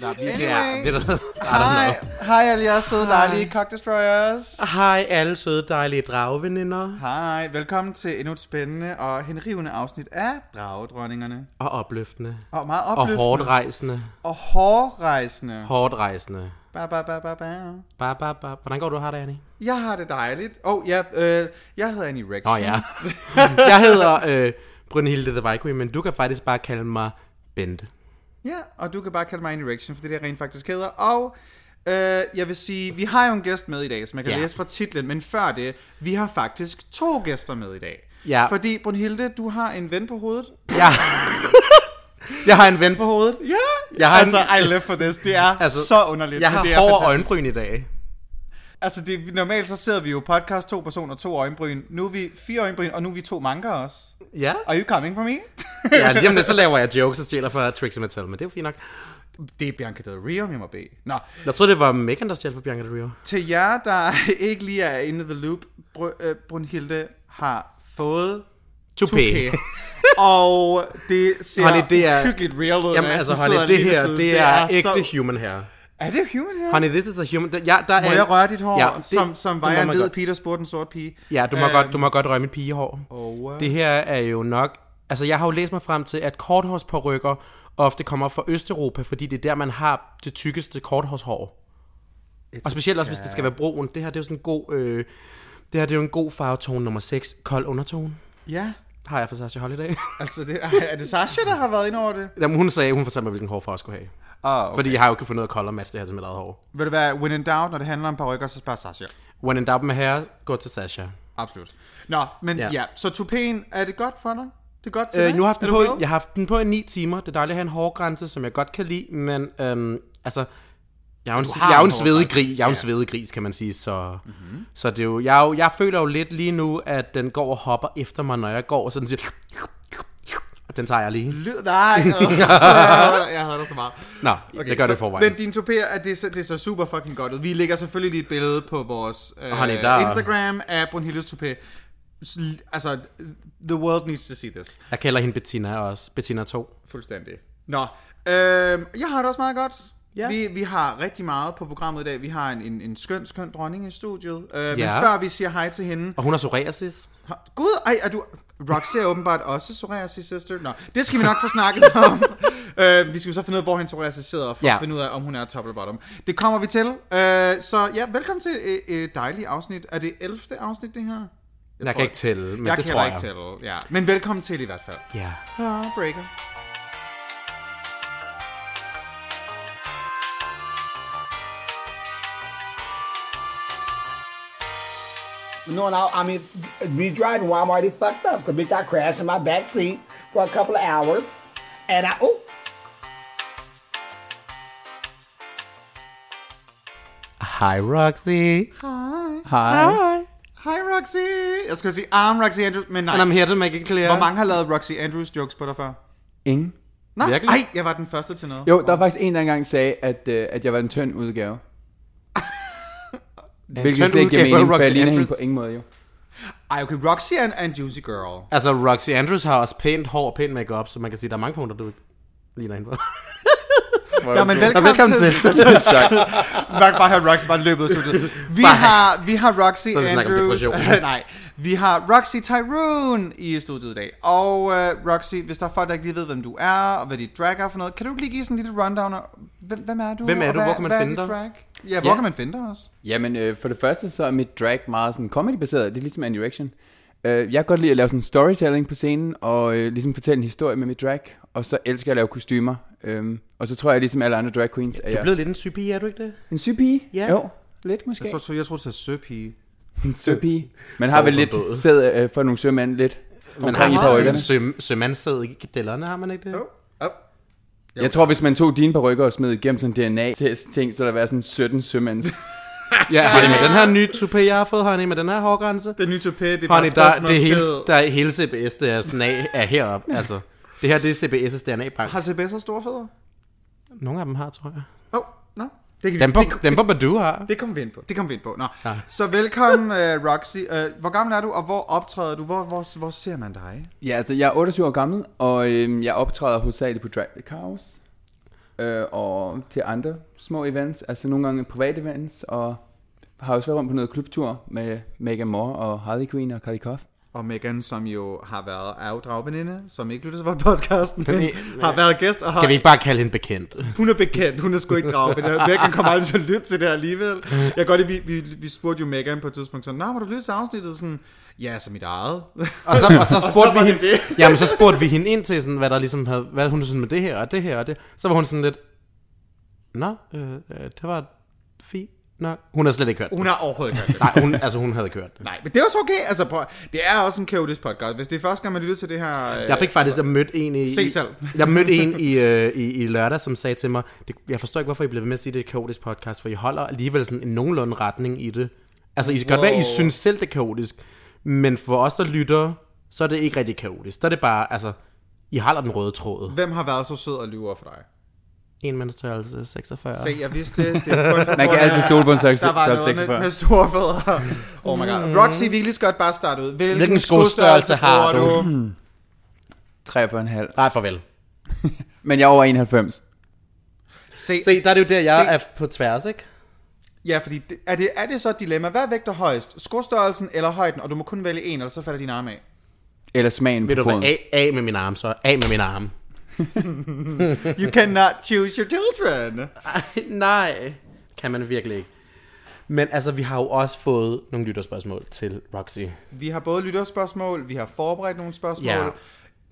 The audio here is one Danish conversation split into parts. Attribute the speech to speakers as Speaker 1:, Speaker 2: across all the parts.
Speaker 1: Der bliver der. ved du.
Speaker 2: Hej, hej alle jer søde dejlige Cock Destroyers.
Speaker 3: Hej alle søde dejlige drageveninder
Speaker 2: Hej, velkommen til endnu et spændende og henrivende afsnit af Dragedronningerne.
Speaker 3: og opløftende.
Speaker 2: Og meget
Speaker 3: Og
Speaker 2: opløftende.
Speaker 3: hårdt rejsende.
Speaker 2: Og hårdrejsende.
Speaker 3: Hårdt rejsende.
Speaker 2: Ba, ba, ba, ba, ba.
Speaker 3: Ba, ba, ba. Hvordan går du her, Annie?
Speaker 2: Jeg har det dejligt. Åh, oh, ja, øh, jeg hedder Annie Rex.
Speaker 3: Nå ja. jeg hedder øh, Brynhilde The Viking, men du kan faktisk bare kalde mig Bente.
Speaker 2: Ja, og du kan bare kalde mig Annie Rex, for det er det, jeg rent faktisk hedder. Og øh, jeg vil sige, vi har jo en gæst med i dag, som jeg kan
Speaker 3: Ja.
Speaker 2: læse fra titlen, men før det, vi har faktisk to gæster med i dag.
Speaker 3: Ja.
Speaker 2: Fordi, Brunhilde, du har en ven på hovedet.
Speaker 3: Jeg, jeg har en ven på hovedet.
Speaker 2: Ja,
Speaker 3: Jeg har
Speaker 2: altså,
Speaker 3: en-
Speaker 2: I live for this. Det er altså,
Speaker 3: Altså,
Speaker 2: så underligt.
Speaker 3: Jeg
Speaker 2: men
Speaker 3: har
Speaker 2: det er
Speaker 3: hård
Speaker 2: fantastisk.
Speaker 3: øjenbryn i dag.
Speaker 2: Altså, det, normalt så sidder vi jo podcast to personer, to øjenbryn. Nu er vi fire øjenbryn, og nu er vi to manker også.
Speaker 3: Ja.
Speaker 2: Are you coming for me?
Speaker 3: ja, lige om lidt, så laver jeg jokes og stjæler fra Trixie Mattel, men det er jo fint nok.
Speaker 2: det er Bianca Del Rio, jeg må bede. Nå,
Speaker 3: Jeg troede, det var Megan, der stjal for Bianca Del Rio.
Speaker 2: til jer, der ikke lige er inde i the loop, Br- øh, Brunhilde har fået
Speaker 3: Toupé.
Speaker 2: toupé. og det ser
Speaker 3: Honey, det er-
Speaker 2: hyggeligt real ud. når
Speaker 3: Jamen
Speaker 2: jeg
Speaker 3: altså,
Speaker 2: sådan
Speaker 3: honey,
Speaker 2: sidder
Speaker 3: det
Speaker 2: den hele
Speaker 3: her,
Speaker 2: side.
Speaker 3: det er ægte
Speaker 2: Så...
Speaker 3: human hair.
Speaker 2: Er det human her?
Speaker 3: Honey, this is a human... Ja, der
Speaker 2: Må
Speaker 3: er...
Speaker 2: jeg røre dit hår, ja, det,
Speaker 3: det-
Speaker 2: som, som
Speaker 3: det
Speaker 2: var
Speaker 3: må
Speaker 2: jeg en
Speaker 3: man
Speaker 2: hvid
Speaker 3: godt.
Speaker 2: pige, der spurgte en sort pige? Øh,
Speaker 3: Ja, du må, øhm, godt, du må godt røre mit pigehår.
Speaker 2: Og, øh,
Speaker 3: Det her er jo nok... Altså, jeg har jo læst mig frem til, at korthårsperukker ofte kommer fra Østeuropa, fordi det er der, man har det tykkeste korthårshår. Og specielt også, hvis det skal være brun. Det her, det er jo sådan en god... Øh, det her, det er jo en god farvetone nummer 6. Kold undertone.
Speaker 2: Ja,
Speaker 3: Har jeg for Sasha Holiday.
Speaker 2: altså, det, er det Sasha, der har været ind over det?
Speaker 3: Jamen, hun sagde, hun fortalte mig, hvilken hårfarve jeg skulle have. Ah, Okay.
Speaker 2: Åh, oh,
Speaker 3: Fordi jeg har jo ikke fundet noget color match det her til mit eget hår.
Speaker 2: Vil det være when in doubt, når det handler om parrykker, så spørger Sasha.
Speaker 3: When in doubt med herre, gå til Sasha.
Speaker 2: Absolut. Nå, men ja,
Speaker 3: Ja.
Speaker 2: ja så tupéen, er det godt for dig? Det er godt til
Speaker 3: Øh,
Speaker 2: dig?
Speaker 3: nu har jeg haft
Speaker 2: Er
Speaker 3: den
Speaker 2: du
Speaker 3: på,
Speaker 2: med?
Speaker 3: jeg har haft den på i 9 timer. Det er dejligt at have en hårgrænse, som jeg godt kan lide, men øhm, altså, jeg er jo en,
Speaker 2: har
Speaker 3: jeg er jo
Speaker 2: en
Speaker 3: en svedig
Speaker 2: hårgrænse.
Speaker 3: gris, jeg er jo en svedig gris, kan man sige, så,
Speaker 2: Mhm.
Speaker 3: mm-hmm. så det er jo, jeg, er jo, jeg føler jo lidt lige nu, at den går og hopper efter mig, når jeg går, og så den siger, og den tager jeg lige.
Speaker 2: Lyd, nej, øh, jeg hader dig- jeg havde dig så meget.
Speaker 3: Nå, okay, det gør
Speaker 2: så,
Speaker 3: det i forvejen.
Speaker 2: Men din tupé, er det, så- det ser super fucking godt ud. Vi lægger selvfølgelig lige et billede på vores øh,
Speaker 3: Honey, der-
Speaker 2: Instagram af Brunhildes tupé. S- Altså, the world needs to see this.
Speaker 3: Jeg kalder hende Bettina også, Bettina 2.
Speaker 2: Fuldstændig. Nå, øh, jeg har det også meget godt. Ja.
Speaker 3: Ja.
Speaker 2: Vi, vi har rigtig meget på programmet i dag. Vi har en, en, en skøn, skøn dronning i studiet. Øh, ja. Men
Speaker 3: Ja.
Speaker 2: før vi siger hej til hende...
Speaker 3: Og hun har psoriasis.
Speaker 2: Har, Gud, ej, er du... Roxy er åbenbart også psoriasis sister. Nå, det skal vi nok få snakket om. øh, vi skal jo så finde ud af, hvor hendes psoriasis sidder, for ja.
Speaker 3: Ja.
Speaker 2: at finde ud af, om hun er top eller bottom. Det kommer vi til. Øh, så ja, velkommen til et, et dejligt afsnit. Er det 11. afsnit, det her? Jeg,
Speaker 3: Jeg, jeg kan ikke tælle, men
Speaker 2: jeg
Speaker 3: det
Speaker 2: kan
Speaker 3: tror
Speaker 2: heller
Speaker 3: jeg.
Speaker 2: ikke tælle, ja. Men velkommen til i hvert fald.
Speaker 3: Ja.
Speaker 2: Ah, breaker.
Speaker 4: No, no, I mean, me driving while I'm already fucked up. So, bitch, I crashed in my back seat for a couple of hours, and I, oh,
Speaker 3: Hej Roxy.
Speaker 2: Hej. Hej, Roxy. Jeg skulle sige, I'm Roxy Andrews, men nej.
Speaker 3: And I'm here to make it clear.
Speaker 2: Hvor mange har lavet Roxy Andrews jokes på dig før?
Speaker 5: Ingen.
Speaker 2: Nej,
Speaker 3: Virkelig?
Speaker 2: ej, jeg var den første til noget.
Speaker 5: Jo, der var faktisk en, der engang sagde, at, øh, at jeg var en tynd udgave. Hvilket
Speaker 3: tynd
Speaker 5: slet ikke
Speaker 3: udgave
Speaker 5: giver
Speaker 3: af
Speaker 5: mening, for
Speaker 3: Roxy
Speaker 5: jeg ligner hende
Speaker 3: Andrews.
Speaker 5: på ingen måde, jo.
Speaker 2: Ej, okay, Roxy er en, er en juicy girl.
Speaker 3: Altså, Roxy Andrews har også pænt hår og pænt makeup, så man kan sige, at der er mange punkter, du ikke ligner hende på.
Speaker 2: Ja, men velkommen,
Speaker 3: velkommen
Speaker 2: til.
Speaker 3: til.
Speaker 2: Man kan bare høre Roxy bare løbet ud af studiet. Vi har, vi har Roxy
Speaker 3: vi snakker om
Speaker 2: Andrews.
Speaker 3: depression.
Speaker 2: nej, vi har Roxy Tyrone i studiet i dag. Og uh, Roxy, hvis der er folk, der ikke lige ved, hvem du er, og hvad dit drag er for noget, kan du ikke lige give sådan en lille rundown? af, Hvem, hvem er du?
Speaker 3: Hvem er
Speaker 2: og
Speaker 3: du?
Speaker 2: Hvad,
Speaker 3: Hvor kan man
Speaker 2: hvad
Speaker 3: finde
Speaker 2: er dit
Speaker 3: dig?
Speaker 2: drag? Ja, hvor
Speaker 3: Ja.
Speaker 2: kan man finde dig også?
Speaker 5: Jamen, øh, for det første, så er mit drag meget sådan comedy-baseret. Det er ligesom Andy Rection. Øh, jeg kan godt lide at lave sådan storytelling på scenen, og øh, ligesom fortælle en historie med mit drag. Og så elsker jeg at lave kostymer. Øhm, og så tror jeg, ligesom alle andre drag queens, at
Speaker 3: Du
Speaker 5: jeg...
Speaker 3: er blevet lidt en syg pige, er du ikke det?
Speaker 5: En syg pige?
Speaker 3: Ja.
Speaker 5: Jo, lidt måske.
Speaker 2: Jeg tror, så, jeg tror, du sagde søpige.
Speaker 5: En sød pige. Man har vel
Speaker 3: på
Speaker 5: lidt
Speaker 3: en båd.
Speaker 5: sæd øh, for nogle sømænd lidt.
Speaker 3: Man har
Speaker 5: i
Speaker 3: ikke
Speaker 5: parykkerne.
Speaker 3: en søm, sømandssæd i dællerne, har man ikke det?
Speaker 2: Jo. Oh.
Speaker 5: Jeg tror, hvis man tog dine parrykker og smed igennem sådan en DNA-ting, så der være sådan 17 sømands.
Speaker 3: Ja, honey, med den her nye toupé, jeg har fået, honey, med den her hårgrænse.
Speaker 2: Den nye tupé, det er bare
Speaker 3: Honey,
Speaker 2: et
Speaker 3: der,
Speaker 2: spørgsmål
Speaker 3: det er hele,
Speaker 2: om tid.
Speaker 3: der er hele CBS, der er, sådan af, er heroppe. Altså, det her, det er CBS' DNA-bank.
Speaker 2: Har CBS så store fødder?
Speaker 3: Nogle af dem har, tror jeg.
Speaker 2: Åh, oh, nå. Det, kan vi,
Speaker 3: Dem på,
Speaker 2: det,
Speaker 3: dem på Badu har.
Speaker 2: det kommer vi ind på. Det kommer vi ind på. Nå. Så velkommen, uh, Roxy. Uh, hvor gammel er du, og hvor optræder du? Hvor, hvor, hvor ser man dig?
Speaker 5: ja, altså jeg er 28 år gammel, og øhm, jeg optræder hovedsageligt på Drag the Cows. øh, og til andre små events, altså nogle gange private events, og har også været rundt på noget klubtur med Megan Moore og Harley Quinn og Carly Koff.
Speaker 2: Og Megan, som jo har været afdragveninde, som ikke lytter til vores podcasten, men
Speaker 3: Det-
Speaker 2: har været gæst, og har,
Speaker 3: Skal vi ikke bare kalde hende bekendt?
Speaker 2: hun er bekendt, hun er sgu ikke dragveninde. Megan kommer aldrig til at lytte til det her alligevel. Jeg kan godt lide, vi, vi, vi spurgte jo Megan på et tidspunkt, sådan, nej, må du lytte til afsnittet? Sådan, ja, som mit eget.
Speaker 3: Og så, og så
Speaker 2: så
Speaker 3: spurgte
Speaker 2: var
Speaker 3: vi
Speaker 2: det
Speaker 3: hende,
Speaker 2: det.
Speaker 3: jamen, så spurgte vi hende ind til, sådan, hvad, der ligesom havde, hvad hun synes med det her og det her og det. Så var hun sådan lidt, nå, øh, øh, det var fint nok. Hun har slet ikke hørt det.
Speaker 2: Hun har overhovedet ikke hørt det.
Speaker 3: Nej, hun, altså hun havde ikke hørt det.
Speaker 2: Nej, men det er også okay. Altså, prøv, det er også en kaotisk podcast. Hvis det er første gang, man lytter til det her... Øh,
Speaker 3: Jeg fik faktisk at mødt en i...
Speaker 2: Se selv.
Speaker 3: Jeg mødte en i, øh, i, i lørdag, som sagde til mig, det, jeg forstår ikke, hvorfor I bliver ved med at sige, det er et kaotisk podcast, for I holder alligevel sådan en nogenlunde retning i det. Altså, I kan godt være, I
Speaker 2: Wow.
Speaker 3: synes selv, det er kaotisk, men for os, der lytter, så er det ikke rigtig kaotisk. Der er det bare, altså, I holder den røde tråd.
Speaker 2: Hvem har været så sød og lyver for dig?
Speaker 3: En mandstørrelse 46.
Speaker 2: Se, jeg vidste det. det er kun,
Speaker 5: Man kan altid stole på en slags
Speaker 2: Der var noget med,
Speaker 5: 46.
Speaker 2: med store fædre. Oh my god. Roxy, vi kan lige så godt bare starte ud. Hvilken,
Speaker 3: Hvilken skostørrelse har
Speaker 2: bruger
Speaker 5: 43,5.
Speaker 3: Nej, farvel.
Speaker 5: Men jeg er over 91.
Speaker 2: Se,
Speaker 3: Se, der er det jo der, jeg er på tværs, ikke?
Speaker 2: ja, fordi det, er, det, er det så et dilemma? Hvad vægter højst? Skostørrelsen eller højden? Og du må kun vælge en, eller så falder din arm af.
Speaker 5: Eller smagen
Speaker 3: Ved
Speaker 5: på
Speaker 3: du hvad,
Speaker 5: koden.
Speaker 3: af, af med min arm så. Af med min arm.
Speaker 2: You cannot choose your children.
Speaker 3: Ej, Nej, kan man virkelig ikke. Men altså, vi har jo også fået nogle lytterspørgsmål til Roxy.
Speaker 2: Vi har både lytterspørgsmål, vi har forberedt nogle spørgsmål.
Speaker 3: Ja.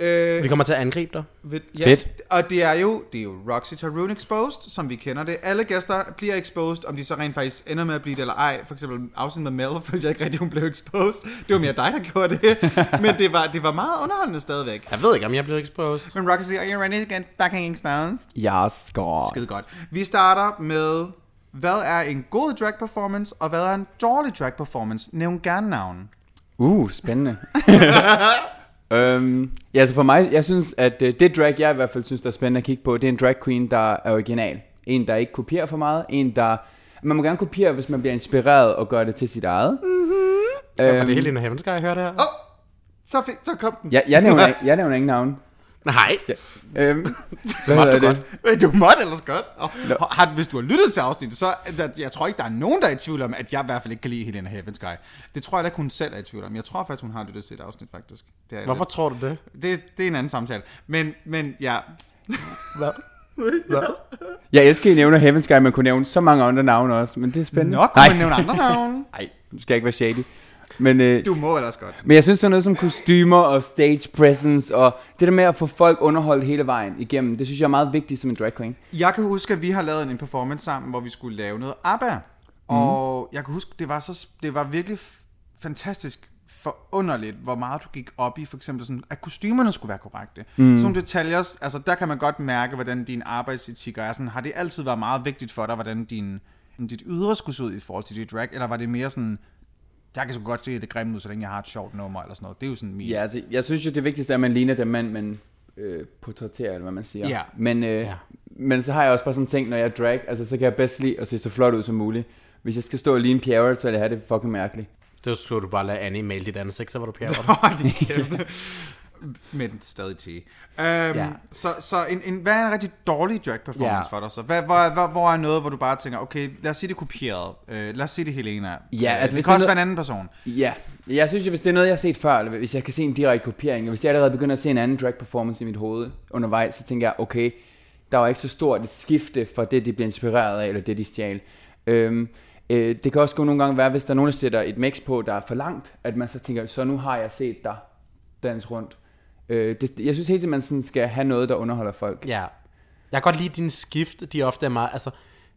Speaker 2: Øh,
Speaker 3: Vi kommer til at angribe dig.
Speaker 2: Ved, ja.
Speaker 5: Fedt.
Speaker 2: Og det er jo, det er jo Roxy Tyrone Exposed, som vi kender det. Alle gæster bliver exposed, om de så rent faktisk ender med at blive det eller ej. For eksempel afsnittet med Mel, følte jeg ikke rigtig, hun blev exposed. Det var mere dig, der gjorde det. Men det var, det var meget underholdende stadigvæk.
Speaker 3: Jeg ved ikke, om jeg bliver exposed.
Speaker 2: Men Roxy, are you ready to get fucking exposed?
Speaker 5: Jeg skal.
Speaker 2: Skide godt. Vi starter med, hvad er en god drag performance, og hvad er en dårlig drag performance? Nævn gerne navn.
Speaker 5: Uh, spændende. øhm, ja, altså for mig, jeg synes, at øh, det drag, jeg i hvert fald synes, der er spændende at kigge på, det er en drag queen, der er original. En, der ikke kopierer for meget. En, der... Man må gerne kopiere, hvis man bliver inspireret og gør det til sit eget. Mm-hmm.
Speaker 3: Var det
Speaker 5: Øhm,
Speaker 3: helt in heaven, skal jeg høre det her?
Speaker 2: Åh, så, fik, så kom den.
Speaker 5: jeg, jeg, nævner, ikke- jeg nævner ingen navn.
Speaker 3: Nej,
Speaker 5: Øhm, hvad hedder det?
Speaker 2: Men Du måtte ellers godt. Og, har, hvis du har lyttet til afsnittet, så er der, jeg tror ikke, der er nogen, der er i tvivl om, at jeg i hvert fald ikke kan lide Helena Heaven Sky. Det tror jeg da ikke, hun selv er i tvivl om. Jeg tror faktisk, hun har lyttet til et afsnit, faktisk. Det er,
Speaker 3: hvorfor tror du det?
Speaker 2: Det, det er en anden samtale. Men, men ja,
Speaker 3: Hvad?
Speaker 5: Jeg elsker, at I nævner Heaven's Sky, man kunne nævne så mange andre navne også, men det er spændende.
Speaker 2: nok kunne man nævne andre navne.
Speaker 5: Nej, nu skal jeg ikke være shady. Men, øh,
Speaker 2: Du må ellers godt.
Speaker 5: Men jeg synes sådan noget som kostymer og stage presence og det der med at få folk underholdt hele vejen igennem, det synes jeg er meget vigtigt som en drag queen.
Speaker 2: Jeg kan huske, at vi har lavet en performance sammen, hvor vi skulle lave noget ABBA. Og jeg kan huske, det var, så, det var virkelig f- fantastisk forunderligt, hvor meget du gik op i, for eksempel sådan, at kostymerne skulle være korrekte. Mm. Sådan nogle detaljer, altså der kan man godt mærke, hvordan din arbejdsetik er. Sådan, har det altid været meget vigtigt for dig, hvordan din, dit ydre skulle se ud i forhold til dit drag, eller var det mere sådan, jeg kan sgu godt se det grimme ud, så længe jeg har et sjovt nummer, eller sådan noget. Det er jo sådan min...
Speaker 5: Ja, altså, jeg synes jo det vigtigste er, at man ligner den mand, man øh, portrætterer, eller hvad man siger.
Speaker 2: Ja.
Speaker 5: Men, øh,
Speaker 3: Ja.
Speaker 5: men så har jeg også bare sådan tænkt, når jeg er drag, altså så kan jeg bedst lide at se så flot ud som muligt. Hvis jeg skal stå og ligne Pierre, så er det her, det er fucking mærkeligt.
Speaker 3: Det skulle du bare lade Annie male dit ansigt, så var du pjerde.
Speaker 2: Hold din kæft. Men stadig te. Øhm, ja.
Speaker 3: Ja.
Speaker 2: Så, så en, en, hvad er en rigtig dårlig drag performance
Speaker 3: Ja.
Speaker 2: ja. for dig så? Hvad, hvor, hvor, hvor er noget, hvor du bare tænker, okay, lad os sige det er kopieret. Øh, lad os sige det Helena.
Speaker 5: Ja,
Speaker 2: Øh,
Speaker 5: altså,
Speaker 2: det
Speaker 5: hvis
Speaker 2: kan
Speaker 5: det
Speaker 2: også
Speaker 5: er
Speaker 2: være en anden person.
Speaker 5: Ja, jeg synes jo, hvis det er noget, jeg har set før, eller hvis jeg kan se en direkte kopiering, og hvis jeg allerede begynder at se en anden drag performance i mit hoved undervejs, så tænker jeg, okay, der var ikke så stort et skifte fra det, de blev inspireret af, eller det, de stjal. Øhm, øh, det kan også gå nogle gange være, hvis der er nogen, der sætter et mix på, der er for langt, at man så tænker, så nu har jeg set dig danse rundt. Øh, det, jeg synes hele tiden, man sådan skal have noget, der underholder folk.
Speaker 3: Ja. Jeg kan godt lide dine skift, de ofte er meget, altså,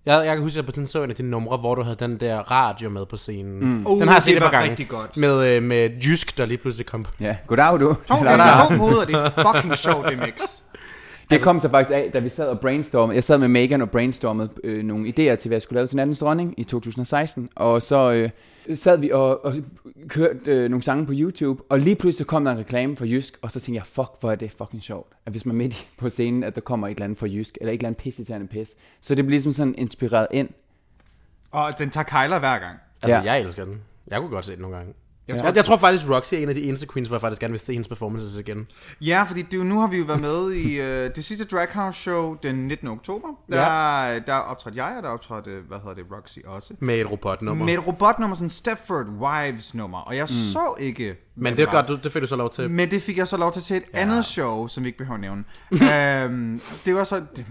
Speaker 3: jeg, jeg kan huske, at jeg på sådan så en af dine numre, hvor du havde den der radio med på scenen. Mm.
Speaker 2: Uh,
Speaker 3: den har jeg set
Speaker 2: det
Speaker 3: et par
Speaker 2: var
Speaker 3: gange.
Speaker 2: rigtig godt.
Speaker 3: Med, øh, med Jysk, der lige pludselig kom.
Speaker 5: Ja, goddag du.
Speaker 2: To, det er to hoveder, det er fucking sjovt, det mix.
Speaker 5: Det kom så faktisk af, da vi sad og brainstormede. Jeg sad med Megan og brainstormede øh, nogle idéer til, hvad jeg skulle lave til Nattens Dronning i 2016. Og så øh, sad vi og, og kørte øh, nogle sange på YouTube, og lige pludselig så kom der en reklame for Jysk, og så tænkte jeg, fuck, hvor er det fucking sjovt, at hvis man er midt i- på scenen, at der kommer et eller andet fra Jysk, eller et eller andet pisse pis. Så det blev ligesom sådan inspireret ind.
Speaker 2: Og den tager kejler hver gang.
Speaker 3: Altså,
Speaker 5: Ja.
Speaker 3: ja. jeg elsker den. Jeg kunne godt se den nogle gange.
Speaker 2: Jeg tror,
Speaker 3: Jeg, jeg tror faktisk, Roxy er en af de eneste queens, hvor jeg faktisk gerne vil se hendes performances igen.
Speaker 2: Ja, fordi det, er jo- nu har vi jo været med i øh, det sidste Drag House show den 19. oktober. Der, ja. der optrådte jeg, og der optrådte, øh, hvad hedder det, Roxy også.
Speaker 3: Med et robotnummer.
Speaker 2: Med et robotnummer, sådan Stepford Wives nummer, og jeg mm. så ikke... hvad
Speaker 3: Men det, er
Speaker 2: var.
Speaker 3: godt, du- det fik du så lov til.
Speaker 2: Men det fik jeg så lov til at se et ja. andet show, som vi ikke behøver at nævne. øhm, det var så... Det,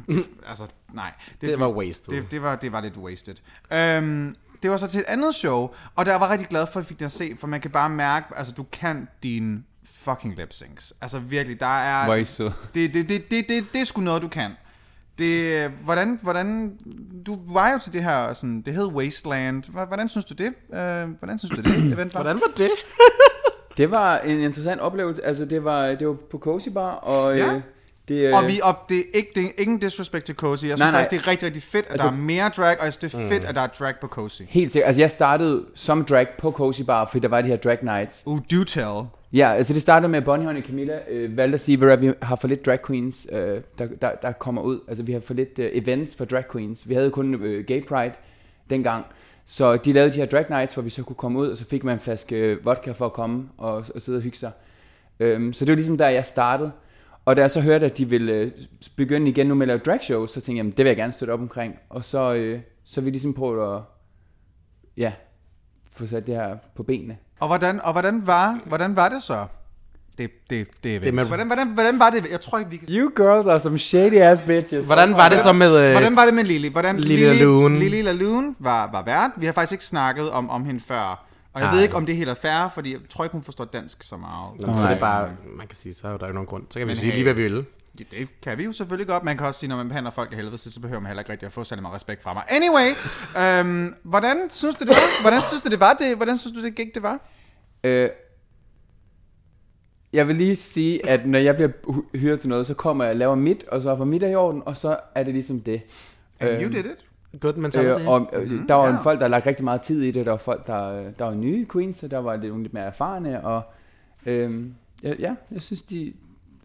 Speaker 2: altså, nej.
Speaker 3: Det var wasted.
Speaker 2: Det, det, var, det var lidt wasted. Øhm, det var så til et andet show, og der var jeg rigtig glad for, at jeg fik den at se, for man kan bare mærke, altså du kan din fucking lip syncs. Altså virkelig, der er...
Speaker 5: Hvor er I søde.
Speaker 2: Det, det, det, det, det, det er sgu noget, du kan. Det, hvordan, hvordan, du var jo til det her, sådan, det hed Wasteland. Hva- Hvordan synes du det? Øh, hvordan synes du det, event var?
Speaker 3: Hvordan var det?
Speaker 5: Det var en interessant oplevelse. Altså, det var, det var på Cozy Bar, og...
Speaker 2: Ja.
Speaker 5: Øh, det, øh,
Speaker 2: Og, vi, og det, er ikke, det er ingen disrespect til Cozy. Jeg synes
Speaker 5: nej.
Speaker 2: faktisk, det er rigtig, rigtig fedt, at altså, der er mere drag, og jeg synes, det er fedt, at der er drag på Cozy.
Speaker 5: Helt sikkert. Altså, jeg startede som drag på Cozy Bar, fordi der var de her drag nights.
Speaker 2: Oh, do tell.
Speaker 5: Ja, altså det startede med, at Bonnie Honey og Camilla øh, valgte at sige, "Ved du hvad, vi har for lidt drag queens, øh, der, der, der kommer ud. Altså, vi har for lidt øh, events for drag queens. Vi havde kun øh, Gay Pride dengang. Så de lavede de her drag nights, hvor vi så kunne komme ud, og så fik man en flaske øh, vodka for at komme og, og sidde og hygge sig. Øhm, så det var ligesom der, jeg startede. Og da jeg så hørte, at de ville øh, begynde igen nu med at lave drag shows, så tænkte jeg, "Jamen, det vil jeg gerne støtte op omkring. Og så, øh, så vi ligesom prøvet at ja, få sat det her på benene.
Speaker 2: Og hvordan, og hvordan, var, hvordan var det så? Det, det, det, det
Speaker 3: med-
Speaker 2: hvordan, hvordan, hvordan var det? Jeg tror ikke, vi kan...
Speaker 5: You girls are some shady ass bitches.
Speaker 3: Hvordan var det så med... Øh,
Speaker 2: Hvordan var det med Lili? Hvordan,
Speaker 3: Lili Laloon.
Speaker 2: Lili Laloon var, var vært. Vi har faktisk ikke snakket om, om hende før. Og jeg Ej. ved
Speaker 3: Ej.
Speaker 2: ikke, om det er helt er fair, fordi jeg tror ikke, hun forstår dansk så meget.
Speaker 3: Jamen, så er det bare, man kan sige, så er der jo nogen grund. Så kan vi sige
Speaker 2: hey.
Speaker 3: lige, hvad vi vil.
Speaker 2: Ja, det kan vi jo selvfølgelig godt. Man kan også sige, når man behandler folk af helvede, til, så behøver man heller ikke rigtig at få særlig meget respekt fra mig. Anyway, øhm, hvordan synes du det var? Hvordan synes du det var det? Hvordan synes du det gik det var?
Speaker 5: Øh, jeg vil lige sige, at når jeg bliver hu- hyret til noget, så kommer jeg og laver mit, og så var mit er i orden, og så er det ligesom det.
Speaker 2: And you did it.
Speaker 3: Godt, men så er det. Mm-hmm.
Speaker 5: Øh, og, øh, der var
Speaker 2: ja.
Speaker 5: jo folk, der har lagt rigtig meget tid i det, der var folk, der, øh, der var nye queens, så der var lidt, nogle lidt mere erfarne, og øh, ja, ja, jeg synes, de,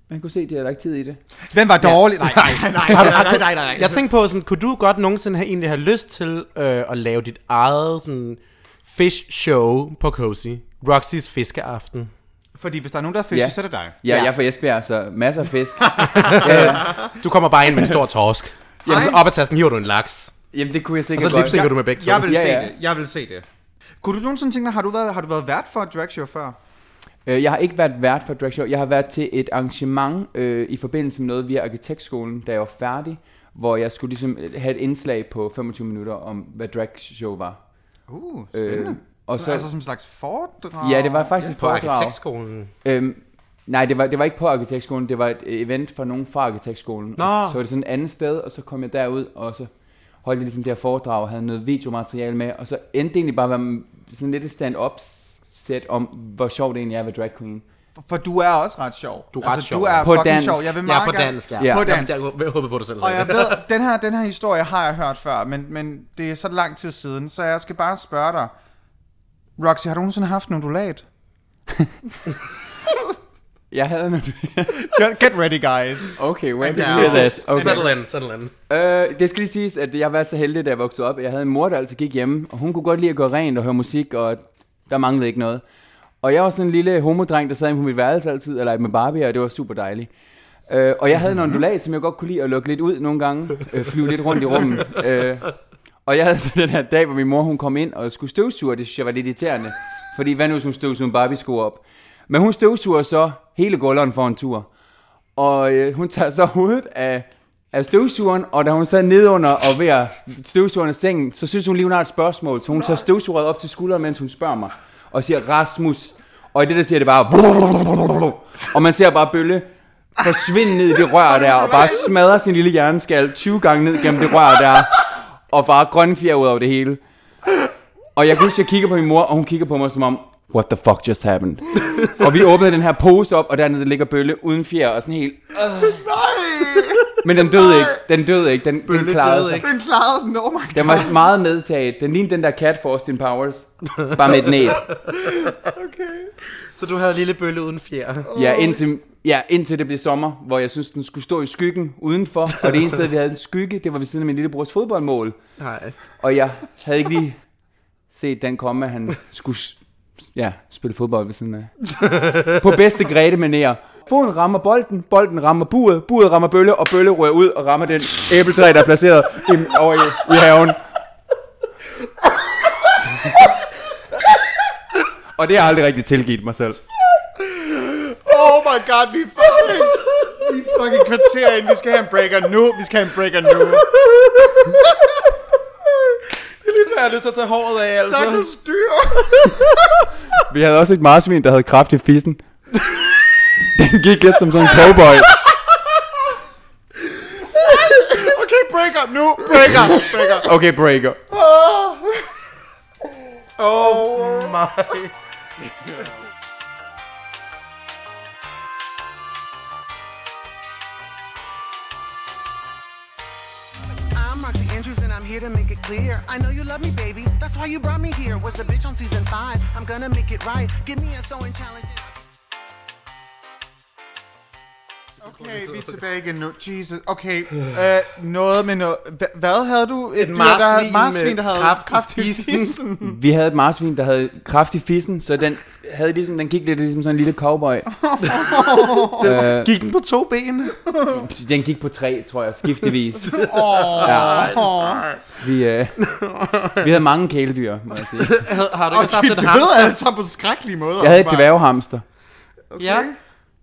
Speaker 5: man kunne se, at de havde lagt tid i det.
Speaker 2: Hvem var dårlig? Nej, nej, nej,
Speaker 3: Har du-
Speaker 2: nej,
Speaker 3: har-
Speaker 2: nej, nej, nej.
Speaker 3: Jeg tænkte på, sådan, kunne du godt nogensinde have, egentlig have lyst til øh, at lave dit eget sådan, fish show på Cozy? Roxys fiskeaften.
Speaker 2: Fordi hvis der er nogen, der er fisk,
Speaker 5: Ja.
Speaker 2: så er det dig.
Speaker 5: Ja,
Speaker 3: Ja.
Speaker 5: ja. jeg er fra Esbjerg, så masser af fisk.
Speaker 3: Du kommer bare ind med en stor torsk. Jamen, så
Speaker 2: Ej.
Speaker 3: op ad tasken hiver du en laks.
Speaker 5: Jamen, det kunne jeg
Speaker 3: Og så
Speaker 5: sikkert
Speaker 3: lipsynker du med begge to.
Speaker 2: Jeg vil
Speaker 5: Ja,
Speaker 2: se
Speaker 5: ja.
Speaker 2: det. Jeg vil se det. Kunne du nogensinde tænke dig, har du været, har du været vært for et dragshow før?
Speaker 5: Øh, Jeg har ikke været vært for drag show. Jeg har været til et arrangement øh, i forbindelse med noget via arkitektskolen, da jeg var færdig, hvor jeg skulle ligesom øh, have et indslag på 25 minutter om, hvad drag show var.
Speaker 2: Uh, spændende.
Speaker 5: Øh,
Speaker 2: Øh, og
Speaker 5: og
Speaker 2: så,
Speaker 5: så-
Speaker 2: altså som en slags foredrag?
Speaker 5: Ja, det var faktisk et
Speaker 3: På
Speaker 5: foredrag.
Speaker 3: arkitektskolen.
Speaker 5: Øhm, nej, det var, det var ikke på arkitektskolen, det var et øh, event for nogen fra arkitektskolen.
Speaker 3: Nå.
Speaker 5: Og Så var det sådan et andet sted, og så kom jeg derud, og så holdt jeg ligesom det her foredrag, og havde noget videomateriale med, og så endte det egentlig bare med sådan lidt et stand-up sæt om, hvor sjovt det egentlig er at være drag queen.
Speaker 2: For, for du er også ret sjov. Altså,
Speaker 3: Du er ret sjov.
Speaker 2: Du er
Speaker 5: På
Speaker 2: fucking
Speaker 5: dansk.
Speaker 2: sjov. Jeg vil
Speaker 3: Ja,
Speaker 2: meget
Speaker 3: på
Speaker 2: gerne-
Speaker 3: dansk, ja.
Speaker 5: Ja.
Speaker 2: På dansk.
Speaker 3: Jeg, jeg, jeg håber på, at du selv
Speaker 2: Og
Speaker 3: sagde
Speaker 2: jeg
Speaker 3: det.
Speaker 2: ved, den her, den her historie har jeg hørt før, men, men det er så lang tid siden, så jeg skal bare spørge dig. Roxy, har du nogensinde haft en undulat?
Speaker 5: Jeg havde noget...
Speaker 2: Get ready, guys.
Speaker 5: Okay, when did
Speaker 2: down.
Speaker 5: you hear this? Okay.
Speaker 3: Settle in, settle in.
Speaker 5: Øh, det skal lige siges, at jeg var så heldig, da jeg voksede op. Jeg havde en mor, der altid gik hjemme, og hun kunne godt lide at gå rent og høre musik, og der manglede ikke noget. Og jeg var sådan en lille homodreng, der sad inde på mit værelse altid og legede med Barbie, og det var super dejligt. Øh, og jeg havde en ondulat, som jeg godt kunne lide at lukke lidt ud nogle gange, øh, flyve lidt rundt i rummet. Øh, og jeg havde så den her dag, hvor min mor hun kom ind og skulle støvsuge, og det synes jeg var lidt irriterende. Fordi hvad nu, hvis hun støvsuger en Barbie-sko op? Men hun støvsuger så hele gulveren for en tur. Og øh, hun tager så hovedet af, af støvsugeren, og da hun sad nedunder og ved at støvsugeren af sengen, så synes hun lige, hun har et spørgsmål. Så hun tager støvsugeret op til skulderen, mens hun spørger mig, og siger, Rasmus. Og i det der siger det bare, og man ser bare bølle forsvinde ned i det rør der, og bare smadrer sin lille hjerneskal 20 gange ned gennem det rør der, og bare grønne fjer ud over det hele. Og jeg kan huske, jeg kigger på min mor, og hun kigger på mig som om, what the fuck just happened? og vi åbnede den her pose op, og dernede ligger bølle uden fjer, og sådan helt... Øh. Men den døde ikke, den døde ikke, den, den klarede sig.
Speaker 2: Den klarede den, oh my god.
Speaker 5: Den var meget medtaget. Den lignede den der cat for Austin Powers. Bare med et næb.
Speaker 3: Så du havde lille bølle uden fjer.
Speaker 5: Ja, indtil, ja, indtil det blev sommer, hvor jeg synes, den skulle stå i skyggen udenfor. Og det eneste sted, vi havde en skygge, det var ved siden af min lillebrors fodboldmål.
Speaker 3: Nej.
Speaker 5: Og jeg havde ikke lige set den komme, at han skulle s- ja, spille fodbold ved siden af. På bedste grete manér. Foden rammer bolden, bolden rammer buret, buret rammer bølle, og bølle rører ud og rammer den æbletræ, der er placeret i, over i, i haven. og det har jeg aldrig rigtig tilgivet mig selv.
Speaker 2: Oh my god, vi er fucking... Vi er fucking kvarter ind. Vi skal have en breaker nu. Vi skal have en breaker nu.
Speaker 3: Det er lige før, jeg har lyst til at tage håret af, altså.
Speaker 2: Stakkels dyr.
Speaker 5: Vi havde også et marsvin, der havde kraft i fissen. Den gik lidt som sådan en cowboy.
Speaker 2: Okay, breaker nu. Breaker. Breaker.
Speaker 5: Okay, breaker.
Speaker 2: Oh my...
Speaker 1: I'm Roxy Andrews and I'm here to make it clear. I know you love me, baby. That's why you brought me here. Was a bitch on season five. I'm gonna make it right. Give me a sewing challenge.
Speaker 2: Okay, vi er tilbage igen nu. Jesus. Okay, øh, noget med noget... Hva- Hvad havde du? Et, dyr, der havde,
Speaker 3: marsvin
Speaker 2: marsvin,
Speaker 3: med
Speaker 2: der havde
Speaker 3: kraft i
Speaker 2: kraft i
Speaker 3: fissen.
Speaker 2: fissen.
Speaker 5: Vi havde et marsvin, der havde kraft i fissen, så den, havde ligesom, den gik lidt ligesom sådan en lille cowboy. Øh,
Speaker 3: Gik den på to ben?
Speaker 5: Den gik på tre, tror jeg, skiftevis.
Speaker 2: Åh,
Speaker 5: Ja,
Speaker 2: oh,
Speaker 5: vi, øh, vi havde mange kæledyr, må jeg sige.
Speaker 3: Har du
Speaker 2: og
Speaker 3: ikke haft
Speaker 2: de
Speaker 3: et
Speaker 2: døde
Speaker 3: hamster?
Speaker 2: alle sammen på skrækkelige måder.
Speaker 5: Jeg havde et
Speaker 2: åbenbart.
Speaker 5: dværghamster.
Speaker 3: Ja.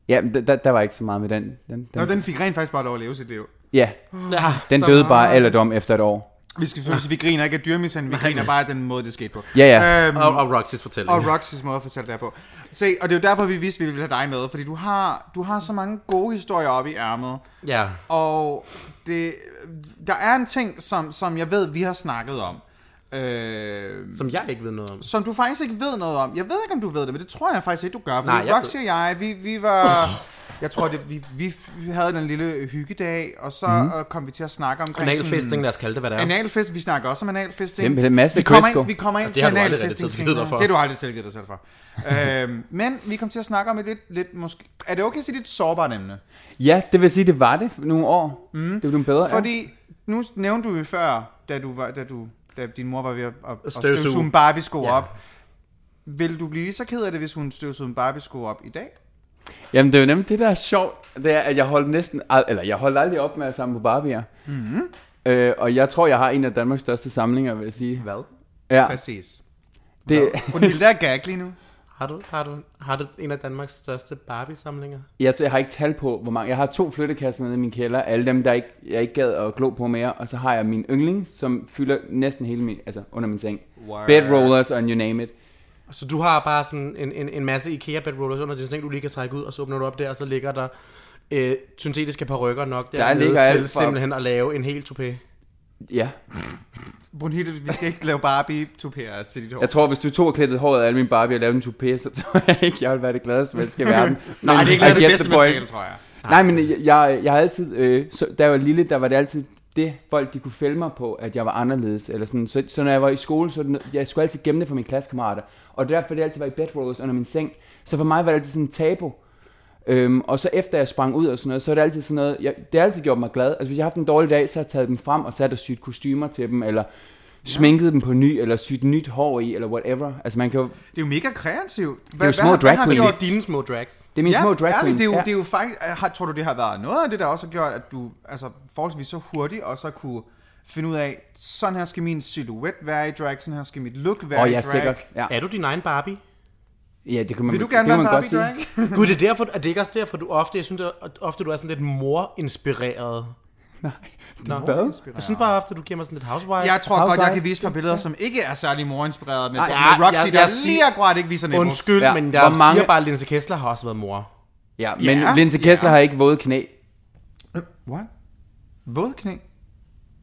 Speaker 5: Ja, men der, der- der var ikke så meget med den. den, den,
Speaker 2: Nå, den fik rent faktisk bare lov at leve sit liv.
Speaker 5: Ja,
Speaker 3: ja.
Speaker 5: den døde bare alderdom efter et år.
Speaker 2: Vi skal følge, vi griner ikke af dyrmishandling, vi griner bare af den måde, det skete på.
Speaker 5: Ja, ja.
Speaker 2: Øhm,
Speaker 3: Og, og Roxys fortælling.
Speaker 2: og Roxys måde at fortælle det her på. Se, og det er jo derfor, vi vidste, vi ville have dig med, fordi du har, du har så mange gode historier oppe i ærmet.
Speaker 3: Ja.
Speaker 2: Og det, der er en ting, som, som jeg ved, vi har snakket om. Øh,
Speaker 3: Som jeg ikke ved noget om.
Speaker 2: som du faktisk ikke ved noget om. Jeg ved ikke, om du ved det, men det tror jeg faktisk ikke, du gør.
Speaker 3: Nej,
Speaker 2: Fordi
Speaker 3: jeg
Speaker 2: Nej, Roxy og jeg, vi, vi var... Jeg tror, det, vi, vi, vi havde den lille hyggedag, og så
Speaker 3: Mhm.
Speaker 2: mm. kom vi til at snakke omkring...
Speaker 3: Analfesting, lad os kalde det, hvad det er.
Speaker 2: Ja. Analfest, vi snakker også om analfesting.
Speaker 5: Simpelthen, masse
Speaker 2: vi kommer
Speaker 5: Crisco.
Speaker 2: ind, vi kommer ind
Speaker 3: Og
Speaker 2: til
Speaker 3: det har du aldrig
Speaker 2: analfesting
Speaker 3: rigtig tilgivet dig
Speaker 2: senere.
Speaker 3: for.
Speaker 2: Det har du aldrig tilgivet dig selv for. øhm, men vi kom til at snakke om et lidt, lidt måske... Er det okay at sige, det er et sårbart emne?
Speaker 5: Ja, det vil sige, det var det for nogle år. Mm. Det blev bedre. ja.
Speaker 2: Fordi nu nævnte du jo før, da, du var, da, du, da din mor var ved at, at, at
Speaker 3: Støvsuge.
Speaker 2: støvsuge en Barbie-sko
Speaker 3: Ja.
Speaker 2: ja. op. Vil du blive lige så ked af det, hvis hun støvsugede en Barbie-sko op i dag?
Speaker 5: Jamen, det er jo nemlig det, der er sjovt. Det er, at jeg holdt næsten... al- Eller, jeg holdt aldrig op med at samle på Barbier.
Speaker 2: Mhm.
Speaker 5: Mm. Øh, og jeg tror, jeg har en af Danmarks største samlinger, vil jeg sige.
Speaker 3: Hvad?
Speaker 5: Ja,
Speaker 2: Præcis.
Speaker 5: det,
Speaker 2: Hun vil der gag lige nu.
Speaker 3: Har du, har, du, har du en af Danmarks største Barbie-samlinger?
Speaker 5: jeg, tror- jeg har ikke tal på, hvor mange... Jeg har to flyttekasser nede i min kælder. Alle dem, der ikke, jeg ikke gad at glo på mere. Og så har jeg min yndling, som fylder næsten hele min... Altså, under min seng.
Speaker 2: Word.
Speaker 5: Bed rollers and you name it.
Speaker 3: Så Altså, du har bare sådan en, en, en masse ikea bedrollers under din seng, du lige kan trække ud, og så åbner du op der, og så ligger der øh, syntetiske parrykker nok der,
Speaker 5: ligger
Speaker 3: til
Speaker 5: alt fra-
Speaker 3: simpelthen at lave en hel toupé.
Speaker 5: Ja.
Speaker 2: Brunhilde, vi skal ikke lave Barbie-tupærer til dit hår.
Speaker 5: Jeg tror, hvis du tog og klippede håret af alle mine Barbie og lavede en toupé, så tror jeg ikke, jeg ville være det gladeste menneske i verden.
Speaker 2: Nej,
Speaker 5: Men
Speaker 2: det er ikke
Speaker 5: I
Speaker 2: noget af det
Speaker 5: get
Speaker 2: bedste
Speaker 5: the point.
Speaker 2: materiale, tror jeg.
Speaker 5: Nej, men jeg, jeg, jeg har altid, øh, så, da jeg var lille, der var det altid det, folk de kunne fælde mig på, at jeg var anderledes. Eller sådan. Så, så når jeg var i skole, så var det noget- jeg skulle altid gemme det for mine klassekammerater. Og derfor det altid var i bedrolls under min seng. Så for mig var det altid sådan en tabu. Øhm, og så efter jeg sprang ud og sådan noget, så er det altid sådan noget, jeg, det har altid gjort mig glad. Altså hvis jeg har haft en dårlig dag, så har jeg taget dem frem og sat og syet kostymer til dem, eller sminket dem på ny, eller syet nyt hår i, eller whatever. Altså man kan jo,
Speaker 2: Det er jo mega kreativt. Hva,
Speaker 5: jo små drag
Speaker 2: har
Speaker 5: queens.
Speaker 3: Det
Speaker 2: gjort
Speaker 3: er dine små drags.
Speaker 5: det er mine
Speaker 2: Ja,
Speaker 5: små drag
Speaker 2: ærligt,
Speaker 5: queens.
Speaker 2: Det er jo,
Speaker 5: ja.
Speaker 2: det er jo faktisk, har, tror du, det har været noget af det, der også har gjort, at du altså, forholdsvis så hurtigt også har kunne finde ud af, sådan her skal min silhouette være i drag, sådan her skal mit look være
Speaker 5: Åh,
Speaker 2: i
Speaker 5: ja,
Speaker 2: drag.
Speaker 5: sikkert. Ja.
Speaker 3: Er du din egen Barbie?
Speaker 5: ja, det kan man,
Speaker 2: Vil du
Speaker 5: det kan
Speaker 2: gerne være
Speaker 5: man
Speaker 2: en
Speaker 5: godt
Speaker 2: Barbie
Speaker 5: sige.
Speaker 2: drag?
Speaker 3: Gud, det er, derfor, er det ikke også derfor, du ofte, jeg synes, at ofte du er sådan lidt mor-inspireret. Nej, Nå.
Speaker 5: Hvad?
Speaker 3: Jeg synes bare ofte, du giver mig sådan lidt housewife.
Speaker 2: Jeg tror godt, jeg
Speaker 5: Housewife.
Speaker 2: kan vise et par billeder, som ikke er særlig morinspireret, men
Speaker 3: Ej,
Speaker 2: med
Speaker 3: ja,
Speaker 2: Roxy,
Speaker 3: jeg-
Speaker 2: der
Speaker 3: jeg
Speaker 2: lige
Speaker 3: siger-
Speaker 2: akkurat ikke viser nipples.
Speaker 3: Undskyld,
Speaker 5: Ja,
Speaker 3: ja. men jeg
Speaker 5: hvor mange-
Speaker 3: siger bare, at Linse Kessler har også været mor.
Speaker 5: Ja, men
Speaker 2: Ja.
Speaker 5: Linse Kessler har ikke våde knæ.
Speaker 2: What? Vådknæ?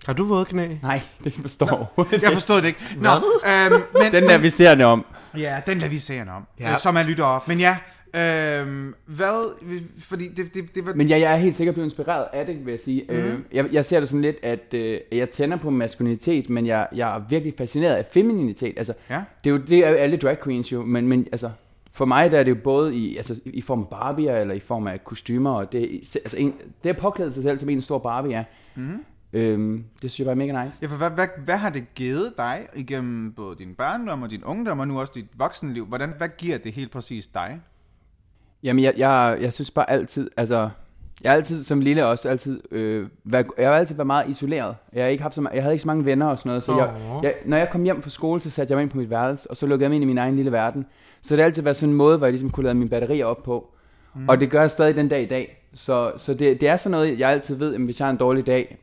Speaker 3: Har du våde knæ?
Speaker 5: Nej, det forstår jeg overhovedet ikke.
Speaker 2: Jeg forstod det ikke. Nå, øhm, men,
Speaker 5: Den der, vi ser det om.
Speaker 2: Ja, den lader vi serien om,
Speaker 3: Ja.
Speaker 2: ja. øh, som er lytter op. Men ja, øhm, hvad, fordi det, det, det var...
Speaker 5: Men jeg, jeg er helt sikkert blevet inspireret af det, vil jeg sige.
Speaker 2: Mhm.
Speaker 5: Mm. Øh, jeg, jeg ser det sådan lidt, at øh, jeg tænder på maskulinitet, men jeg, jeg er virkelig fascineret af femininitet. Altså,
Speaker 2: Ja.
Speaker 5: det, er jo, det er jo alle drag queens jo, men, men altså, for mig der er det jo både i, altså, i form af
Speaker 2: Mhm.
Speaker 5: barbier, eller i form af kostymer, og det, er- altså, en, det at påklæde sig selv som en stor barbie er. Mm. Øhm, det synes jeg bare er mega nice.
Speaker 2: Ja, for hvad, hvad, hvad har det givet dig igennem både din barndom og din ungdom, og nu også dit voksenliv? Hvordan, hvad giver det helt præcis dig?
Speaker 5: Jamen, jeg, jeg, jeg synes bare altid, altså, jeg har altid som lille også altid, øh, været, jeg har altid været meget isoleret. Jeg, har ikke haft så, ma- jeg havde ikke så mange venner og sådan noget, så jeg,
Speaker 3: Åh.
Speaker 5: jeg, når jeg kom hjem fra skole, så satte jeg mig ind på mit værelse, og så lukkede jeg mig ind i min egen lille verden. Så det har altid været sådan en måde, hvor jeg ligesom kunne lade mine batterier op på. Mm. Og det gør jeg stadig den dag i dag. Så, så det, det er sådan noget, jeg altid ved, at hvis jeg har en dårlig dag,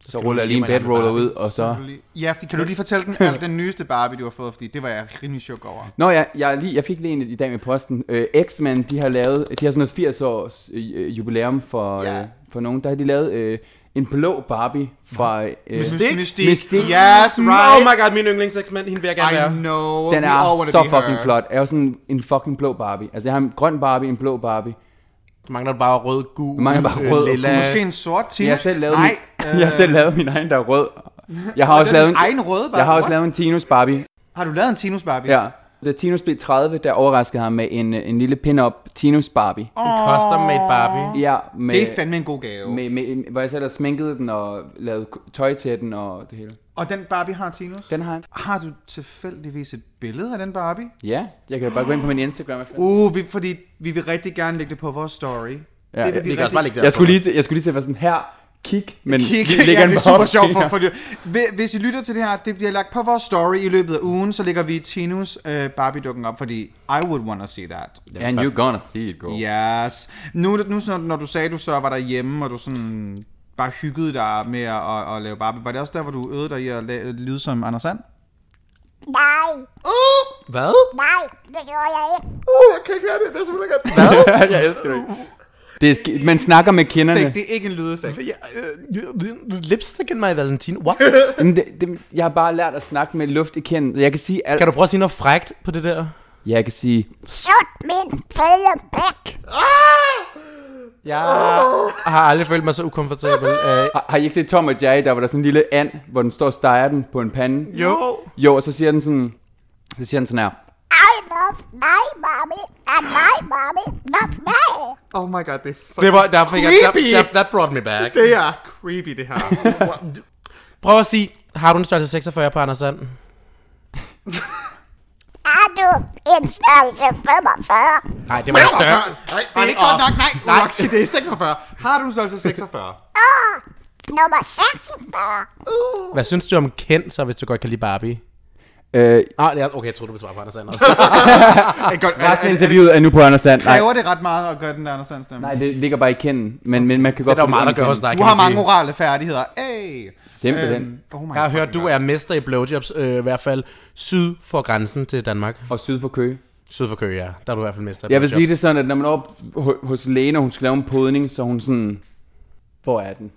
Speaker 5: så, så
Speaker 3: skal
Speaker 5: ruller
Speaker 3: du
Speaker 5: jeg lige en
Speaker 3: lige med en
Speaker 5: bedroller
Speaker 3: anden
Speaker 5: ud, og så...
Speaker 2: Ja, fordi, kan du lige fortælle den, al den nyeste Barbie, du har fået? Fordi det var jeg rimelig chok over.
Speaker 5: Nå ja, jeg, er lige, jeg fik lige en i dag med posten. Øh, X-Men, de har lavet, de har sådan noget 80 års øh, jubilæum for,
Speaker 2: Ja.
Speaker 5: yeah. øh, for nogen. Der har de lavet øh, en blå Barbie fra... Øh,
Speaker 2: Mystik? Mystik.
Speaker 5: Mystik.
Speaker 2: Yes, right.
Speaker 3: Oh my god, min yndlingseksmand, hende vil jeg gerne
Speaker 2: I
Speaker 3: være.
Speaker 2: know.
Speaker 5: den
Speaker 2: We
Speaker 5: er
Speaker 2: all wanna
Speaker 5: så
Speaker 2: be
Speaker 5: fucking
Speaker 2: her.
Speaker 5: flot. Jeg er jo sådan en fucking blå Barbie. Altså jeg har en grøn Barbie, en blå Barbie.
Speaker 3: Du mangler bare rød, gul,
Speaker 5: Du mangler bare
Speaker 3: øh,
Speaker 5: rød og
Speaker 3: lilla.
Speaker 5: gul.
Speaker 2: Måske en sort
Speaker 5: Jeg
Speaker 2: Tinus?
Speaker 5: har selv lavet,
Speaker 2: Nej, øh,
Speaker 5: min, jeg har selv lavet min egen, der er rød. Jeg har, også
Speaker 2: den
Speaker 5: lavet en,
Speaker 2: egen røde Barbie?
Speaker 5: jeg har også
Speaker 2: What?
Speaker 5: lavet en Tinus Barbie.
Speaker 2: Har du lavet en Tinus Barbie?
Speaker 5: Ja. Da Tinus blev 30, der overraskede ham med en, en lille pin-up Tinus Barbie.
Speaker 3: En custom-made Barbie.
Speaker 5: Ja, med,
Speaker 2: Det er fandme en god gave.
Speaker 5: Med, med, hvor jeg selv har sminket den og lavet k- tøj til den og det hele.
Speaker 2: Og den Barbie har Tinus?
Speaker 5: Den har han.
Speaker 2: Har du tilfældigvis et billede af den Barbie?
Speaker 5: Ja, jeg kan da bare gå ind på min Instagram. hvad fanden.
Speaker 2: Uh, vi, fordi vi vil rigtig gerne lægge det på vores story.
Speaker 5: Ja,
Speaker 2: det vil
Speaker 5: ja.
Speaker 2: vi
Speaker 3: Vi kan også bare lægge det
Speaker 5: Jeg skulle lige, til- jeg skulle lige til at være sådan her, kig, men
Speaker 2: Kig,
Speaker 5: vi lægger
Speaker 2: ja,
Speaker 5: den
Speaker 2: det er
Speaker 5: bare op
Speaker 2: super sjovt for,
Speaker 5: senere.
Speaker 2: for Hvi- Hvis I lytter til det her, det bliver lagt på vores story i løbet af ugen, så lægger vi Tinus øh, Barbie-dukken op, fordi I would wanna see that.
Speaker 5: And you're gonna see it, girl. Yeah.
Speaker 2: Yes. Nu, nu når, når du sagde, du så var derhjemme, og du sådan bare hyggede dig med at, at, at lave Barbie, var det også der, hvor du øvede dig i at la- lyde som Anders Sand?
Speaker 6: Nej,
Speaker 3: Hvad?
Speaker 6: nej, det gjorde jeg ikke.
Speaker 2: Åh, Uh, jeg kan ikke høre det, det er simpelthen godt.
Speaker 5: jeg elsker det. det er, man snakker med kinderne.
Speaker 2: Det, det er ikke en lydeffekt.
Speaker 3: øh, Lipstick in my Valentine. What?
Speaker 5: Jamen, det, det, jeg har bare lært at snakke med luft i kinden. Jeg kan sige alt.
Speaker 3: Kan du prøve at sige noget frægt på det der?
Speaker 5: Ja, jeg kan sige,
Speaker 6: Sut min fede bæk.
Speaker 3: Jeg har aldrig følt mig så ukomfortabel. øh. af-
Speaker 5: har, har I ikke set Tom og Jerry, der var der sådan en lille and, hvor den står og steger den på en pande?
Speaker 3: Jo.
Speaker 5: Jo, og så siger den sådan, så siger den sådan her,
Speaker 6: I love my mommy, and my mommy loves me.
Speaker 2: Oh my god, det er
Speaker 3: Det var, der fik jeg,
Speaker 2: Creepy!
Speaker 3: that, that, that brought me back.
Speaker 2: Det er creepy, det her.
Speaker 3: Prøv at sige, har du en størrelse 46 på Anders Sand?
Speaker 6: Er du en størrelse 45?
Speaker 3: Nej, det var ikke større.
Speaker 2: Nej, det er ikke godt nok. Nej, Roxy, det er 46. Har du en størrelse 46?
Speaker 6: Ah, nummer 46.
Speaker 3: Hvad synes du om Ken, så hvis du godt kan lide Barbie?
Speaker 5: øh,
Speaker 3: Ah, det er, okay, jeg troede, du ville svare på Anders Sand også.
Speaker 2: Er, godt, er,
Speaker 5: resten af
Speaker 2: er, er,
Speaker 5: interviewet Øh, er nu på Anders Sand. Nej,
Speaker 2: kræver det ret meget at gøre den der Anders Sand stemme?
Speaker 5: nej, det ligger bare i kinden, men, men man kan godt
Speaker 3: Der er jo
Speaker 5: få
Speaker 3: meget, der
Speaker 5: ondt i
Speaker 3: gør hos
Speaker 5: kinden.
Speaker 3: dig,
Speaker 2: Du
Speaker 3: kan
Speaker 2: har
Speaker 3: man
Speaker 2: mange
Speaker 3: sige.
Speaker 2: orale færdigheder. Hey.
Speaker 5: Simpelthen.
Speaker 2: oh my
Speaker 3: Jeg har hørt,
Speaker 2: fucking
Speaker 3: du er mester i blowjobs, øh, i hvert fald syd for grænsen til Danmark.
Speaker 5: Og syd for Køge.
Speaker 3: Syd for Køge, ja. Der er du i hvert fald mester i
Speaker 5: Jeg vil
Speaker 3: blowjobs.
Speaker 5: sige det sådan, at når man er op ho- hos lægen, og hun skal lave en podning, så er hun sådan, hvor er den?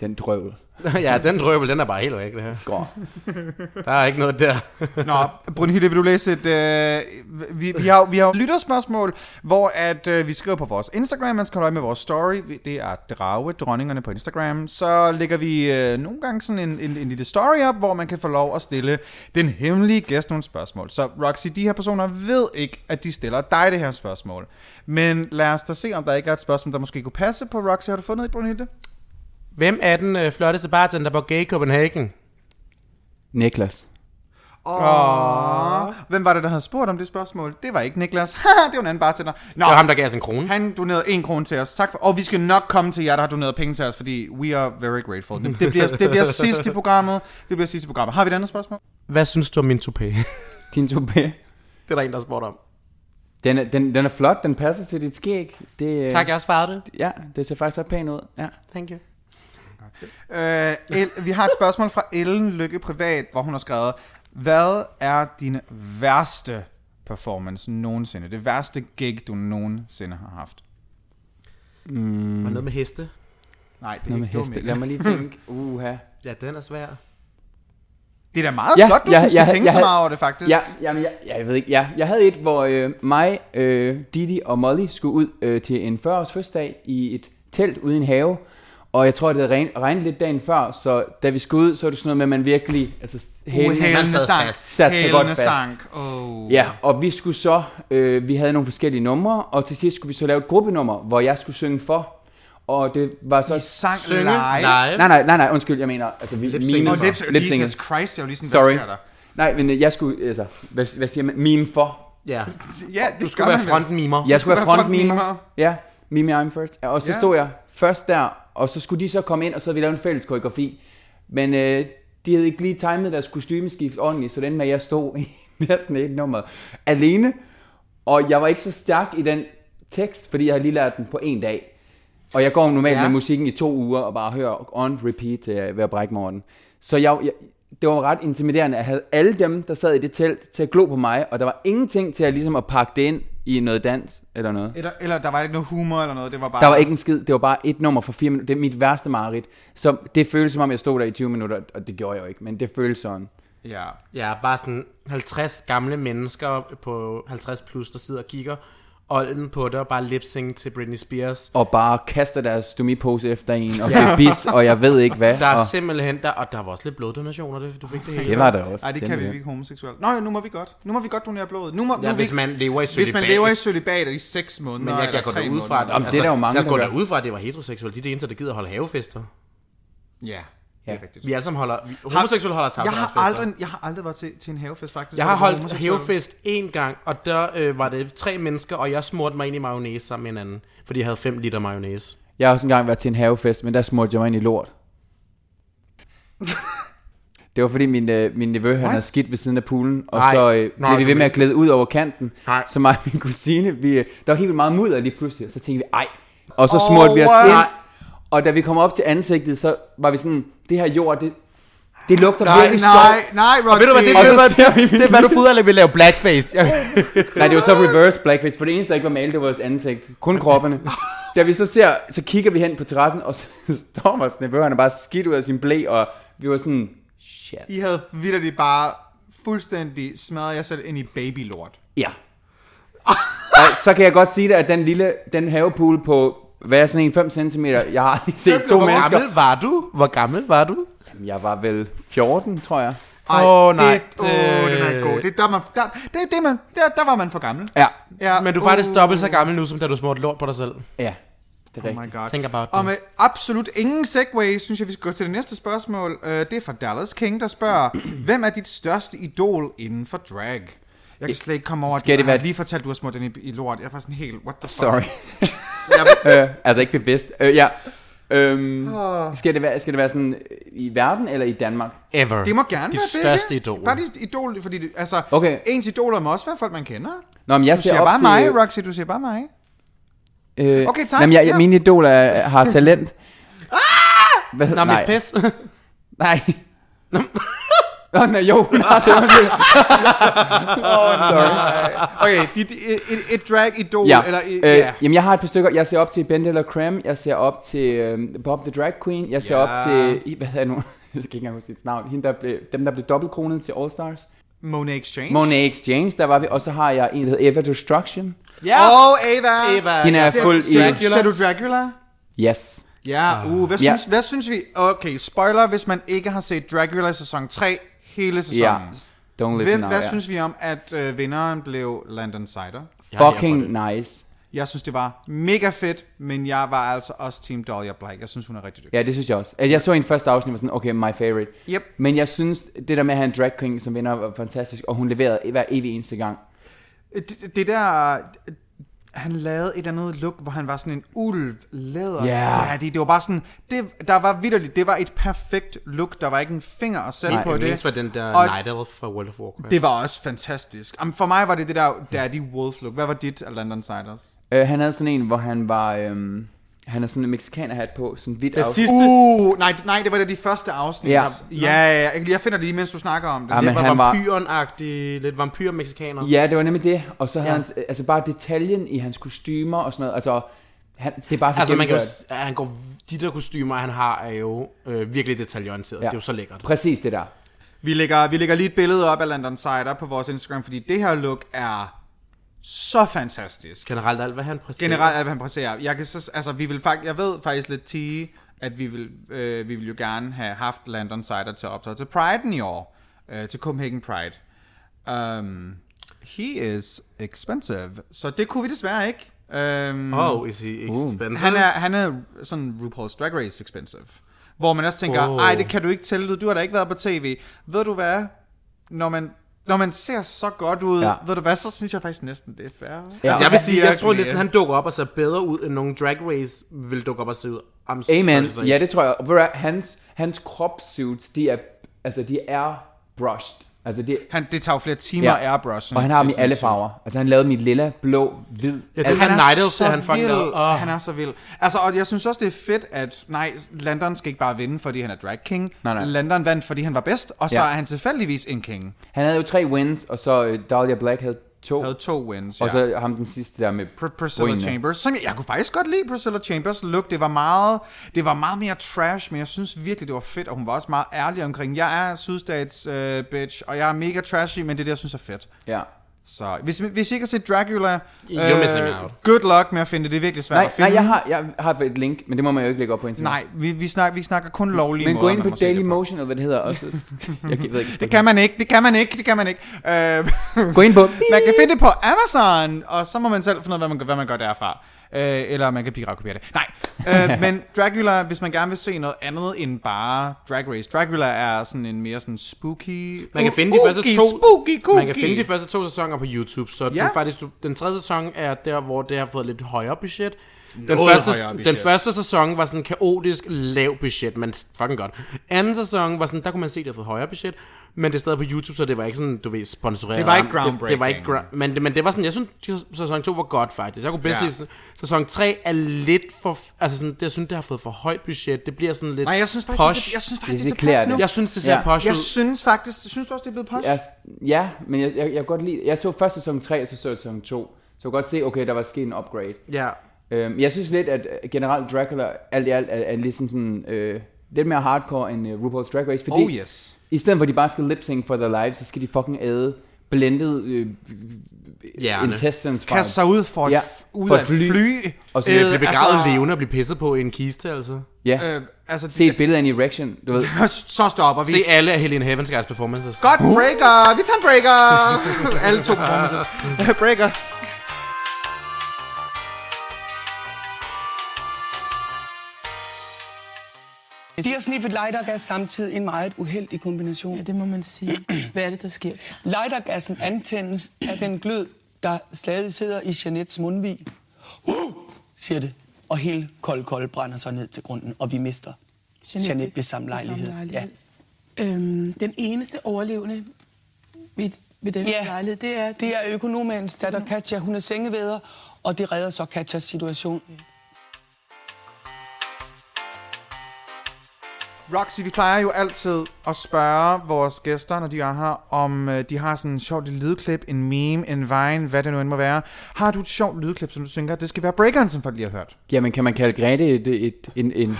Speaker 5: Den drøvel.
Speaker 3: ja, den drøbel, den er bare helt væk, det her.
Speaker 5: Går.
Speaker 3: Der er ikke noget der.
Speaker 2: Nå, Brunhilde, vil du læse et... Øh, vi, vi, har, vi har lytterspørgsmål, hvor at, øh, vi skriver på vores Instagram, man skal holde øje med vores story. Vi- Det er Drage, dronningerne på Instagram. Så lægger vi øh, nogle gange sådan en, en, en lille story op, hvor man kan få lov at stille den hemmelige gæst nogle spørgsmål. Så Roxy, de her personer ved ikke, at de stiller dig det her spørgsmål. Men lad os da se, om der ikke er et spørgsmål, der måske kunne passe på Roxy. Har du fundet et, Brunhilde?
Speaker 3: Hvem er den øh, flotteste bartender på Gay Copenhagen?
Speaker 5: Niklas.
Speaker 2: Hvem var det, der havde spurgt om det spørgsmål? Det var ikke Niklas. Haha, det var en anden bartender. Nå,
Speaker 3: Det var ham, der gav os en krone.
Speaker 2: Han donerede en krone til os. Tak for, og vi skal nok komme til jer, der har doneret penge til os, fordi we are very grateful. Det, det, bliver, det bliver sidst i programmet. Det bliver sidst i programmet. Har vi et andet spørgsmål?
Speaker 3: Hvad synes du om min Øh. toupé?
Speaker 5: Din toupé.
Speaker 3: det er der en, der spurgte om.
Speaker 5: Den er, den, den er flot, den passer til dit skæg. Det, øh,
Speaker 3: Tak, jeg har svaret det.
Speaker 5: Ja, det ser faktisk så pænt ud. Ja.
Speaker 3: Thank you.
Speaker 2: Øh, El, vi har et spørgsmål fra Ellen Lykke Privat, hvor hun har skrevet, hvad er din værste performance nogensinde? Det værste gig, du nogensinde har haft?
Speaker 3: Mm. Og noget med heste.
Speaker 2: Nej, det er
Speaker 5: Nå med
Speaker 2: ikke dumt.
Speaker 5: heste. Lad
Speaker 2: Mikkel.
Speaker 5: mig lige tænke. Uha.
Speaker 3: Ja, den er svær.
Speaker 2: Det er da meget
Speaker 5: Ja,
Speaker 2: godt, du
Speaker 5: ja,
Speaker 2: synes,
Speaker 5: ja,
Speaker 2: skal tænke
Speaker 5: ja,
Speaker 2: så
Speaker 5: ja.
Speaker 2: meget over det, faktisk.
Speaker 5: Ja, jamen, jeg, jeg ved ikke. Ja, jeg havde et, hvor øh, mig, øh, Didi og Molly skulle ud øh, til en 40-års fødselsdag i et telt ude i en have. Og jeg tror, det havde regn, regnet lidt dagen før, så da vi skulle ud, så var det sådan noget med, at man virkelig... Altså,
Speaker 2: Uh,
Speaker 5: hælene-
Speaker 3: man sad
Speaker 2: hælene sank.
Speaker 3: fast.
Speaker 5: Sat sig godt
Speaker 2: Hælene
Speaker 5: fast.
Speaker 2: sank. Oh.
Speaker 5: Ja, og vi skulle så, øh, vi havde nogle forskellige numre, og til sidst skulle vi så lave et gruppenummer, hvor jeg skulle synge for. Og det var så...
Speaker 2: I sang
Speaker 3: Synge
Speaker 2: live.
Speaker 3: live.
Speaker 5: Nej, nej, nej, nej, undskyld, jeg mener, altså vi
Speaker 3: Lip-sync.
Speaker 5: mimede
Speaker 2: Og
Speaker 5: for.
Speaker 2: lips,
Speaker 5: Lip-sync.
Speaker 2: Jesus Christ, jeg er jo lige sådan,
Speaker 5: Sorry.
Speaker 2: hvad sker der?
Speaker 5: Nej, men øh, jeg skulle, altså, hvad, hvad siger man? Meme for.
Speaker 3: Ja.
Speaker 2: Ja, det
Speaker 3: Du skulle være frontmimer.
Speaker 5: Jeg skulle være
Speaker 2: være
Speaker 5: frontmimer.
Speaker 2: frontmimer.
Speaker 5: Ja, meme I'm first. Og så
Speaker 2: Ja.
Speaker 5: stod jeg først der, og så skulle de så komme ind, og så havde vi lavet en fælles koreografi. Men øh, de havde ikke lige timet deres kostymeskift ordentligt, så den med, at jeg stod i næsten et nummer alene. Og jeg var ikke så stærk i den tekst, fordi jeg havde lige lært den på en dag. Og jeg går normalt ja.
Speaker 3: Ja.
Speaker 5: med musikken i to uger og bare hører on repeat til jeg er ved at brække morgen. Så jeg, jeg, det var ret intimiderende at have alle dem, der sad i det telt, til at glo på mig, og der var ingenting til at, ligesom at pakke det ind i noget dans eller noget.
Speaker 2: Eller, eller der var ikke noget humor eller noget, det var bare...
Speaker 5: Der var ikke en skid, det var bare et nummer for fire minutter. Det er mit værste mareridt. Så det føltes som om, jeg stod der i 20 minutter, og det gjorde jeg jo ikke, men det føltes sådan.
Speaker 2: Ja.
Speaker 3: Ja, bare sådan 50 gamle mennesker på 50 plus, der sidder og kigger olden på dig og bare lipsing til Britney Spears.
Speaker 5: Og bare kaster deres stomipose efter en, og det bis, og jeg ved ikke hvad.
Speaker 3: Der er
Speaker 5: og
Speaker 3: simpelthen der, og der var også lidt bloddonationer, det, du fik det hele.
Speaker 5: det var der også.
Speaker 2: Ej, det kan vi ikke homoseksuelt. Nå, ja, nu må vi godt. Nu må vi godt donere blodet. Nu må, nu
Speaker 3: Ja,
Speaker 2: må
Speaker 3: hvis
Speaker 2: vi,
Speaker 3: man lever i
Speaker 2: hvis man
Speaker 3: cølibat.
Speaker 2: lever i sølibat i 6 måneder
Speaker 3: Men jeg,
Speaker 2: eller
Speaker 3: jeg går
Speaker 2: tre
Speaker 3: da ud
Speaker 2: måneder.
Speaker 3: fra, at, altså,
Speaker 5: Jamen, det er der jo mange,
Speaker 3: jeg går
Speaker 5: der
Speaker 3: da
Speaker 5: gør.
Speaker 3: ud fra, at det var heteroseksuelt. De er det eneste, der gider at holde havefester.
Speaker 2: Ja, det er rigtigt.
Speaker 3: Vi alle sammen holder... Vi, homoseksuelle holder
Speaker 2: Jeg har,
Speaker 3: tavsdagsfester.
Speaker 2: aldrig, jeg har aldrig været til, til en havefest, faktisk.
Speaker 3: Jeg
Speaker 2: hvor
Speaker 3: har
Speaker 2: der var
Speaker 3: holdt
Speaker 2: homoseksuelle.
Speaker 3: havefest en gang, og der øh, var det tre mennesker, og jeg smurte mig ind i mayonnaise sammen med en anden, fordi jeg havde 5 liter mayonnaise.
Speaker 5: Jeg har også engang været til en havefest, men der smurte jeg mig ind i lort. Det var fordi min, øh, min nevø han havde skidt ved siden af poolen, og
Speaker 3: Nej.
Speaker 5: så øh,
Speaker 3: Nej,
Speaker 5: blev vi ved
Speaker 3: du
Speaker 5: med at
Speaker 3: mener-
Speaker 5: glæde ud over kanten.
Speaker 3: Nej.
Speaker 5: Så mig og min kusine, vi, øh, der var helt vildt meget mudder lige pludselig, og så tænkte vi, ej. Og så oh, smurte vi os
Speaker 2: what?
Speaker 5: ind,
Speaker 2: Nej.
Speaker 5: og da vi kom op til ansigtet, så var vi sådan, det her jord, det, det lugter
Speaker 2: Nej,
Speaker 5: virkelig sjovt.
Speaker 2: nej, nej, Roxy.
Speaker 3: Og ved du hvad, det,
Speaker 5: Og så
Speaker 3: det, det,
Speaker 5: ser vi
Speaker 3: det, det er, hvad du får ud af, at vi laver blackface. Jeg,
Speaker 5: Nej, det var så reverse blackface, for det eneste, der ikke var malet, det var vores ansigt. Kun kroppene. da vi så ser, så kigger vi hen på terrassen, og så står vores nevø, han er bare skidt ud af sin blæ, og vi var sådan, shit.
Speaker 2: I havde vidderligt bare fuldstændig smadret jer selv ind i babylort.
Speaker 5: Ja. og så kan jeg godt sige dig, at den lille, den havepool på, hvad er sådan en 5 cm, jeg har aldrig set to
Speaker 3: hvor
Speaker 5: mennesker.
Speaker 3: gammel var du? Hvor gammel var du?
Speaker 5: Jeg var vel 14, tror jeg.
Speaker 3: Åh, nej. Øh.
Speaker 2: Det, åh, den er god. Det, er der, man, der, det, er det man, der, der var man for gammel.
Speaker 5: Ja.
Speaker 2: Ja,
Speaker 3: Men du er
Speaker 2: uh,
Speaker 3: faktisk dobbelt så gammel nu, som da du smurte lort på dig selv.
Speaker 5: Ja, det er
Speaker 2: Oh
Speaker 5: rigtigt.
Speaker 2: my god.
Speaker 3: Think about
Speaker 2: og
Speaker 3: that.
Speaker 2: med absolut ingen segway, synes jeg, vi skal gå til det næste spørgsmål. Øh, Det er fra Dallas King, der spørger, hvem er dit største idol inden for drag? Jeg kan slet ikke komme over, at
Speaker 5: Skal det
Speaker 2: du har
Speaker 5: være-
Speaker 2: lige fortalt, at du har smurt den i, i lort. Jeg var sådan helt, what the fuck?
Speaker 5: Sorry. øh, altså ikke bevidst. Øh, ja. Øhm, skal, det være, skal det være sådan øh, i verden eller i Danmark?
Speaker 3: Ever.
Speaker 2: Det må gerne være
Speaker 3: Dit
Speaker 2: det.
Speaker 3: største
Speaker 2: ja.
Speaker 3: idol.
Speaker 2: Bare dit idol, fordi det, altså,
Speaker 5: Okay.
Speaker 2: ens idoler må også være folk, man kender.
Speaker 5: Nå, men jeg
Speaker 2: Du
Speaker 5: ser
Speaker 2: siger
Speaker 5: op
Speaker 2: bare
Speaker 5: til...
Speaker 2: mig, Roxy, du siger bare mig.
Speaker 5: Øh,
Speaker 2: Okay, tak.
Speaker 5: Jamen, jeg,
Speaker 2: Ja. Ah!
Speaker 5: jeg, mine idoler er- har talent. Hvad,
Speaker 3: Nå, Miss Pest.
Speaker 5: Nej. Nå, nej, jo. Nej, det var det.
Speaker 2: Øh, Okay, dit, et, et, et drag-idol,
Speaker 5: Ja.
Speaker 2: eller... i-
Speaker 5: øh,
Speaker 2: ja.
Speaker 5: Jamen, jeg har et par stykker. Jeg ser op til Ben eller Cram. Jeg ser op til øh, Bob the Drag Queen. Jeg ser
Speaker 2: Ja.
Speaker 5: op til... I- Hvad hedder nu? Jeg kan ikke engang huske sit navn. Hende, der blev, dem, der blev dobbeltkronet til All Stars.
Speaker 2: Monet Exchange.
Speaker 5: Monet Exchange, der var vi. Og så har jeg en, der hedder Eva Destruction.
Speaker 3: Ja.
Speaker 2: Og Ava.
Speaker 3: Eva.
Speaker 5: Hende er
Speaker 2: Ser-
Speaker 5: fuld i...
Speaker 2: ser- Ser du Dracula?
Speaker 5: Yes.
Speaker 2: Ja, uh, hvad,
Speaker 5: Ja.
Speaker 2: synes, hvad synes vi? Okay, spoiler, hvis man ikke har set Dracula sæson 3 hele
Speaker 5: Ja.
Speaker 2: sæsonen.
Speaker 5: Don't listen
Speaker 2: Hvem,
Speaker 5: now.
Speaker 2: hvad
Speaker 5: ja.
Speaker 2: synes vi om, at øh, vinderen blev Landon Sider?
Speaker 5: Fucking nice.
Speaker 2: Jeg synes, det var mega fedt, men jeg var altså også Team Dahlia Blake. Jeg synes, hun er rigtig dygtig.
Speaker 5: Ja, det synes jeg også. Altså, Jeg så en første afsnit og var sådan, okay, my favorite.
Speaker 2: Yep.
Speaker 5: Men jeg synes, det der med at have en drag queen som vinder var fantastisk, og hun leverede e- hver evig eneste gang.
Speaker 2: Det, det der... øh, Han lavede et andet look, hvor han var sådan en ulv, læder,
Speaker 5: Ja.
Speaker 2: daddy. Det var bare sådan... Det, der var vidderligt, det var et perfekt look. Der var ikke en finger at sætte
Speaker 5: Nej,
Speaker 2: på
Speaker 5: jeg
Speaker 2: det.
Speaker 3: Mens var den der
Speaker 2: Og-
Speaker 3: Night Elf fra World of Warcraft.
Speaker 2: Det var også fantastisk. Jamen, for mig var det det der Daddy Wolf look. Hvad var dit af Landon Siders?
Speaker 5: Øh, han havde sådan en, hvor han var... Øhm, han havde sådan en mexikanerhat på, sådan en hvidt
Speaker 3: Det
Speaker 5: af.
Speaker 3: sidste,
Speaker 2: Uh, nej, nej, det var da de første afsnit.
Speaker 5: Ja.
Speaker 2: Der- ja, ja, ja. Jeg finder det lige, mens du snakker om det.
Speaker 5: Ja,
Speaker 2: det
Speaker 5: men
Speaker 3: det var
Speaker 5: han var-
Speaker 3: vampyren-agtig, lidt vampyr-mexikaner.
Speaker 5: Ja, det var nemlig det. Og så havde
Speaker 3: Ja.
Speaker 5: ja. han... Altså bare detaljen i hans kostymer og sådan noget. Altså, han, det er bare så
Speaker 3: Altså, man kan jo,
Speaker 5: gennemført.
Speaker 3: s- han går, de der kostymer, han har, er jo øh, virkelig detaljeorienteret. Ja. Det er jo så lækkert.
Speaker 5: Præcis det der.
Speaker 2: vi, lægger, vi lægger lige et billede op af Landon Sider på vores Instagram, fordi det her look er så fantastisk.
Speaker 3: Generelt alt, hvad han præsterer.
Speaker 2: Generelt er, hvad han præsterer. Jeg, kan så, altså, vi vil fakt, jeg ved faktisk lidt tige, at vi vil, øh, vi vil jo gerne have haft Landon Sider til at optræde til Pride'en i år. Øh, til Copenhagen Pride. Um, he is expensive. Så det kunne vi desværre ikke. Øhm,
Speaker 3: Oh, is he expensive?
Speaker 2: Han er, han er sådan RuPaul's Drag Race expensive. Hvor man også tænker,
Speaker 3: Oh.
Speaker 2: ej, det kan du ikke tælle ud, du har da ikke været på tv. Ved du hvad, når man, når man ser så godt ud,
Speaker 5: Ja.
Speaker 2: ja. ved du hvad, så synes jeg faktisk næsten, det er fair.
Speaker 5: Ja.
Speaker 3: Altså, jeg vil sige, jeg tror
Speaker 2: Virkelig.
Speaker 3: næsten, han dukker op og ser bedre ud, end nogen drag race vil dukke op og se ud. I'm
Speaker 5: Amen.
Speaker 3: sorry, sorry.
Speaker 5: Ja, det tror jeg. Og ved du hvad, Hans, hans kropsuits, de er, altså, de er brushed. Altså, det,
Speaker 2: Han, det tager jo flere timer ja. airbrush.
Speaker 5: og han har dem i alle farver. Altså, han lavede mit lilla, blå, hvid. Altså,
Speaker 3: Ja, det
Speaker 5: alt.
Speaker 3: han Nigel, så han
Speaker 2: vild.
Speaker 3: fucking lavede. Åh.
Speaker 2: Han er så vild. Altså, og jeg synes også, det er fedt, at nej, Landon skal ikke bare vinde, fordi han er drag king.
Speaker 5: Nej, nej.
Speaker 2: Landon vandt, fordi han var bedst, og så
Speaker 5: Ja.
Speaker 2: er han tilfældigvis en king.
Speaker 5: Han havde jo tre wins, og så øh, Dahlia Black havde to.
Speaker 2: Havde to wins,
Speaker 5: Og
Speaker 2: ja.
Speaker 5: så ham den sidste der med
Speaker 2: Pr- Priscilla
Speaker 5: brynene.
Speaker 2: Chambers, som jeg, jeg kunne faktisk godt lide Priscilla Chambers look. Det var meget, det var meget mere trash, men jeg synes virkelig, det var fedt, og hun var også meget ærlig omkring, jeg er sydstats øh, bitch, og jeg er mega trashy, men det er det, jeg synes er fedt.
Speaker 5: Ja.
Speaker 2: Så hvis, hvis I ikke har set Dracula, øh,
Speaker 3: You're missing out.
Speaker 2: good luck med at finde det. Det er virkelig svært
Speaker 5: Nej,
Speaker 2: at finde.
Speaker 5: nej jeg, har, jeg har et link, men det må man jo ikke lægge op på internet.
Speaker 2: Nej, vi, vi, snakker, vi snakker kun lovlige
Speaker 5: Men
Speaker 2: måder,
Speaker 5: gå ind
Speaker 2: man
Speaker 5: på
Speaker 2: må se det
Speaker 5: Daily Motion, eller hvad det hedder. Og så, jeg ved ikke.
Speaker 2: Det kan man ikke, det kan man ikke, det kan man ikke. Øh,
Speaker 5: Gå ind på.
Speaker 2: man kan finde det på Amazon, og så må man selv finde ud af, hvad man, gør- hvad man gør derfra. Øh, eller man kan pirakopiere det. Nej, øh, men Dracula, hvis man gerne vil se noget andet end bare Drag Race. Dragula er sådan en mere sådan spooky...
Speaker 3: Man kan finde de første
Speaker 2: Oogie,
Speaker 3: to-
Speaker 2: Spooky, kooky.
Speaker 3: Man kan finde de første to sæsoner på YouTube, så ja.
Speaker 2: Ja.
Speaker 3: du faktisk, du, den tredje sæson er der, hvor det har fået lidt højere budget. Den
Speaker 2: Noget
Speaker 3: første,
Speaker 2: højere budget.
Speaker 3: den første sæson var sådan kaotisk lav budget, men fucking godt. Anden sæson var sådan, der kunne man se, at det havde fået højere budget, men det er stadig på YouTube, så det var ikke sådan, du ved, sponsoreret.
Speaker 2: Det var ikke
Speaker 3: Det, det var ikke
Speaker 2: groundbreaking.
Speaker 3: gra- men, det- men det var sådan, jeg synes, sæson 2 var godt faktisk. Jeg kunne bedst
Speaker 2: Ja.
Speaker 3: ja. lide sæson 3 er lidt for, altså sådan, det, jeg synes, det har fået for højt budget. Det bliver sådan lidt
Speaker 2: Nej, jeg synes faktisk,
Speaker 3: posh.
Speaker 2: det, jeg synes faktisk,
Speaker 5: Det
Speaker 2: det,
Speaker 5: er
Speaker 2: er
Speaker 5: klæder
Speaker 2: tilpas
Speaker 5: det.
Speaker 2: nu.
Speaker 3: jeg synes, det ser
Speaker 5: Ja.
Speaker 3: ja. posh
Speaker 2: Jeg
Speaker 3: ud.
Speaker 2: synes faktisk, synes du også, det er blevet posh?
Speaker 5: Jeg, ja, men jeg, jeg, jeg kan godt lide... Jeg så først sæson 3, og så så jeg sæson 2. Så jeg kan godt se, okay, der var sket en upgrade.
Speaker 3: Ja.
Speaker 5: Øhm, jeg synes lidt, at øh, generelt Dracula alt i alt er, er ligesom sådan... Øh, lidt mere hardcore end øh, RuPaul's Drag Race, fordi
Speaker 2: Oh yes.
Speaker 5: i stedet for at de bare skal lip sync for their lives, så skal de fucking æde blended øh,
Speaker 3: Hjerne.
Speaker 5: intestines fra
Speaker 2: Kaste sig ud for, et,
Speaker 5: Ja,
Speaker 2: ud
Speaker 5: for
Speaker 2: af
Speaker 5: et
Speaker 2: et
Speaker 5: fly.
Speaker 2: fly.
Speaker 5: Og så
Speaker 2: Øh,
Speaker 3: Blive begravet altså, levende og blive pisset på i en kiste, altså.
Speaker 5: Ja,
Speaker 2: Øh, altså,
Speaker 5: se et billede af en erection, du ved.
Speaker 2: så stopper vi.
Speaker 3: Se alle af Helen Heavensguys performances.
Speaker 2: Godt, breaker! Vi tager en breaker! Alle to performances. breaker.
Speaker 7: Dirsen Sniffet Leidergas er samtidig en meget uheldig kombination.
Speaker 8: Ja, det må man sige. Hvad er det, der sker? så?
Speaker 7: Lightergassen antændes af den glød, der stadig sidder i Jeanettes mundvig. Uh, siger det. Og hele kold kold brænder sig ned til grunden, og vi mister Jeanette, Jeanette ved samme lejlighed. Ja.
Speaker 8: Ja. Øhm, den eneste overlevende ved, ved den
Speaker 7: Ja.
Speaker 8: ja. lejlighed, det er...
Speaker 7: Det er økonomens datter Katja. Hun er sengevæder, og det redder så Katjas situation.
Speaker 2: Roxy, vi plejer jo altid at spørge vores gæster, når de er her, om øh, de har sådan en sjovt lille lydklip, en meme, en vine, hvad det nu end må være. Har du et sjovt lydklip, som du tænker, det skal være breakeren, som folk lige har hørt?
Speaker 5: Jamen, kan man kalde Grete et, et, en, en,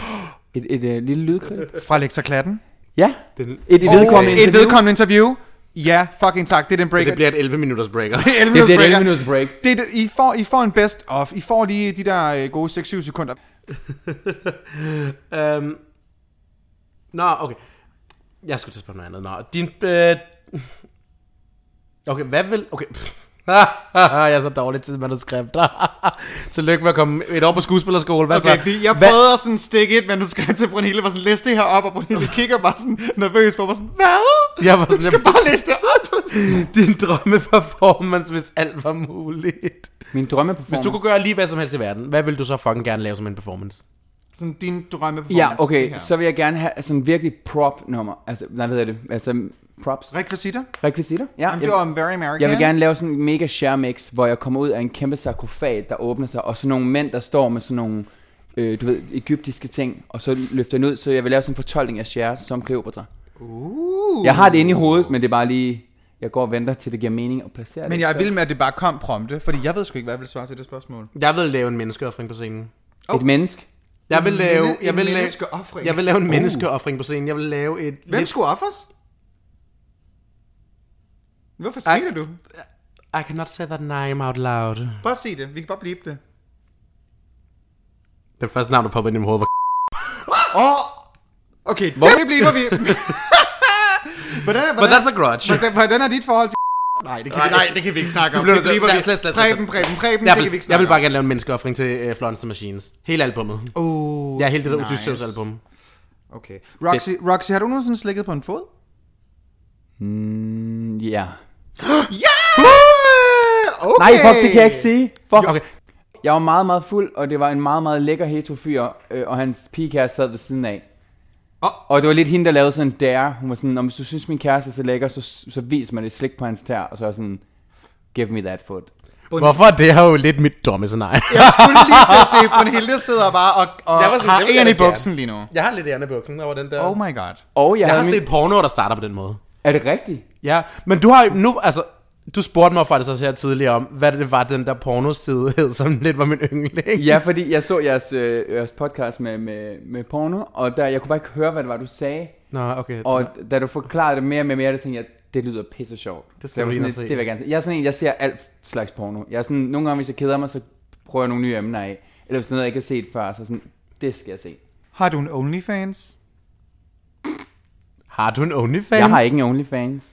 Speaker 5: et, et, et, et lille lydklip?
Speaker 2: Fra Alexa Klatten.
Speaker 5: Ja,
Speaker 3: Den-
Speaker 5: et, et vedkommende
Speaker 2: Et
Speaker 5: interview.
Speaker 2: vedkommende interview. Ja, fucking tak. Det er den
Speaker 3: Så
Speaker 2: breaker.
Speaker 3: det bliver et 11-minutters breaker.
Speaker 2: 11
Speaker 5: Det bliver et
Speaker 2: breaker.
Speaker 5: 11 minutters break.
Speaker 2: Det, er det, I, får, I får en best of. I får lige de der øh, gode 6-7 sekunder.
Speaker 3: øhm, nå, okay. Jeg skulle til at spørge noget andet. Nå, din... Øh, okay, hvad vil... Okay, pff. jeg er så dårlig til manuskript. Tillykke med at komme et år på skuespillerskole. Hvad
Speaker 2: Okay,
Speaker 3: så?
Speaker 2: Altså, vi, jeg
Speaker 3: Hvad-
Speaker 2: prøvede at sådan stikke et manuskript til Brunhilde, var sådan, læs det her op, og Brunhilde kigger bare sådan nervøs på mig, sådan, hvad?
Speaker 3: Jeg var
Speaker 2: du
Speaker 3: sådan,
Speaker 2: skal
Speaker 3: jeg-
Speaker 2: bare læse det op.
Speaker 3: Din drømmeperformance, hvis alt var muligt.
Speaker 5: Min drømmeperformance.
Speaker 3: Hvis du kunne gøre lige hvad som helst i verden, hvad vil du så fucking gerne lave som en performance?
Speaker 2: Sådan din drømme på
Speaker 5: Ja, okay, så vil jeg gerne have sådan en virkelig prop-nummer. Altså, nej, hvad hedder det? Altså, props.
Speaker 2: Rekvisitter?
Speaker 5: Rekvisitter? Ja,
Speaker 2: Jamen,
Speaker 5: jeg-
Speaker 2: det var Very American.
Speaker 5: Jeg vil gerne lave sådan en mega share mix, hvor jeg kommer ud af en kæmpe sarkofag, der åbner sig, og sådan nogle mænd, der står med sådan nogle, øh, du ved, egyptiske ting, og så løfter den ud, så jeg vil lave sådan en fortolkning af share som Cleopatra. Uh. Jeg har det inde i hovedet, men det er bare lige, jeg går og venter til det giver mening at placere
Speaker 2: Men
Speaker 5: det.
Speaker 2: jeg er vild med, at det bare kom prompte, fordi jeg ved sgu ikke, hvad jeg vil svare til det spørgsmål.
Speaker 3: Jeg vil lave en menneskeoffring på scenen.
Speaker 5: Et menneske.
Speaker 3: Jeg vil lave,
Speaker 2: minde-
Speaker 3: jeg
Speaker 2: en
Speaker 3: vil lave,
Speaker 2: menneskeofring.
Speaker 3: jeg vil lave en menneskeoffring på scenen. Jeg vil lave et...
Speaker 2: Hvem
Speaker 3: lidt-
Speaker 2: skulle offers? Hvorfor siger du?
Speaker 3: I cannot say that name out loud.
Speaker 2: Bare sig det. Vi kan bare blive det.
Speaker 3: Den første navn, der popper ind i mit hoved, var
Speaker 2: Okay, Hvor? det bliver vi. hvordan,
Speaker 3: But
Speaker 2: hvordan,
Speaker 3: that's a grudge.
Speaker 2: hvordan, hvordan er dit forhold til Nej, det kan, vi, nej, det kan vi ikke snakke om.
Speaker 3: bliver
Speaker 2: Det
Speaker 3: nødt til-
Speaker 2: griber
Speaker 3: lad-
Speaker 2: vi.
Speaker 3: lad- lad- lad-
Speaker 2: Preben, Preben, Preben,
Speaker 3: Jeg
Speaker 2: det kan vi
Speaker 3: vil,
Speaker 2: ikke
Speaker 3: jeg vil
Speaker 2: snakke
Speaker 3: bare
Speaker 2: om.
Speaker 3: gerne lave en menneskeoffring til uh, Florence and Machines. Hele albummet.
Speaker 2: Oh,
Speaker 3: ja, hele det der
Speaker 2: nice.
Speaker 3: nice. Odysseus album.
Speaker 2: Okay. Roxy, Roxy, har du nogensinde slikket på en fod?
Speaker 5: Ja.
Speaker 2: Ja! Okay.
Speaker 5: Nej, fuck, det kan jeg ikke sige. Fuck.
Speaker 3: Okay.
Speaker 5: Jeg var meget, meget fuld, og det var en meget, meget lækker heterofyr, øh, og hans pigekæreste sad ved siden af.
Speaker 2: Åh.
Speaker 5: Og det var lidt hende, der lavede sådan en dare. Hun var sådan, "Nå, hvis du synes, min kæreste er så lækker, så, så vis mig det slik på hans tær. Og så er jeg sådan, give me that foot.
Speaker 3: Hvorfor er det her jo lidt mit drømmescenarie?
Speaker 2: Jeg skulle lige til at se, Brunhilde sidder bare og, og
Speaker 3: Jeg var sådan,
Speaker 2: har
Speaker 3: det vil jeg
Speaker 2: en i
Speaker 3: da gerne.
Speaker 2: buksen lige nu.
Speaker 3: Jeg har lidt ærne buksen over den der.
Speaker 2: Oh my god.
Speaker 5: Og jeg,
Speaker 3: jeg har
Speaker 5: havde
Speaker 3: set porno, der starter på den måde.
Speaker 5: Er det rigtigt?
Speaker 3: Ja, men du har jo nu, altså, du spurgte mig faktisk her tidligere om, hvad det var, den der pornoside hed, som lidt var min yndling.
Speaker 5: Ja, fordi jeg så jeres, øh, jeres podcast med, med, med porno, og der, jeg kunne bare ikke høre, hvad det var, du sagde.
Speaker 3: Nå, okay. Og
Speaker 5: Og da du forklarede det mere og mere, og mere der tænkte jeg, det lyder pisse sjovt.
Speaker 3: Det skal
Speaker 5: Så jeg
Speaker 3: du
Speaker 5: var
Speaker 3: lige ind
Speaker 5: sådan
Speaker 3: og
Speaker 5: lidt,
Speaker 3: se.
Speaker 5: Det vil jeg gerne se. Jeg er sådan en, jeg ser alt slags porno. Jeg er sådan, nogle gange, hvis jeg keder mig, så prøver jeg nogle nye emner af. Eller hvis noget, jeg ikke har set før, så sådan, det skal jeg se.
Speaker 2: Har du en OnlyFans?
Speaker 3: har du en OnlyFans?
Speaker 5: Jeg har ikke en OnlyFans.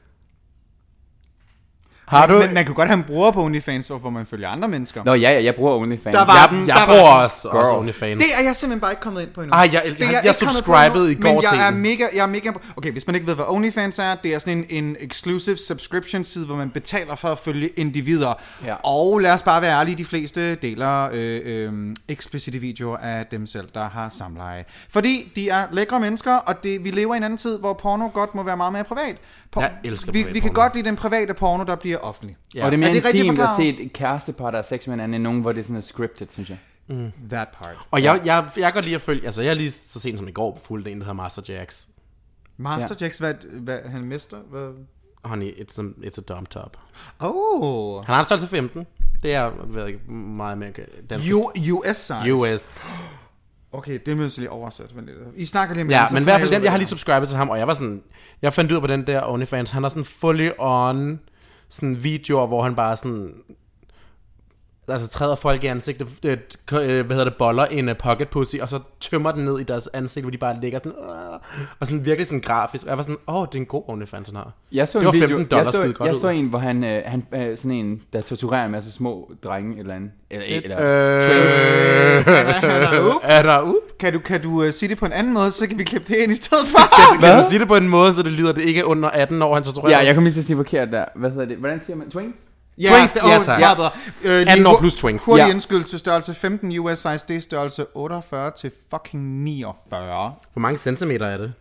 Speaker 3: Har du?
Speaker 2: Men man kan godt have en bruger på OnlyFans, hvorfor man følger andre mennesker.
Speaker 5: Nå ja, ja, jeg bruger OnlyFans.
Speaker 2: Der var-
Speaker 3: jeg,
Speaker 2: den,
Speaker 3: jeg
Speaker 2: der var
Speaker 3: bruger
Speaker 2: den.
Speaker 3: også, også
Speaker 5: Girl.
Speaker 3: OnlyFans.
Speaker 2: Det er jeg simpelthen bare ikke kommet ind på endnu.
Speaker 3: Mm. Ej, jeg-
Speaker 2: Det er
Speaker 3: jeg- jeg
Speaker 2: ikke kommet
Speaker 3: subscribede
Speaker 2: på
Speaker 3: i
Speaker 2: endnu,
Speaker 3: går
Speaker 2: men jeg
Speaker 3: til
Speaker 2: er
Speaker 3: den.
Speaker 2: mega, jeg er mega... Okay, hvis man ikke ved, hvad OnlyFans er, det er sådan en, en exclusive subscription side, hvor man betaler for at følge individer.
Speaker 5: Ja.
Speaker 2: Og lad os bare være ærlige, de fleste deler øh, øh, eksplicite videoer af dem selv, der har samleje. Fordi de er lækre mennesker, og det, vi lever i en anden tid, hvor porno godt må være meget mere privat. Por-
Speaker 3: Jeg elsker
Speaker 2: vi,
Speaker 3: privat
Speaker 2: vi kan
Speaker 3: porno.
Speaker 2: godt lide den private porno, der bliver offentlig.
Speaker 5: Ja. Og det er mere
Speaker 2: Er det rigtigt
Speaker 5: intimt at
Speaker 2: forklaret?
Speaker 5: se et kærestepar, der er sex med hinanden, end nogen, hvor det sådan er scripted, synes jeg.
Speaker 2: That part.
Speaker 3: Og jeg, jeg, jeg kan godt lide at følge, altså jeg er lige så sent som i går fulgte en, der hedder Master Jax.
Speaker 2: Master Jax, hvad, hvad han mister? Hvad?
Speaker 3: Honey, it's a, it's a dumb top.
Speaker 2: Oh,
Speaker 3: Han har en størrelse 15. Det er, jeg ved ikke, meget mere den
Speaker 2: U- US size.
Speaker 3: US.
Speaker 2: Okay, det er måske oversat. Men øh, I snakker lige med
Speaker 3: Ja,
Speaker 2: ham, så
Speaker 3: men i
Speaker 2: finder
Speaker 3: hvert fald
Speaker 2: ud
Speaker 3: den, jeg har
Speaker 2: af,
Speaker 3: lige subscribet til ham, og jeg var sådan, jeg fandt ud af på den der OnlyFans, han har sådan fully on sådan videoer, hvor han bare sådan, altså træder folk i ansigtet, øh, k- øh, hvad hedder det, boller en øh, pocket pussy, og så tømmer den ned i deres ansigt, hvor de bare ligger sådan, "Åh", og sådan virkelig sådan grafisk, og jeg var sådan, åh, oh, det er en god OnlyFans, han har.
Speaker 5: Jeg så
Speaker 3: det
Speaker 5: en
Speaker 3: var
Speaker 5: video,
Speaker 3: 15 dollars,
Speaker 5: jeg så,
Speaker 3: skide godt
Speaker 5: jeg
Speaker 3: ud.
Speaker 5: så en, hvor han, øh, han øh, sådan en, der torturerer en masse små drenge et eller andet. Eller, eller,
Speaker 3: Øh, er der up?
Speaker 2: Kan du, kan du uh, sige det på en anden måde, så kan vi klippe det ind i stedet for?
Speaker 3: Kan du sige det på en måde, så det lyder, det ikke er under 18 år, han så tror
Speaker 5: ja, jeg kom lige til at sige forkert der. Hvad hedder det? Hvordan siger man? Twins?
Speaker 2: ja,
Speaker 3: Twinks,
Speaker 2: det-
Speaker 3: ja,
Speaker 2: åh,
Speaker 3: tak.
Speaker 2: meget bedre. Øh, lige
Speaker 3: 18 år
Speaker 2: hu-
Speaker 3: plus twinks.
Speaker 2: Hurtig
Speaker 5: Ja.
Speaker 2: indskydelse, størrelse 15 US size, det er størrelse 48 til fucking 49.
Speaker 3: Hvor mange centimeter er det?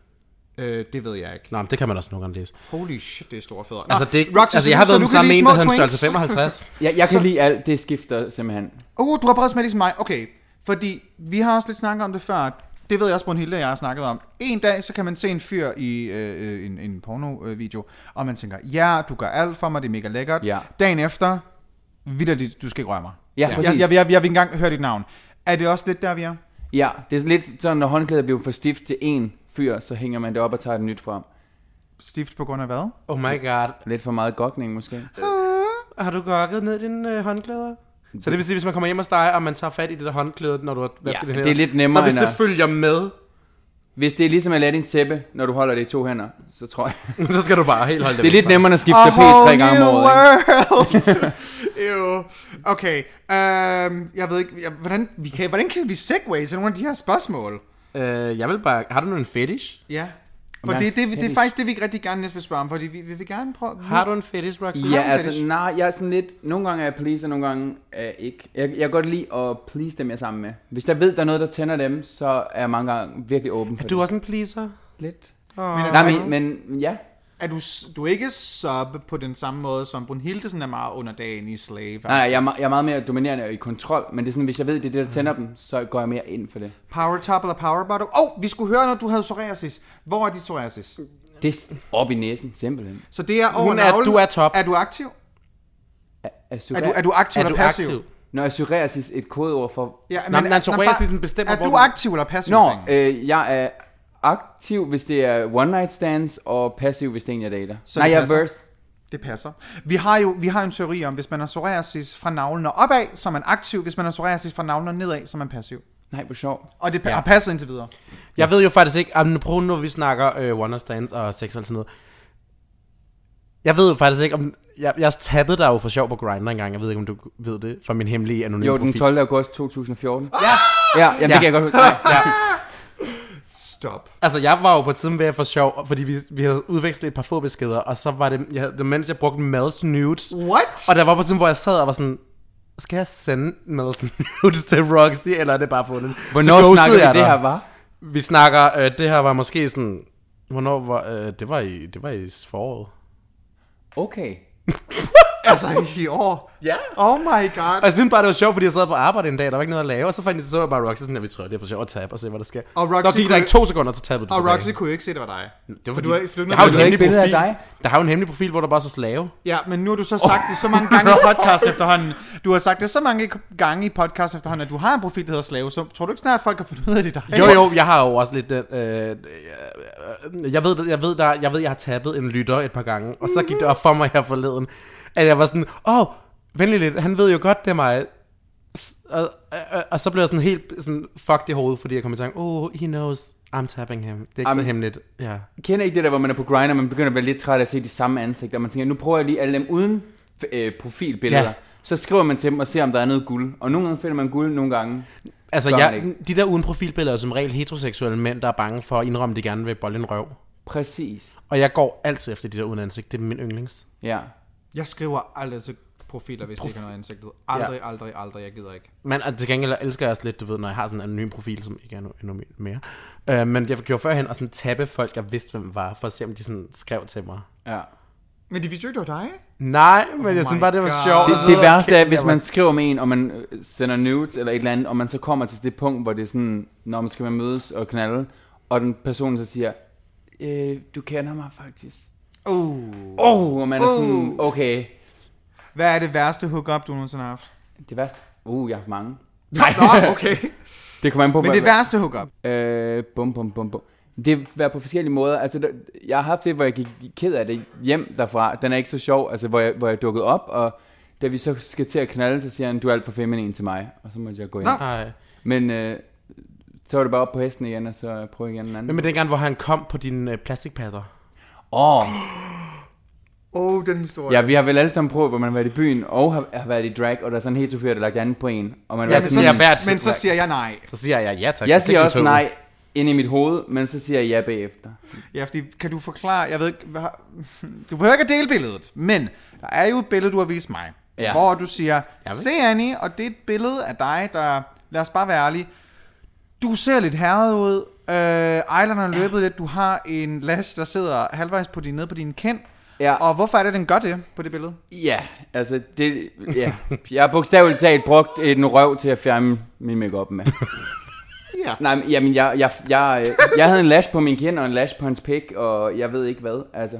Speaker 2: Øh, det ved jeg ikke.
Speaker 3: Nå, men det kan man også nogle gange læse.
Speaker 2: Holy shit, det er store fædre. Nå,
Speaker 3: Altså, det,
Speaker 2: Roxy,
Speaker 3: altså
Speaker 2: så
Speaker 3: jeg
Speaker 2: du-
Speaker 3: har
Speaker 2: så
Speaker 3: været
Speaker 2: du
Speaker 3: den
Speaker 2: kan
Speaker 3: samme
Speaker 2: lide små
Speaker 3: med en, der havde en
Speaker 2: twinks?
Speaker 3: størrelse 55.
Speaker 5: Jeg, jeg kan lide alt. Det skifter simpelthen.
Speaker 2: Uh, du har prøvet smidt i som mig. Okay, fordi vi har også lidt snakket om det før. Det ved jeg også, Brunhilde og jeg har snakket om. En dag, så kan man se en fyr i øh, øh, en, en porno-video, og man tænker, ja, du gør alt for mig, det er mega lækkert.
Speaker 5: Ja.
Speaker 2: Dagen efter, vidderligt, du skal ikke røre mig.
Speaker 5: Ja,
Speaker 2: jeg,
Speaker 5: præcis.
Speaker 2: jeg, jeg, jeg vil ikke engang høre dit navn. Er det også lidt der, vi er?
Speaker 5: Ja, det er sådan lidt sådan, når håndklædet bliver for stift til en fyr, så hænger man det op og tager det nyt frem.
Speaker 2: Stift på grund af hvad?
Speaker 3: Oh my god.
Speaker 5: Lidt for meget gokning måske.
Speaker 3: Har du gokket ned dine øh, håndklæder? Så det vil sige, hvis man kommer hjem hos dig, og man tager fat i det der håndklæde, når du har vasket
Speaker 5: Ja,
Speaker 3: dine
Speaker 5: det er
Speaker 3: hænder,
Speaker 5: lidt nemmere
Speaker 3: Så hvis
Speaker 5: end
Speaker 3: det
Speaker 5: at-
Speaker 3: følger med,
Speaker 5: Hvis det er ligesom at lade din sæppe, når du holder det i to hænder, så tror jeg...
Speaker 3: så skal du bare helt holde
Speaker 5: Det er lidt
Speaker 3: nemmere.
Speaker 5: nemmere end at skifte tapet tre gange om året. Ikke?
Speaker 2: Ew. Okay, øhm, jeg ved ikke, jeg, hvordan, vi kan, hvordan kan vi segue til nogle af de her spørgsmål?
Speaker 3: Øh, jeg vil bare... Har du nu en fetish?
Speaker 2: Ja. For
Speaker 5: Hvad er
Speaker 2: det, det, det, det er
Speaker 5: fetish?
Speaker 2: faktisk det, vi ikke rigtig gerne næsten vil spørge om, fordi vi, vi vil gerne prøve...
Speaker 3: Har du en fetish, Roxy?
Speaker 5: Ja,
Speaker 2: Har du en
Speaker 5: altså,
Speaker 2: fetish?
Speaker 5: nej, jeg er sådan lidt... Nogle gange er jeg please, og nogle gange er jeg ikke. Jeg, jeg kan godt lide at please dem, jeg er sammen med. Hvis jeg ved, der er noget, der tænder dem, så er jeg mange gange virkelig åben for
Speaker 3: Du er
Speaker 5: det.
Speaker 3: også en pleaser?
Speaker 5: Lidt.
Speaker 2: Men er-
Speaker 5: Nej,
Speaker 2: er du-
Speaker 5: men, men ja.
Speaker 2: Er du, s- du er ikke sub på den samme måde, som Brunhilde sådan er meget under dagen i Slave?
Speaker 5: Nej, nej, jeg er, me- jeg er meget mere dominerende og i kontrol, men det er sådan, hvis jeg ved, det er
Speaker 3: Mm.
Speaker 5: det, der tænder dem, så går jeg mere ind for det.
Speaker 2: Power top eller power bottom? Åh, oh, vi skulle høre, når du havde psoriasis. Hvor er dit psoriasis?
Speaker 5: Det er s- op i næsen, simpelthen.
Speaker 2: Så det er over
Speaker 3: Hun er-
Speaker 2: navlen.
Speaker 3: du er top.
Speaker 2: Er du aktiv?
Speaker 5: Er,
Speaker 2: Er du, er du aktiv
Speaker 3: Er
Speaker 2: eller
Speaker 3: du
Speaker 2: passiv?
Speaker 3: aktiv?
Speaker 5: Når jeg psoriasis et kodeord for...
Speaker 2: Ja,
Speaker 3: Nå, men altså,
Speaker 2: er-
Speaker 3: psoriasisen
Speaker 2: bare-
Speaker 3: bestemmer,
Speaker 2: Er
Speaker 3: hvor
Speaker 2: du
Speaker 3: du-
Speaker 2: aktiv eller passiv?
Speaker 5: Nå,
Speaker 2: tænker jeg?
Speaker 5: øh, jeg er aktiv, hvis det er one night stands, og passiv, hvis det er en, jeg dater.
Speaker 2: Så
Speaker 5: Så Nej,
Speaker 2: det
Speaker 5: jeg er
Speaker 2: passer.
Speaker 5: verse.
Speaker 2: Det passer. Vi har jo vi har en teori om, hvis man har psoriasis fra navlen og opad, så er man aktiv. Hvis man har psoriasis fra navlen og nedad, så er man passiv.
Speaker 5: Nej, hvor sjov.
Speaker 2: Og det pa- har passet indtil videre.
Speaker 3: Jeg ved jo faktisk ikke, om prøv nu, vi snakker øh, One Night Stands og sex og sådan noget. Jeg ved jo faktisk ikke, om... Jeg, jeg tappede dig jo for sjov på Grindr engang. Jeg ved ikke, om du ved det fra min hemmelige anonyme
Speaker 5: Jo, den
Speaker 3: profil.
Speaker 5: 12. august 2014. Ja! Ja, jamen, det kan jeg godt huske. Nej,
Speaker 3: Ja.
Speaker 2: Stop.
Speaker 3: Altså, jeg var jo på tiden ved at få sjov, fordi vi, vi havde udvekslet et par få beskeder, og så var det, jeg, havde- det var mens jeg brugte Mads Nudes.
Speaker 2: What?
Speaker 3: Og der var på tiden, hvor jeg sad og var sådan, skal jeg sende Mads Nudes til Roxy, eller er det bare fundet?
Speaker 5: Hvornår snakker vi det her var?
Speaker 3: Vi snakker, øh, det her var måske sådan, hvornår var, øh, det var i, det var i foråret.
Speaker 5: Okay.
Speaker 2: Altså i år?
Speaker 3: Ja.
Speaker 2: Oh my god.
Speaker 3: Og jeg synes bare, det var sjovt, fordi jeg sad på arbejde en dag, der var ikke noget at lave, og så fandt jeg, så var jeg bare Roxy sådan, at vi tror, det er for sjovt at tabe og se, hvad der sker.
Speaker 2: Og Roxy
Speaker 3: så gik der
Speaker 2: kunne-
Speaker 3: ikke to sekunder, så tabede du
Speaker 2: Og
Speaker 3: tilbage.
Speaker 2: Roxy kunne jo ikke se, det var dig.
Speaker 3: Det var
Speaker 2: For
Speaker 3: fordi,
Speaker 2: du har- for du-
Speaker 3: jeg har jo en
Speaker 5: du har
Speaker 3: hemmelig
Speaker 5: ikke billede af
Speaker 3: profil.
Speaker 5: dig.
Speaker 3: Der har jo en hemmelig profil, hvor der bare så slave.
Speaker 2: Ja, men nu har du så sagt det så mange gange i podcast efterhånden. Du har sagt det så mange gange i podcast efterhånden, at du har en profil, der hedder Slave, så tror du ikke snart, at folk kan finde ud af det er dig?
Speaker 3: Jo, jo, jeg har jo også lidt den... Øh, øh, øh, jeg, ved, jeg, ved, der, jeg ved, jeg har tappet en lytter et par gange, og så gik det op for mig her forleden, at jeg var sådan, åh, oh, venlig lidt, han ved jo godt, det er mig. S- Og, og, og så blev jeg sådan helt sådan, fucked i hovedet, fordi jeg kom i tanke, oh, he knows, I'm tapping him. Det er ikke Am- så
Speaker 5: Jamen-
Speaker 3: hemmeligt. Ja.
Speaker 5: Kender I ikke det der, hvor man er på Grindr, og man begynder at blive lidt træt af at se de samme ansigter, og man tænker, nu prøver jeg lige alle dem uden øh, profilbilleder.
Speaker 3: Ja.
Speaker 5: Ja. Så skriver man til dem og ser, om der er noget guld. Og nogle gange finder man guld, nogle gange.
Speaker 3: Altså,
Speaker 5: Gør
Speaker 3: jeg,
Speaker 5: man ikke.
Speaker 3: de der uden profilbilleder er som regel heteroseksuelle mænd, der er bange for at indrømme, at de gerne vil bolle en røv.
Speaker 5: Præcis.
Speaker 3: Og jeg går altid efter de der uden ansigt. Det er min yndlings.
Speaker 5: Ja.
Speaker 2: Jeg skriver aldrig til profiler, hvis det ikke har noget i ansigtet. Aldrig, ja. aldrig, aldrig. Jeg gider ikke.
Speaker 3: Men og til gengæld elsker jeg også lidt, du ved, når jeg har sådan en anonym profil, som ikke er no- endnu mere. Øh, men jeg gjorde førhen og sådan tabbe folk, jeg vidste, hvem var, for at se, om de sådan skrev til mig.
Speaker 5: ja.
Speaker 2: Men de vidste jo ikke, det var dig.
Speaker 3: Nej, men oh jeg
Speaker 2: my
Speaker 3: synes bare, det var
Speaker 2: God.
Speaker 3: sjovt.
Speaker 5: Det,
Speaker 3: at sidde
Speaker 5: det
Speaker 3: og
Speaker 5: værste er,
Speaker 3: kigge,
Speaker 5: hvis
Speaker 3: jeg var-
Speaker 5: man skriver med en, og man øh, sender nudes eller et eller andet, og man så kommer til det punkt, hvor det er sådan, når man skal man mødes og knalde, og den person så siger, øh, du kender mig faktisk.
Speaker 2: Uh.
Speaker 5: Oh, og man er sådan, okay.
Speaker 2: Hvad er det værste hookup, du nogensinde har haft?
Speaker 5: Det værste. Uh, jeg har haft mange.
Speaker 2: Nej. Nå, okay.
Speaker 5: Det kommer an på,
Speaker 2: Men
Speaker 5: hvad-
Speaker 2: det værste hookup.
Speaker 5: Øh, bum, bum, bum, bum. Det har været på forskellige måder. Altså, der, jeg har haft det, hvor jeg gik ked af det hjem derfra. Den er ikke så sjov, altså, hvor, jeg, hvor jeg dukkede op, og da vi så skal til at knalde, så siger han, du er alt for feminin til mig. Og så måtte jeg gå ind.
Speaker 2: Nå.
Speaker 3: Nej.
Speaker 5: Men øh, så var det bare op på hesten igen, og så prøve igen en
Speaker 3: Hvem
Speaker 5: anden.
Speaker 3: er dengang, hvor han kom på dine øh, plastikpatter?
Speaker 5: Åh, oh,
Speaker 2: Oh, den historie.
Speaker 5: ja, vi har vel alle sammen prøvet, hvor man har været i byen, og har, har været i drag, og der er sådan en hetero fyr, der har lagt andet på en. Og man har
Speaker 3: Ja,
Speaker 5: været
Speaker 2: men,
Speaker 3: det er hvert
Speaker 2: så, men så
Speaker 3: sit-
Speaker 2: siger jeg nej.
Speaker 3: Så siger jeg ja tak.
Speaker 5: jeg
Speaker 3: så
Speaker 5: siger
Speaker 3: slet
Speaker 5: også
Speaker 3: ikke
Speaker 5: nej ind i mit hoved, men så siger jeg ja bagefter.
Speaker 2: Ja, fordi kan du forklare, jeg ved ikke, hvad, har- du behøver ikke at dele billedet, men der er jo et billede, du har vist mig,
Speaker 5: Ja.
Speaker 2: hvor du siger,
Speaker 3: ved.
Speaker 2: se Annie, og det er et billede af dig, der, lad os bare være ærlige, du ser lidt herret ud, øh, eyelineren er løbet lidt, du har en lash, der sidder halvvejs på din, nede på din kind,
Speaker 5: Ja.
Speaker 2: og hvorfor er det, den gør det på det billede?
Speaker 5: Ja, altså det, ja. Jeg har bogstaveligt talt brugt en røv til at fjerne min makeup med.
Speaker 2: Ja.
Speaker 5: Nej, men jamen, jeg, jeg, jeg, øh, jeg havde en lash på min kind og en lash på hans pik, og jeg ved ikke hvad, altså.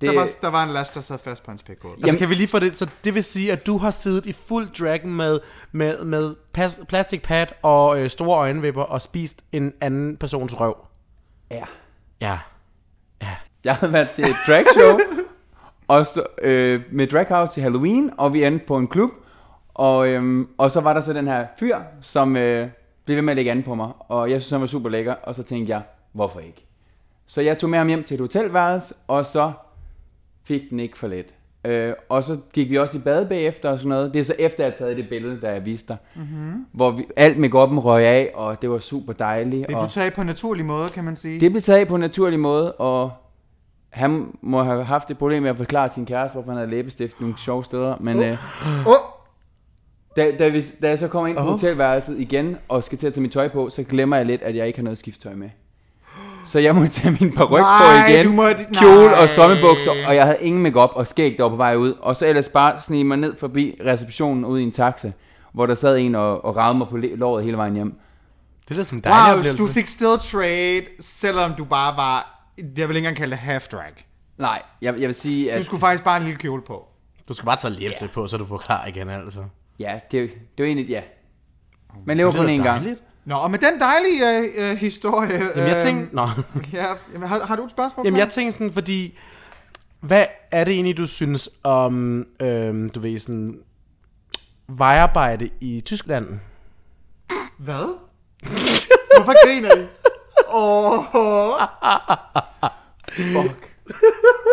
Speaker 5: Det,
Speaker 2: Der var, der var en lash, der sad fast på hans pæk
Speaker 3: Altså, Jamen, kan vi lige få det? Så det vil sige, at du har siddet i fuld drag med, med, med pas, plastikpat og øh, store øjenvipper og spist en anden persons røv.
Speaker 5: ja.
Speaker 3: Ja.
Speaker 5: Jeg havde været til et drag show og så, øh, med Drag House til Halloween, og vi endte på en klub. Og, øhm, og så var der så den her fyr, som øh, blev ved med at lægge an på mig, og jeg synes, han var super lækker, og så tænkte jeg, hvorfor ikke? Så jeg tog med ham hjem til et hotelværelse, og så fik den ikke for let. Øh, og så gik vi også i bad bagefter og sådan noget. Det er så efter, jeg havde taget det billede, der jeg viste dig. Mm-hmm. Hvor vi, alt med op'en røg af, og det var super dejligt.
Speaker 2: Det
Speaker 5: og...
Speaker 2: blev taget på en naturlig måde, kan man sige.
Speaker 5: Det blev taget på en naturlig måde, og han må have haft et problem med at forklare sin kæreste, hvorfor han havde læbestift nogle sjove steder. Men øh,
Speaker 2: Oh,
Speaker 5: da, da, vi, da jeg så kommer ind på
Speaker 3: Åh.
Speaker 5: hotelværelset igen og skal til at tage mit tøj på, så glemmer jeg lidt, at jeg ikke har noget skifttøj med. Så jeg må tage min paryk
Speaker 2: Nej,
Speaker 5: på igen,
Speaker 2: du må-
Speaker 5: kjole
Speaker 2: nej.
Speaker 5: og strømmebukser, og jeg havde ingen makeup og skæg, der var på vej ud. Og så ellers bare snige mig ned forbi receptionen ud i en taxa, hvor der sad en og, og ravede mig på læ- låret hele vejen hjem.
Speaker 3: Det er som en dejlig
Speaker 2: wow,
Speaker 3: oplevelse.
Speaker 2: du fik still trade, selvom du bare var, jeg vil ikke engang kalde det half drag.
Speaker 5: Nej, jeg, jeg vil sige, at...
Speaker 2: Du skulle faktisk bare have en lille kjole på.
Speaker 3: Du skal bare tage læbstift på, så du får klar igen, altså.
Speaker 5: Ja, det, det var egentlig, ja. Man lever kun én gang.
Speaker 2: Nå, og med den dejlige øh, øh, historie...
Speaker 3: Jamen, jeg
Speaker 2: øh,
Speaker 3: tænkte, nå.
Speaker 2: Ja, jamen, har, har du et spørgsmål?
Speaker 3: Jamen, jeg
Speaker 2: Karen?
Speaker 3: tænkte sådan, fordi... Hvad er det egentlig, du synes om, øhm, du ved, sådan... Vejarbejde i Tyskland?
Speaker 2: Hvad? Hvorfor griner I? Åh... Oh. Fuck.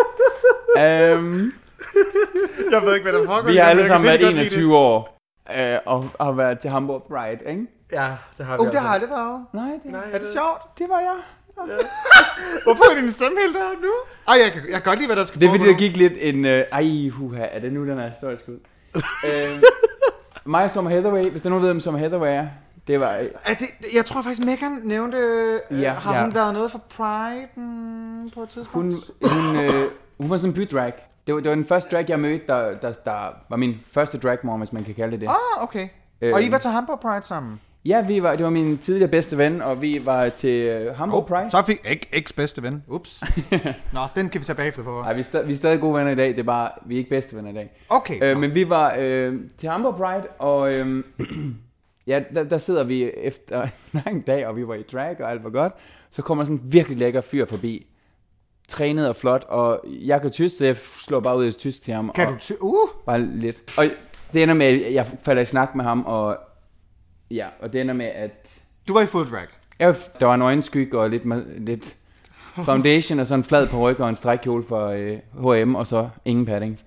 Speaker 5: øhm,
Speaker 2: Jeg ved ikke, hvad der foregår.
Speaker 5: vi
Speaker 2: lige nu, men
Speaker 5: har alle
Speaker 2: jeg
Speaker 5: sammen
Speaker 2: kan
Speaker 5: været
Speaker 2: virkelig godt lide
Speaker 5: 21 år, øh, og har været til Hamburg Pride, ikke?
Speaker 3: Ja, det har
Speaker 2: det. Uh, det har jeg aldrig været.
Speaker 5: Nej, det, Nej.
Speaker 2: Er det sjovt?
Speaker 5: det var jeg.
Speaker 2: Hvorfor er din stemme helt deroppe nu? Ej, jeg kan, jeg kan godt lide, hvad der skal
Speaker 5: Det er fordi,
Speaker 2: foregå
Speaker 5: der
Speaker 2: nu.
Speaker 5: gik lidt en... Øh, ej, huha, er det nu, den er historisk ud? øh, mig og Summer Hathaway, hvis der er nogen, der ved, om Summer Hathaway er, det var... Øh,
Speaker 2: Er det, jeg tror faktisk, Megan nævnte, øh,
Speaker 5: Ja,
Speaker 2: ja, har
Speaker 5: ja.
Speaker 2: ja. hun været noget for Pride'en på et tidspunkt?
Speaker 5: hun, hun, øh, hun var sådan en bydrag. Det var, det var den første drag, jeg mødte, der, der, der var min første dragmor, hvis man kan kalde det det.
Speaker 2: Ah, okay.
Speaker 5: Øhm.
Speaker 2: Og I var til Hamburg Pride sammen?
Speaker 5: Ja, vi var, det var min tidligere bedste ven, og vi var til øh, Hamburg Pride.
Speaker 2: Så fik ikke eks bedste ven. Ups. Nå, den kan vi tage bagefter på.
Speaker 5: Nej, vi, er stadig, vi er stadig gode venner i dag, det er bare, vi er ikke bedste venner i dag.
Speaker 2: Okay.
Speaker 5: Øh, men vi var øh, til Hamburg Pride, og øh, ja, der, der sidder vi efter en lang dag, og vi var i drag, og alt var godt. Så kommer sådan en virkelig lækker fyr forbi, trænet og flot, og jeg kan tysk, så jeg slår bare ud i tysk til ham.
Speaker 2: Kan
Speaker 5: og
Speaker 2: du ty- uh,
Speaker 5: Bare lidt. Og det ender med, at jeg falder i snak med ham, og ja, og det ender med, at
Speaker 2: du var i full drag.
Speaker 5: Ja, der var en øjenskygge og lidt, ma- lidt foundation og sådan en flad på ryg og en strækkjole for øh, H&M og så ingen paddings.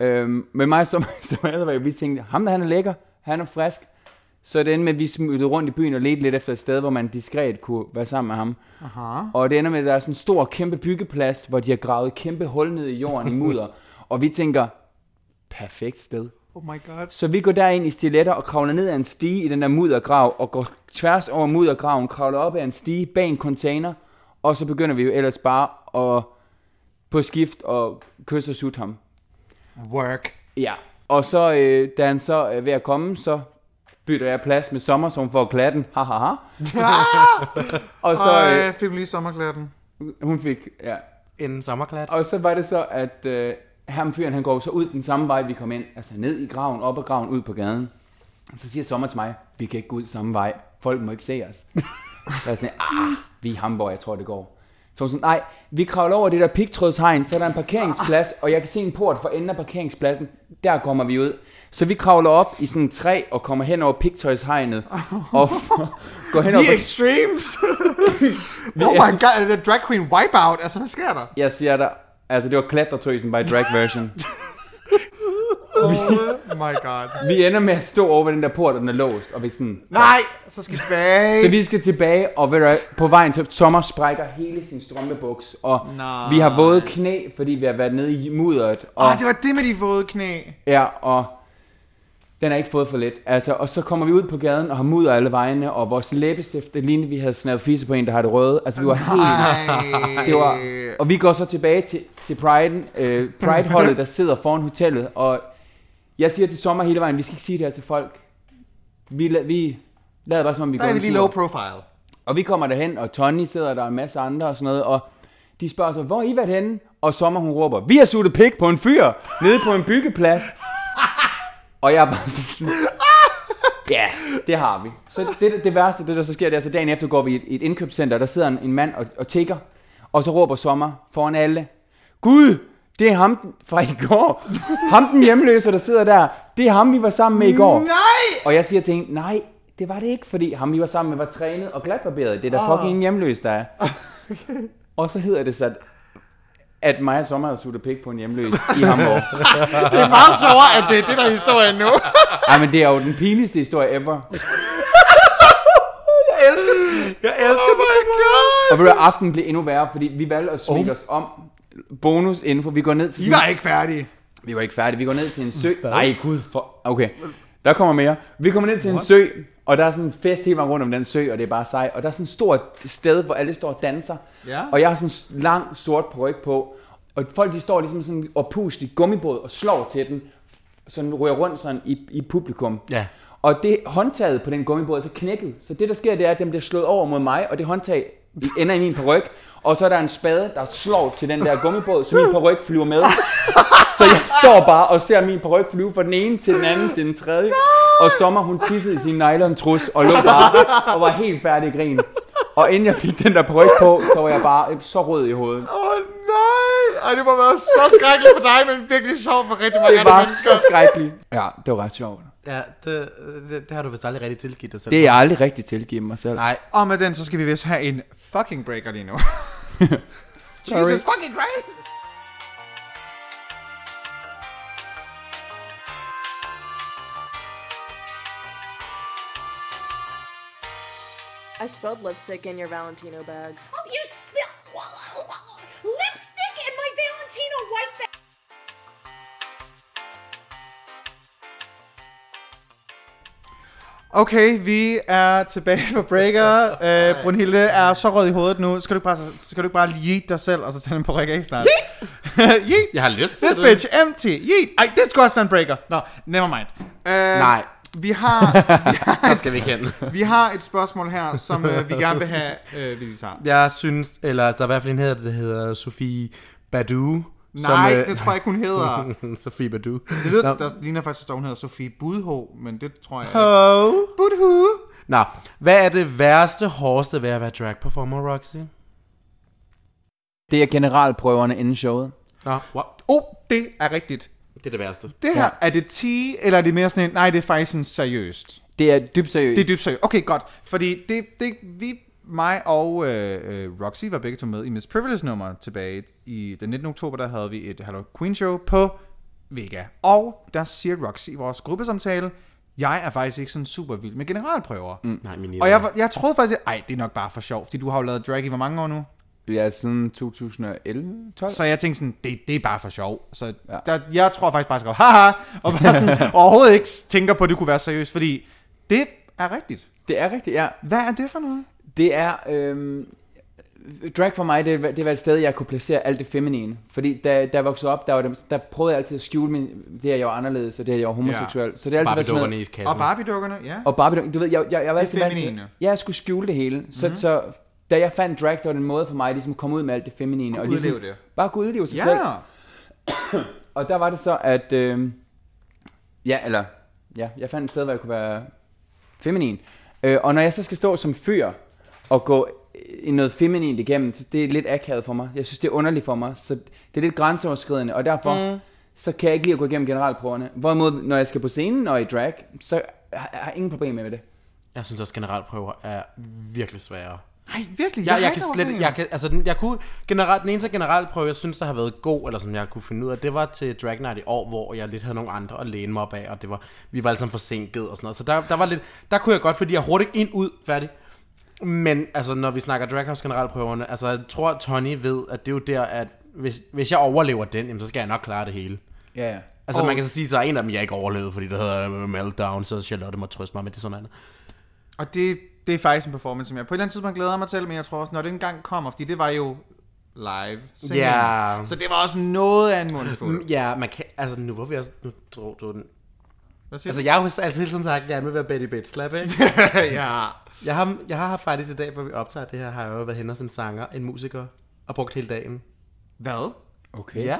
Speaker 5: Øhm, men mig som, som var vi tænkte, ham der han er lækker, han er frisk. Så det endte med, at vi smuttede rundt i byen og ledte lidt efter et sted, hvor man diskret kunne være sammen med ham. Aha. Og det ender med, at der er sådan en stor, kæmpe byggeplads, hvor de har gravet et kæmpe hul ned i jorden i mudder. og vi tænker, perfekt sted.
Speaker 2: Oh my god.
Speaker 5: Så vi går derind i stiletter og kravler ned ad en stige i den der muddergrav, og går tværs over muddergraven, kravler op ad en stige bag en container, og så begynder vi jo ellers bare at på skift og kysse og sutte ham.
Speaker 2: Work.
Speaker 5: Ja. Og så, øh, da han så er ved at komme, så bytter jeg plads med sommer, som får klatten. Ha, ha, ha.
Speaker 2: Ah,
Speaker 5: og så,
Speaker 2: Og
Speaker 5: øh,
Speaker 2: øh, fik lige sommerklæden.
Speaker 5: hun fik, ja.
Speaker 3: En sommerklat.
Speaker 5: Og så var det så, at øh, ham fyren, han går så ud den samme vej, vi kom ind. Altså ned i graven, op ad graven, ud på gaden. Så siger Sommer til mig, vi kan ikke gå ud samme vej. Folk må ikke se os. Så er jeg sådan, ah, vi er i Hamburg, jeg tror det går. Så var hun sådan, nej, vi kravler over det der pigtrådshegn, så er der en parkeringsplads, og jeg kan se en port for enden af parkeringspladsen. Der kommer vi ud. Så vi kravler op i sådan en træ og kommer hen over pigtøjshegnet. Og går hen over...
Speaker 2: The Extremes! oh my god, er det drag queen wipeout? Altså, hvad sker der?
Speaker 5: Jeg siger dig, altså det var klatretøsen by drag version.
Speaker 2: Oh my god.
Speaker 5: Vi ender med at stå over ved den der port, og den er låst, og vi er sådan...
Speaker 2: Nej, så skal vi tilbage.
Speaker 5: Så vi skal tilbage, og ved du hvad, på vejen til sommer sprækker hele sin strømpebuks, og vi har våde knæ, fordi vi har været nede i mudderet, og,
Speaker 2: Åh, det var det med de våde knæ.
Speaker 5: ja, og den har ikke fået for lidt. Altså, og så kommer vi ud på gaden og har mudder alle vejene, og vores læbestift, det lignede, vi havde snævet fisse på en, der har det røde. Altså, vi var helt...
Speaker 2: Nej.
Speaker 5: Det var, og vi går så tilbage til, til Pride, øh, Pride-holdet, der sidder foran hotellet, og jeg siger til sommer hele vejen, vi skal ikke sige det her til folk. Vi, la- vi lader bare som om vi
Speaker 2: Der er
Speaker 5: går
Speaker 2: vi
Speaker 5: en
Speaker 2: lige
Speaker 5: tur.
Speaker 2: low profile.
Speaker 5: Og vi kommer derhen, og Tony sidder der, og en masse andre og sådan noget, og de spørger så, hvor har I været henne? Og Sommer hun råber, vi har suttet pik på en fyr, nede på en byggeplads. og jeg er bare sådan, ja, det har vi. Så det, det værste, det der så sker, det er, så dagen efter går vi i et, i et indkøbscenter, der sidder en, en mand og, og tigger, og så råber Sommer foran alle, Gud, det er ham den- fra i går. Ham den hjemløse, der sidder der, det er ham, vi var sammen med i går.
Speaker 2: Nej!
Speaker 5: Og jeg siger til hende, nej, det var det ikke, fordi ham vi var sammen med var trænet og glatbarberet. Det er da fucking ingen hjemløs, der er. Og så hedder det så, at, at Maja Sommer havde suttet pik på en hjemløs i Hamburg.
Speaker 2: Det er meget sjovere, at det er det, der er historien nu.
Speaker 5: Ej, men det er jo den pinligste historie ever.
Speaker 2: Jeg elsker oh my god.
Speaker 5: Og ved du, hvad, aftenen blev endnu værre, fordi vi valgte at svinge oh. os om. Bonus info, vi går ned til...
Speaker 2: I
Speaker 5: sådan-
Speaker 2: var ikke færdige.
Speaker 5: Vi var ikke færdige. Vi går ned til en sø. Nej, gud. For... Okay, der kommer mere. Vi kommer ned til en sø, og der er sådan en fest hele vejen rundt om den sø, og det er bare sej. Og der er sådan et stort sted, hvor alle står og danser.
Speaker 2: Ja.
Speaker 5: Og jeg har sådan en lang sort ryg på. Og folk de står ligesom sådan og puster i gummibåd og slår til den. Sådan rører rundt sådan i, i publikum.
Speaker 3: Ja.
Speaker 5: Og det håndtaget på den gummibåd er så knækket. Så det der sker, det er, at den bliver slået over mod mig, og det håndtag ender i min paryk. Og så er der en spade, der slår til den der gummibåd, så min paryk flyver med. Så jeg står bare og ser min paryk flyve fra den ene til den anden til den tredje. Og Sommer, hun tissede i sin nylon trus og lå bare og var helt færdig i grin. Og inden jeg fik den der paryk på, så var jeg bare så rød i hovedet.
Speaker 2: Åh oh, nej! Ej, det må være så skrækkeligt for dig, men virkelig sjovt for rigtig mange
Speaker 5: Det
Speaker 2: andre
Speaker 5: var
Speaker 2: mennesker.
Speaker 5: så skrækkeligt. Ja, det var ret sjovt.
Speaker 3: Ja, det, det, det har du vist aldrig rigtig tilgivet dig selv.
Speaker 5: Det er jeg aldrig rigtig tilgivet mig selv.
Speaker 3: Nej,
Speaker 2: Og med den, så skal vi vist have en fucking breaker lige nu. Jesus fucking Christ!
Speaker 9: I spilled lipstick in your Valentino bag.
Speaker 10: Oh, you spill lipstick in my Valentino white bag.
Speaker 2: Okay, vi er tilbage for Breaker. Øh, Brunhilde er så rød i hovedet nu. Skal du ikke bare, skal du ikke bare yeet dig selv, og så tage den på Rikke snart? Yeet! yeet!
Speaker 3: Jeg har lyst til
Speaker 2: This
Speaker 3: det.
Speaker 2: bitch empty. Yeet! Ej, det skulle også være en Breaker. Nå, never mind. Øh,
Speaker 3: Nej,
Speaker 2: Vi har, vi, har
Speaker 3: der
Speaker 2: et,
Speaker 3: skal vi ikke hen.
Speaker 2: vi har et spørgsmål her, som øh, vi gerne vil have, øh, vi lige tager.
Speaker 3: Jeg synes, eller der er i hvert fald en hedder, der hedder Sofie Badu.
Speaker 2: Nej,
Speaker 3: øh,
Speaker 2: det tror jeg ikke, hun hedder.
Speaker 3: Sofie Badu.
Speaker 2: Det lyder, der ligner faktisk, at hun hedder Sofie Budho, men det tror jeg ikke.
Speaker 3: Oh. Budhu. Nå, hvad er det værste, hårdeste ved at være drag performer, Roxy?
Speaker 5: Det er generalprøverne inden showet.
Speaker 3: Nå, wow.
Speaker 2: Oh, det er rigtigt.
Speaker 3: det er det værste.
Speaker 2: Det her, er det 10, eller er det mere sådan en, nej, det er faktisk en seriøst.
Speaker 5: Det er dybt seriøst.
Speaker 2: Det er dybt seriøst. Okay, godt. Fordi det, det vi, mig og øh, øh, Roxy var begge to med i Miss Privilege nummer tilbage i den 19. oktober, der havde vi et Hello Queen show på Vega. Og der siger Roxy i vores gruppesamtale, jeg er faktisk ikke sådan super vild med generalprøver. Mm.
Speaker 3: Nej, min
Speaker 2: Og jeg, var- jeg troede faktisk, at ej, det er nok bare for sjov, fordi du har jo lavet drag i hvor mange år nu?
Speaker 5: Ja, siden 2011, 12.
Speaker 2: Så jeg tænkte sådan, det, det er bare for sjov. Så ja. der, jeg tror faktisk bare, at jeg skrev, haha, og bare sådan, overhovedet ikke tænker på, at det kunne være seriøst, fordi det er rigtigt.
Speaker 5: Det er rigtigt, ja.
Speaker 2: Hvad er det for noget?
Speaker 5: Det er... Øhm, drag for mig, det, var- det var et sted, jeg kunne placere alt det feminine. Fordi da, da jeg voksede op, der, var det, der prøvede jeg altid at skjule min, det, at jeg var anderledes, og det, at jeg var homoseksuel. Ja. Så det har altid været sådan
Speaker 3: Barbie-dukkerne
Speaker 5: noget,
Speaker 3: i kassen.
Speaker 2: Og Barbie-dukkerne, ja.
Speaker 5: Og Barbie, du ved, jeg, jeg, jeg var
Speaker 2: Det
Speaker 5: altid vant til,
Speaker 2: feminine. Mhm.
Speaker 5: ja, jeg skulle skjule det hele. Så, mm-hmm. så da jeg fandt drag, der var det en måde for mig ligesom, at komme ud med alt det feminine. og ligesom,
Speaker 2: udleve det.
Speaker 5: Bare kunne udleve sig selv.
Speaker 2: Ja,
Speaker 5: Og der var det så, at... Øh, ja, eller... Ja, jeg fandt et sted, hvor jeg kunne være feminin. Øh, og når jeg så skal stå som fyr og gå øh, i noget feminint igennem, så det er lidt akavet for mig. Jeg synes, det er underligt for mig. Så det er lidt grænseoverskridende, og derfor mm. så kan jeg ikke lide at gå igennem generalprøverne. Hvorimod, når jeg skal på scenen og i drag, så har jeg har ingen problemer med det.
Speaker 3: Jeg synes også, generalprøver er virkelig svære.
Speaker 2: nej, virkelig.
Speaker 3: Jeg,
Speaker 2: har
Speaker 3: jeg
Speaker 2: ikke
Speaker 3: kan
Speaker 2: noget
Speaker 3: slet
Speaker 2: problem.
Speaker 3: jeg kan, altså, den- jeg kunne, generelt, den eneste generalprøve, jeg synes, der har været god, eller som jeg kunne finde ud af, det var til Drag Night i år, hvor jeg lidt havde nogle andre at læne mig op af, og det var, vi var alle sammen forsinket og sådan noget. Så der, der var lidt, der kunne jeg godt, fordi jeg hurtigt ind, ud, færdig. Men altså, når vi snakker Drag House generalprøverne, altså, jeg tror, at Tony ved, at det er jo der, at hvis, hvis jeg overlever den, jamen, så skal jeg nok klare det hele.
Speaker 5: Ja, ja.
Speaker 3: Altså, man kan så sige, at der er en af dem, jeg ikke overlevede, fordi det hedder øh, Meltdown, så Charlotte må trøste mig, men det er sådan noget andet.
Speaker 2: Og det, det er faktisk en performance, som jeg på et eller andet tidspunkt glæder mig til, men jeg tror også, når den gang kommer, fordi det var jo live. singing.
Speaker 3: Ja.
Speaker 2: Så det var også noget af en mundfuld.
Speaker 3: Ja, man kan, altså nu var vi også, nu tror du den.
Speaker 2: Hvad siger
Speaker 3: Altså
Speaker 2: altså,
Speaker 3: jeg har jo altid hele tiden sagt, at jeg gerne vil være Betty Bitch Slap, ikke?
Speaker 2: ja.
Speaker 3: jeg, har, jeg har faktisk i dag, hvor vi optager det her, har jeg jo været hen og en sanger, en musiker, og brugt hele dagen.
Speaker 2: Hvad?
Speaker 5: Okay.
Speaker 3: Ja.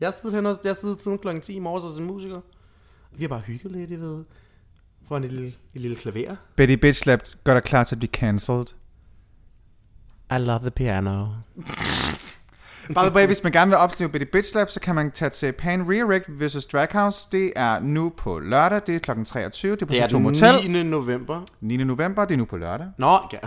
Speaker 3: Jeg sidder hen og, jeg sidder siden kl. 10 i morges hos en musiker. Vi har bare hygget lidt, jeg ved. Foran et lille, et lille klaver.
Speaker 2: Betty Bitchlap gør dig klar til at blive cancelled.
Speaker 3: I love the piano.
Speaker 2: By the way, hvis man gerne vil opleve Betty Bitch Lab, så kan man tage til Pan Redirect vs. Draghouse. Det er nu på lørdag, det er kl. 23, det er på
Speaker 3: Det er
Speaker 2: Sato
Speaker 3: den
Speaker 2: Motel.
Speaker 3: 9. november.
Speaker 2: 9. november, det er nu på lørdag.
Speaker 3: Nå, ja.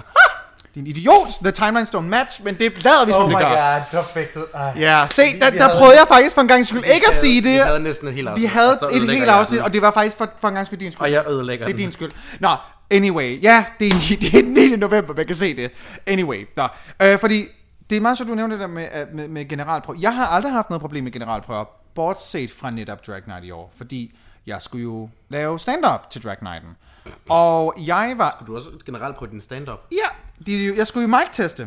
Speaker 2: Din idiot! The timelines don't match, men det lader vi
Speaker 3: Oh
Speaker 2: som det gør.
Speaker 3: der fik du... Ej.
Speaker 2: Ja, se, der,
Speaker 3: vi
Speaker 2: der
Speaker 3: havde-
Speaker 2: prøvede jeg faktisk for en gang skyld
Speaker 3: Vi
Speaker 2: ikke at
Speaker 3: havde-
Speaker 2: sige det.
Speaker 3: Vi havde næsten et helt afsnit.
Speaker 2: Vi havde
Speaker 3: og så
Speaker 2: et
Speaker 3: ødelægger
Speaker 2: helt
Speaker 3: jeg
Speaker 2: afsnit,
Speaker 3: den.
Speaker 2: og det var faktisk for, for en gang skyld din skyld.
Speaker 3: Og jeg ødelægger
Speaker 2: Det er
Speaker 3: den.
Speaker 2: din skyld. Nå, anyway. Ja, det er, det er den 9. november, man kan se det. Anyway, nå. Øh, fordi det er meget så du nævnte det der med, øh, med, med generalprøver. Jeg har aldrig haft noget problem med generalprøver, bortset fra netop Drag Night i år, fordi jeg skulle jo lave stand-up til Drag Nighten. Og jeg var
Speaker 3: Du har også generelt prøvet din stand-up.
Speaker 2: Ja, de, jeg skulle jo mic-teste.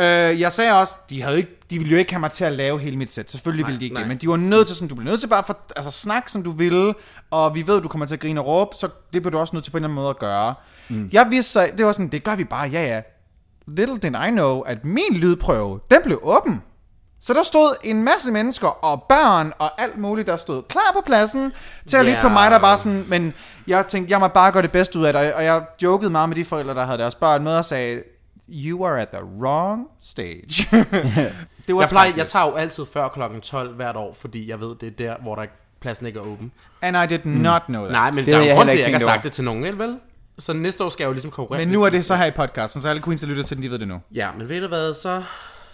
Speaker 2: Øh, jeg sagde også, de, havde ikke, de ville jo ikke have mig til at lave hele mit sæt. Selvfølgelig ville de ikke
Speaker 3: nej.
Speaker 2: det, men de var nødt til sådan, du bliver nødt til bare for, altså, snak, som du ville, og vi ved, du kommer til at grine og råbe, så det bliver du også nødt til på en eller anden måde at gøre. Mm. Jeg vidste så, det var sådan, det gør vi bare, ja ja. Little did I know, at min lydprøve, den blev åben. Så der stod en masse mennesker og børn og alt muligt, der stod klar på pladsen til at lytte på
Speaker 3: Ja.
Speaker 2: mig, der bare sådan, men jeg tænkte, jeg må bare gøre det bedste ud af det, og jeg jokede meget med de forældre, der havde deres børn med og sagde, you are at the wrong stage. det var
Speaker 3: Jeg, plejer, jeg
Speaker 2: skrækkeligt.
Speaker 3: tager jo altid før kl. 12 hvert år, fordi jeg ved, det er der, hvor der ikke, pladsen ikke er åben.
Speaker 2: And I did not know that.
Speaker 3: Nej, men
Speaker 5: Det
Speaker 3: der
Speaker 5: havde
Speaker 3: er
Speaker 5: jeg
Speaker 3: jo grund til,
Speaker 5: heller
Speaker 3: at jeg ikke
Speaker 5: ikke
Speaker 3: har
Speaker 5: tænkt
Speaker 3: sagt
Speaker 5: over.
Speaker 3: det til nogen, vel? vel? Så næste år skal jeg jo ligesom konkurrere.
Speaker 2: Men nu er det så her i podcasten, så alle queens, der lytter til den, de ved det nu.
Speaker 3: Ja, men ved du hvad, så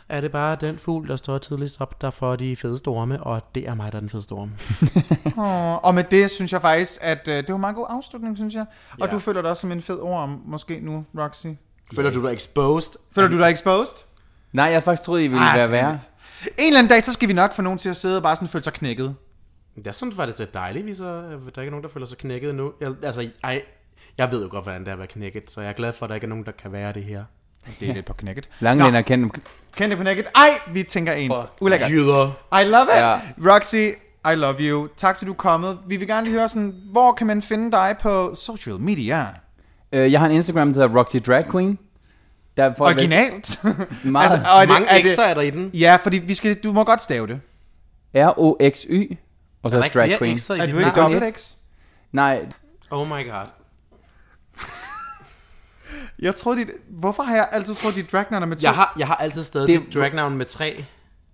Speaker 3: er det bare den fugl, der står tidligst op, der får de fedeste orme, og det er mig, der er den fedeste orme.
Speaker 2: Og, og med det synes jeg faktisk, at øh, det var en meget god afslutning, synes jeg. Og
Speaker 3: Ja.
Speaker 2: du føler dig også som en fed ord, måske nu, Roxy.
Speaker 3: Føler du dig exposed?
Speaker 2: Føler du dig exposed?
Speaker 5: Nej, jeg faktisk troede, I ville
Speaker 2: Ah,
Speaker 5: være
Speaker 2: damn
Speaker 5: værre.
Speaker 2: it. En eller anden dag, så skal vi nok få nogen til at sidde og bare sådan føle sig knækket.
Speaker 3: Jeg synes faktisk, det er dejligt, hvis øh, der ikke er nogen, der føler sig knækket endnu. Jeg, altså, ej, jeg ved jo godt, hvordan det er at være knækket, så jeg er glad for, at der ikke er nogen, der kan være det her.
Speaker 2: Det er lidt på knækket.
Speaker 5: Langlænder kendt.
Speaker 2: Kendte på knækket. Ej, vi tænker ens. Ulækkert.
Speaker 3: Jyder.
Speaker 2: I love it.
Speaker 5: Ja.
Speaker 2: Roxy, I love you. Tak fordi du er kommet. Vi vil gerne lige høre sådan, hvor kan man finde dig på social media?
Speaker 5: Øh, jeg har en Instagram, der hedder Roxy Drag Queen. Der får
Speaker 2: Originalt. Altså,
Speaker 5: Meget.
Speaker 2: og
Speaker 3: Er det, Mange ekser er der i den.
Speaker 2: Ja, fordi vi skal, du må godt stave det.
Speaker 5: R-O-X-Y. Og så
Speaker 3: Er der ikke
Speaker 5: Drag
Speaker 3: flere
Speaker 5: Queen.
Speaker 3: ekser i
Speaker 2: Er
Speaker 3: dit
Speaker 2: du ikke
Speaker 3: navn?
Speaker 2: dobbelt X?
Speaker 5: Nej,
Speaker 3: Oh my god.
Speaker 2: Jeg troede, dit, hvorfor har jeg altid troet, dit dragnavn er med to?
Speaker 3: Jeg har, jeg har altid stadig
Speaker 5: Det-
Speaker 3: det... dit dragnavn med tre.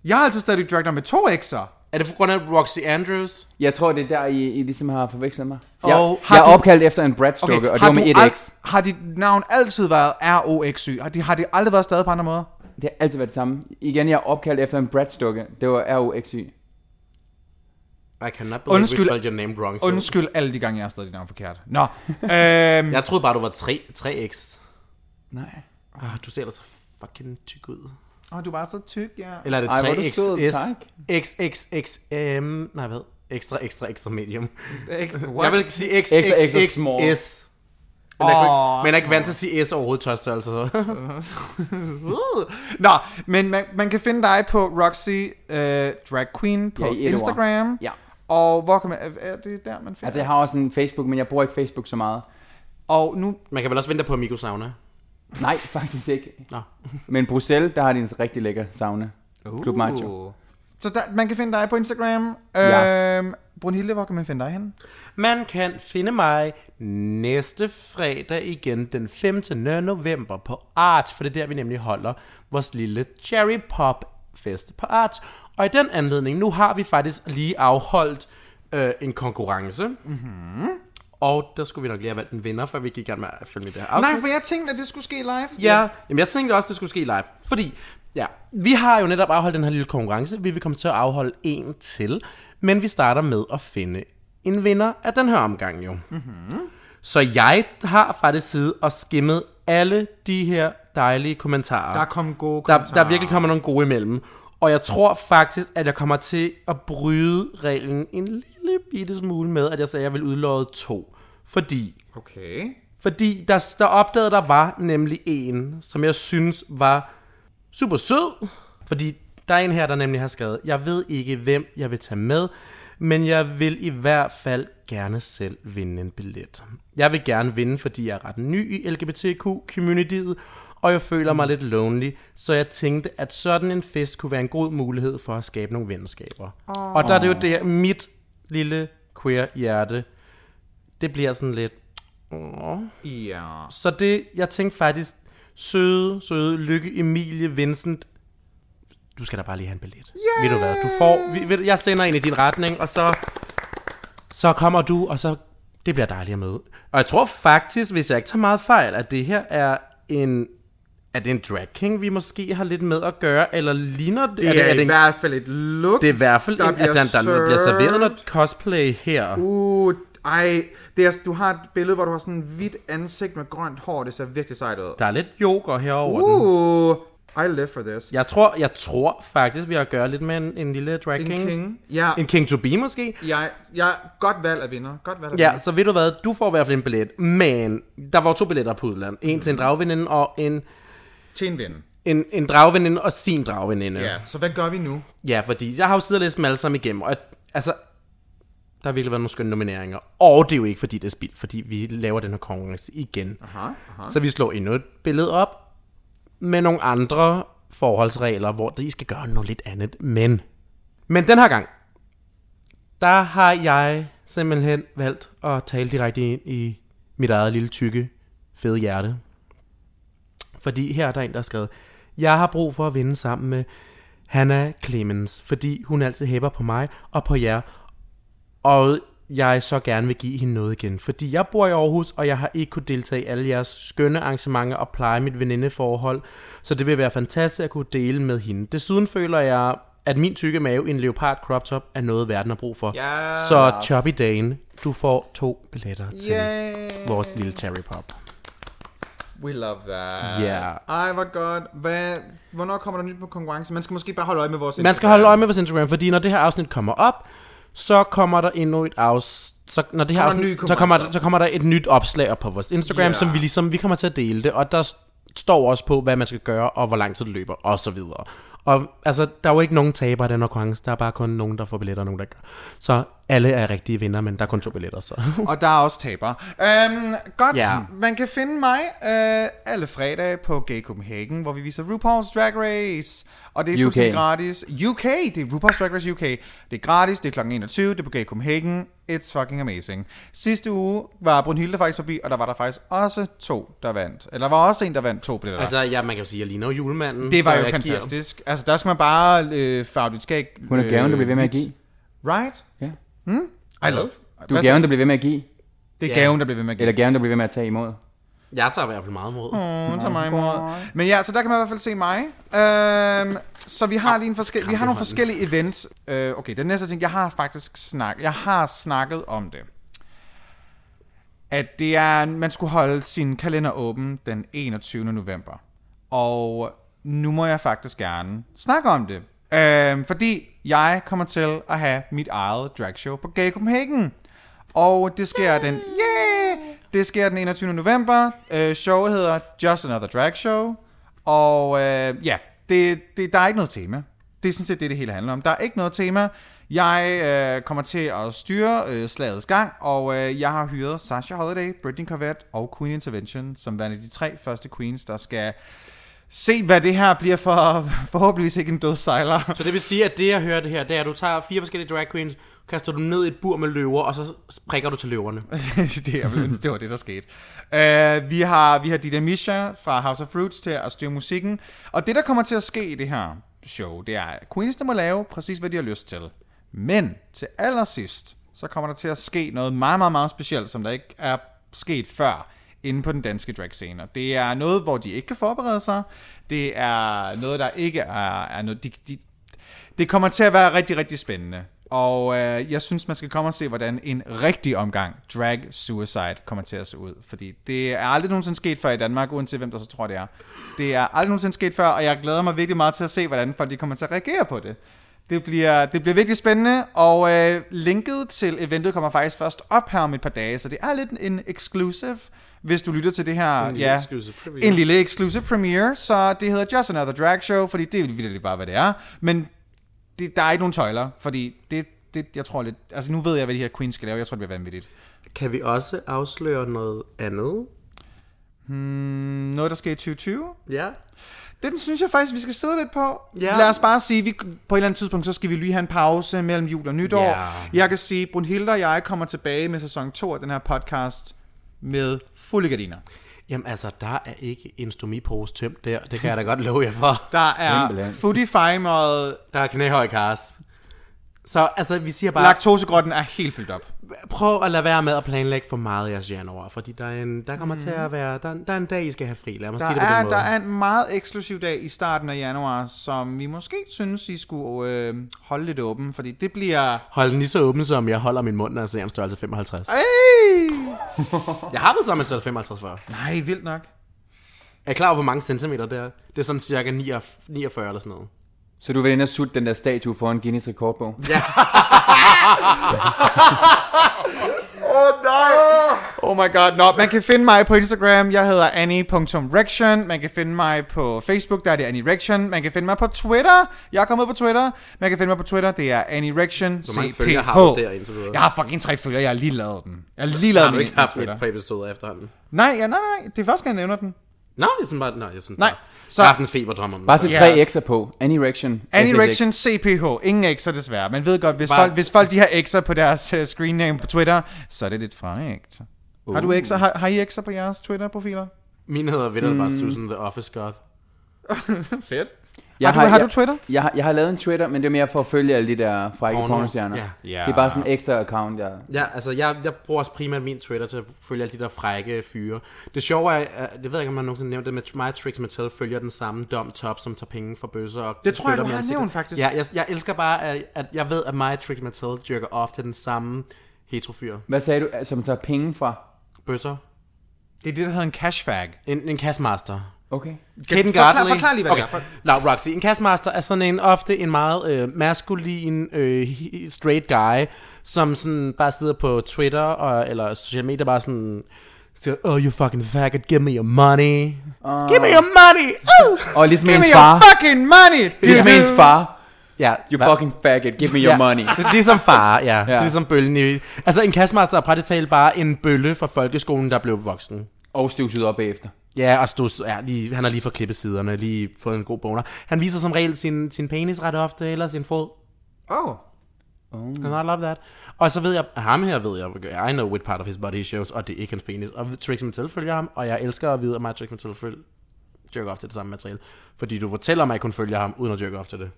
Speaker 2: jeg har altid stadig dit dragnavn med to X'er.
Speaker 3: Er det på grund af Roxy Andrews?
Speaker 5: jeg tror, det er der, I, I ligesom har forvekslet mig.
Speaker 3: Og
Speaker 5: jeg,
Speaker 2: har
Speaker 5: jeg er
Speaker 2: du-
Speaker 5: opkaldt efter en Brad-stukke, okay, og det
Speaker 2: har
Speaker 5: var med
Speaker 2: du
Speaker 5: et
Speaker 2: al-
Speaker 5: X.
Speaker 2: Har dit navn altid været R-O-X-Y? Har det, har det aldrig været stadig på andre måder?
Speaker 5: Det har altid været det samme. Igen, jeg er opkaldt efter en Brad-stukke. Det var R-O-X-Y.
Speaker 3: I cannot believe
Speaker 2: Undskyld.
Speaker 3: we spelled your name wrong. So.
Speaker 2: Undskyld alle de gange, jeg har stadig dit navn forkert. Nå, øhm,
Speaker 3: Jeg troede bare, du var 3, 3x.
Speaker 5: Nej.
Speaker 3: Ah, du ser ellers så fucking tyk ud.
Speaker 2: Åh, du er bare så tyk, ja.
Speaker 3: Eller er det
Speaker 5: Ej, hvor er
Speaker 3: 3
Speaker 5: du
Speaker 3: x
Speaker 5: sød, tak.
Speaker 3: XXXM... Nej, hvad? Ekstra, ekstra, ekstra medium.
Speaker 2: X,
Speaker 3: Jeg vil ikke sige X,
Speaker 5: Ekstra,
Speaker 3: X,
Speaker 5: ekstra
Speaker 3: X,
Speaker 5: small.
Speaker 3: S. Men jeg,
Speaker 2: Åh,
Speaker 3: oh, men jeg er ikke vant til at sige S overhovedet altså. tørstørrelse. Så.
Speaker 2: Nå, men man, man kan finde dig på Roxy øh, Drag Queen på
Speaker 5: Ja, i et ord.
Speaker 2: Instagram.
Speaker 5: Ja.
Speaker 2: Og hvor kan man, er- er det der, man finder
Speaker 5: Altså, jeg har også en Facebook, men jeg bruger ikke Facebook så meget.
Speaker 2: Og nu,
Speaker 3: Man kan vel også vente på Amigo Sauna.
Speaker 5: Nej, faktisk ikke.
Speaker 3: Nå.
Speaker 5: Men Bruxelles, der har de en rigtig lækker sauna. Uh. Klub Macho.
Speaker 2: så der, man kan finde dig på Instagram.
Speaker 5: Yes.
Speaker 2: Øhm, Brunhilde, hvor kan man finde dig henne?
Speaker 3: Man kan finde mig næste fredag igen, den 15. november på Art, for det er der, vi nemlig holder vores lille Cherry Pop fest på Art. Og i den anledning, nu har vi faktisk lige afholdt øh, en konkurrence. Mm-hmm. Og der skulle vi nok lige have valgt en vinder, før vi gik i gang med at følge med det her afsnit.
Speaker 2: Nej, for jeg tænkte, at det skulle ske live.
Speaker 3: Ja, jamen jeg tænkte også, det skulle ske live. Fordi, ja, vi har jo netop afholdt den her lille konkurrence. Vi vil komme til at afholde en til. Men vi starter med at finde en vinder af den her omgang jo. Mm-hmm. Så jeg har faktisk siddet og skimmet alle de her dejlige kommentarer.
Speaker 2: Der kom gode
Speaker 3: Der,
Speaker 2: kommentarer.
Speaker 3: der virkelig kommer nogle gode imellem. Og jeg tror faktisk, at jeg kommer til at bryde reglen en lille bitte smule med, at jeg sagde, at jeg vil udlåde to. Fordi
Speaker 2: Okay.
Speaker 3: fordi der, der opdagede, der var nemlig en, som jeg synes var super sød. Fordi der er en her, der nemlig har skrevet, jeg ved ikke, hvem jeg vil tage med, men jeg vil i hvert fald gerne selv vinde en billet. Jeg vil gerne vinde, fordi jeg er ret ny i LGBTQ-communityet, og jeg føler mig lidt lonely, så jeg tænkte, at sådan en fest kunne være en god mulighed for at skabe nogle venskaber. Oh. Og der er det jo der, mit lille queer hjerte, det bliver sådan lidt... Åh.
Speaker 2: Ja.
Speaker 3: Så det, jeg tænkte faktisk, søde, søde Lykke Emilie Vincent, du skal da bare lige have en billet. Yeah. Ved du hvad, du får, vi- ved, du- jeg sender en i din retning, og så, så kommer du, og så, det bliver dejligt at møde. Og jeg tror faktisk, hvis jeg ikke tager meget fejl, at det her er en, er det en drag king, vi måske har lidt med at gøre, eller ligner det?
Speaker 2: Det er,
Speaker 3: det,
Speaker 2: det,
Speaker 3: det,
Speaker 2: i
Speaker 3: en,
Speaker 2: hvert fald et look.
Speaker 3: det er i hvert fald,
Speaker 2: der
Speaker 3: en, at
Speaker 2: bliver
Speaker 3: der, der bliver serveret
Speaker 2: served.
Speaker 3: noget cosplay her.
Speaker 2: Uh, ej. Det er, du har et billede, hvor du har sådan en hvidt ansigt med grønt hår. Det ser virkelig sejt ud.
Speaker 3: Der er lidt yoga herover den.
Speaker 2: Uh, I live for this.
Speaker 3: Jeg tror, jeg tror faktisk, vi har at gøre lidt med en, en lille drag
Speaker 2: En
Speaker 3: king.
Speaker 2: king. Ja,
Speaker 3: En king to be måske?
Speaker 2: jeg, jeg, godt valg af vinder. Godt valg af
Speaker 3: Ja,
Speaker 2: vinder.
Speaker 3: så ved du hvad, du får i hvert fald en billet, men der var jo to billetter på udlandet. En
Speaker 2: Mm.
Speaker 3: til en dragveninde og en,
Speaker 2: Til en ven.
Speaker 3: en, en dragveninde og sin dragveninde.
Speaker 2: Ja, så hvad gør vi nu?
Speaker 3: ja fordi jeg har jo siddet og læst dem alle sammen igennem, og at, altså, der har virkelig været nogle skønne nomineringer. Og det er jo ikke, fordi det er spild, fordi vi laver den her konkurrence igen. Aha, aha. Så vi slår endnu et billede op med nogle andre forholdsregler, hvor I skal gøre noget lidt andet. Men, men den her gang, der har jeg simpelthen valgt at tale direkte ind i mit eget lille tykke, fede hjerte. Fordi her er der en, der har skrevet, jeg har brug for at vinde sammen med Hannah Clemens, fordi hun altid hæber på mig og på jer, og jeg så gerne vil give hende noget igen, fordi jeg bor i Aarhus, og jeg har ikke kunnet deltage i alle jeres skønne arrangementer og pleje mit venindeforhold, så det vil være fantastisk at kunne dele med hende. Desuden føler jeg, at min tykke mave i en leopard crop top er noget, verden har brug for.
Speaker 2: Yes.
Speaker 3: Så Choppy Dane, du får to billetter til
Speaker 2: Yay.
Speaker 3: vores lille Terry Pop.
Speaker 2: We love that.
Speaker 3: Ja.
Speaker 2: Ej, hvor godt. Hvad, hvornår kommer der nyt på konkurrence? Man skal måske bare holde øje med vores
Speaker 3: Man skal holde øje med vores Instagram, fordi når det her afsnit kommer op, så kommer der endnu et afsnit. Så når det her
Speaker 2: Kommer en ny
Speaker 3: afsnit,
Speaker 2: konkurrence
Speaker 3: så kommer, der, så kommer der et nyt opslag op på vores Instagram,
Speaker 2: Ja.
Speaker 3: som vi ligesom vi kommer til at dele det, og der s- står også på, hvad man skal gøre, og hvor lang tid det løber, og så videre. Og altså, der er jo ikke nogen taber i den her konkurrence, der er bare kun nogen, der får billetter, og nogen, der gør. Så alle er rigtige vinder, men der er kun to billetter, så.
Speaker 2: Og der er også taber. Øhm, godt,
Speaker 3: Ja.
Speaker 2: man kan finde mig øh, alle fredage på Gay Copenhagen, hvor vi viser RuPaul's Drag Race. Og det er
Speaker 5: UK.
Speaker 2: fuldstændig gratis. UK, det er RuPaul's Drag Race UK. Det er gratis, det er kl. 21, det er på Gay Copenhagen. It's fucking amazing. Sidste uge var Brunhilde faktisk forbi, og der var der faktisk også to, der vandt. Eller der var også en, der vandt to billetter.
Speaker 3: Altså, ja, man kan jo sige, at jeg ligner jo julemanden.
Speaker 2: det var
Speaker 3: så
Speaker 2: jo
Speaker 3: jeg giver-
Speaker 2: fantastisk. Altså, der skal man bare øh, farve dit skæg. øh,
Speaker 5: Hun er gaven, der bliver ved med at
Speaker 2: hvidt.
Speaker 5: give.
Speaker 2: Right?
Speaker 5: Ja.
Speaker 2: Hmm? I love.
Speaker 5: Du er
Speaker 2: Hvad så?
Speaker 5: gaven, der bliver ved med at give.
Speaker 2: Det er
Speaker 3: Ja.
Speaker 2: gaven, der bliver ved med at give.
Speaker 5: Eller gaven, der bliver ved med at tage imod.
Speaker 3: Jeg tager i hvert fald meget mod.
Speaker 2: Hun tager mig imod. Men ja, så der kan man i hvert fald se mig. Øhm, så vi har lige en forskel, vi har nogle forskellige events. Øh, okay, den næste ting, jeg har faktisk snak, jeg har snakket om det. At det er, man skulle holde sin kalender åben den 21. november. Og nu må jeg faktisk gerne snakke om det. Øhm, fordi jeg kommer til at have mit eget dragshow på Gay Copenhagen. Og det sker den... Yeah! Det sker den 21. november. Øh, showet hedder Just Another Drag Show. Og øh, ja, det, det, der er ikke noget tema. Det er sådan set det, det hele handler om. Der er ikke noget tema. Jeg øh, kommer til at styre øh, slagets gang, og øh, jeg har hyret Sasha Holiday, Britney Corvette og Queen Intervention, som værende de tre første queens, der skal se, hvad det her bliver for forhåbentligvis ikke en død sejler.
Speaker 3: Så det vil sige, at det, jeg hører det her, det er, at du tager fire forskellige drag queens, kaster du dem ned i et bur med løver, og så prikker du til løverne.
Speaker 2: det, er, vel- det var det, der skete. Uh, vi, har, vi har Dida Misha fra House of Fruits til at styre musikken. Og det, der kommer til at ske i det her show, det er, at Queens der må lave præcis, hvad de har lyst til. Men til allersidst, så kommer der til at ske noget meget, meget, meget specielt, som der ikke er sket før inde på den danske dragscene. Og Det er noget, hvor de ikke kan forberede sig. Det er noget, der ikke er, er noget... De, de, det kommer til at være rigtig, rigtig spændende. Og øh, jeg synes, man skal komme og se, hvordan en rigtig omgang drag suicide kommer til at se ud. Fordi det er aldrig nogensinde sket før i Danmark, uanset hvem der så tror, det er. Det er aldrig nogensinde sket før, og jeg glæder mig virkelig meget til at se, hvordan folk de kommer til at reagere på det. Det bliver, det bliver virkelig spændende, og øh, linket til eventet kommer faktisk først op her om et par dage, så det er lidt en exclusive, hvis du lytter til det her.
Speaker 3: En lille exclusive preview.
Speaker 2: en lille exclusive premiere, så det hedder Just Another Drag Show, fordi det er virkelig bare, hvad det er. Men det, der er ikke nogen tøjler, fordi det, det, jeg tror lidt, altså nu ved jeg, hvad de her queens skal lave, jeg tror, det bliver vanvittigt.
Speaker 3: Kan vi også afsløre noget andet?
Speaker 2: Mm, Noget, der sker i 2020?
Speaker 3: Ja.
Speaker 2: Den synes jeg faktisk, vi skal sidde lidt på.
Speaker 3: Ja.
Speaker 2: Lad os bare sige, vi, på et eller andet tidspunkt, så skal vi lige have en pause mellem jul og nytår.
Speaker 3: Ja.
Speaker 2: Jeg kan sige, Brunhilde og jeg kommer tilbage med sæson 2 af den her podcast med fulde gardiner.
Speaker 3: Jamen altså, der er ikke en stomipose tømt der. Det kan jeg da godt love jer for.
Speaker 2: Der er
Speaker 5: Simpelthen.
Speaker 2: footify-møjet,
Speaker 3: Der er knæhøj kars. Så altså, vi siger bare, Lagt.
Speaker 2: laktosegrotten er helt fyldt op.
Speaker 3: prøv at lade være med at planlægge for meget i jeres januar, fordi der, er en, der kommer mm. til at være, der, er en- der er en dag, I skal have fri. Lad mig
Speaker 2: Der
Speaker 3: sige det på
Speaker 2: er,
Speaker 3: den måde.
Speaker 2: der er en meget eksklusiv dag i starten af januar, som vi måske synes, I skulle øh, holde lidt åben, fordi det bliver...
Speaker 3: Hold den lige så åben, som jeg holder min mund, når jeg ser en størrelse 55.
Speaker 2: Hey!
Speaker 3: Jeg har været sammen med en størrelse 55 før.
Speaker 2: Nej, vildt nok.
Speaker 3: Er I klar over, hvor mange centimeter det er? Det er sådan cirka 49 eller sådan noget.
Speaker 5: Så du vil ind og sutte den der statue foran Guinness rekordbog?
Speaker 2: Oh my god, nå, man kan finde mig på Instagram, jeg hedder annie.rection, man kan finde mig på Facebook, der er det annie.rection, man kan finde mig på Twitter, jeg er kommet på Twitter, man kan finde mig på Twitter, det er annie.rection,
Speaker 3: Hvor mange følgere har du der indtil videre?
Speaker 2: Jeg har fucking tre følgere, jeg har lige lavet den. Jeg har lige lavet
Speaker 3: har du
Speaker 2: min
Speaker 3: ikke haft
Speaker 2: Twitter.
Speaker 3: et par episoder efterhånden?
Speaker 2: Nej, ja, nej, nej, det er første gang, jeg nævner den.
Speaker 3: Nå, jeg synes bare, nej, jeg synes
Speaker 2: Nej,
Speaker 3: bare,
Speaker 2: så-
Speaker 3: så... jeg har haft en feberdrøm om det.
Speaker 5: Bare så
Speaker 2: Ja.
Speaker 5: tre x'er på. Any erection.
Speaker 2: Anirection CPH. Ingen X'er desværre. Man ved godt, hvis,
Speaker 3: Bare-
Speaker 2: folk, hvis folk de har X'er på deres uh, screen name på Twitter, så er det lidt frækt. Har du X'er? Har, har I X'er på jeres Twitter-profiler?
Speaker 3: Min hedder Vitter bare
Speaker 2: Hmm.
Speaker 3: Susan The Office Goth.
Speaker 2: Fedt.
Speaker 5: Jeg
Speaker 2: Har du- har du
Speaker 5: jeg-
Speaker 2: Twitter?
Speaker 5: Jeg, har, jeg har lavet en Twitter, men det er mere for at følge alle de der frække
Speaker 3: Porno.
Speaker 5: pornostjerner.
Speaker 3: Ja.
Speaker 5: Det er bare sådan en ekstra account, jeg...
Speaker 3: Ja, altså jeg, jeg bruger også primært min Twitter til at følge alle de der frække fyre. Det sjove er, er- det ved jeg ikke, om man nogensinde nævnte det, men Matrix Mattel følger den samme dom top, som tager penge fra bøsser. Og
Speaker 2: Det tror jeg,
Speaker 3: støtter
Speaker 2: du
Speaker 3: med
Speaker 2: har
Speaker 3: ansigtet.
Speaker 2: nævnt, faktisk.
Speaker 3: Ja, jeg, jeg elsker bare, at, at jeg ved, at Matrix Mattel dyrker ofte den samme heterofyr.
Speaker 5: Hvad sagde du, som tager penge fra?
Speaker 3: Bøsser.
Speaker 2: Det er det, der hedder en cashfag.
Speaker 3: En, en cashmaster.
Speaker 5: Okay.
Speaker 3: Kaden
Speaker 2: Forklar-
Speaker 3: Gartley.
Speaker 2: forklar lige, hvad det
Speaker 3: okay. Now, Roxy, en castmaster er sådan en ofte en meget øh, maskulin, øh, hi- straight guy, som sådan bare sidder på Twitter og, eller social media bare sådan siger, oh, you fucking faggot, give me your money. Uh. Give me your money! Oh.
Speaker 5: Ah. Og ligesom
Speaker 2: Give
Speaker 5: ens
Speaker 2: me
Speaker 5: far.
Speaker 2: your fucking money!
Speaker 5: Ligesom ens far.
Speaker 3: Ja,
Speaker 5: You
Speaker 3: hva-
Speaker 5: fucking faggot, give me your
Speaker 3: ja.
Speaker 5: money.
Speaker 3: Så det er som far, ja. ja. Det er som bøllen i... Altså, en kastmaster er praktisk talt bare en bølle fra folkeskolen, der blev voksen.
Speaker 5: Og støvsuget op bagefter.
Speaker 3: Ja, og stod, ja, lige, han har lige fået klippet siderne, lige fået en god boner. Han viser som regel sin, sin penis ret ofte, eller sin fod.
Speaker 2: Oh.
Speaker 3: And I love that. Og så ved jeg, ham her ved jeg, I know what part of his body he shows, og det er ikke hans penis. Og Trix Mattel følger ham, og jeg elsker at vide, at mig og Trix Mattel følger jerker ofte det samme materiale. Fordi du fortæller mig, at jeg kun følger ham, uden at jerke ofte det.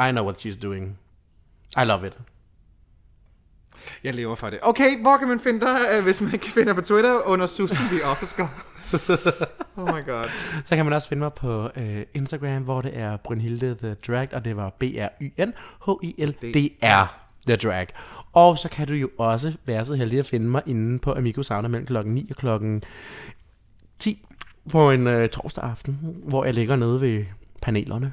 Speaker 3: I know what she's doing. I love it.
Speaker 2: Jeg lever for det. Okay, hvor kan man finde dig, øh, hvis man ikke finder på Twitter, under Susan B. Officer? oh my god.
Speaker 3: Så kan man også finde mig på øh, Instagram, hvor det er Brynhilde The Drag, og det var B-R-Y-N-H-I-L-D-R The Drag. Og så kan du jo også være så heldig at finde mig inde på Amigo Sauna mellem klokken 9 og klokken 10 på en øh, torsdag aften, hvor jeg ligger nede ved panelerne.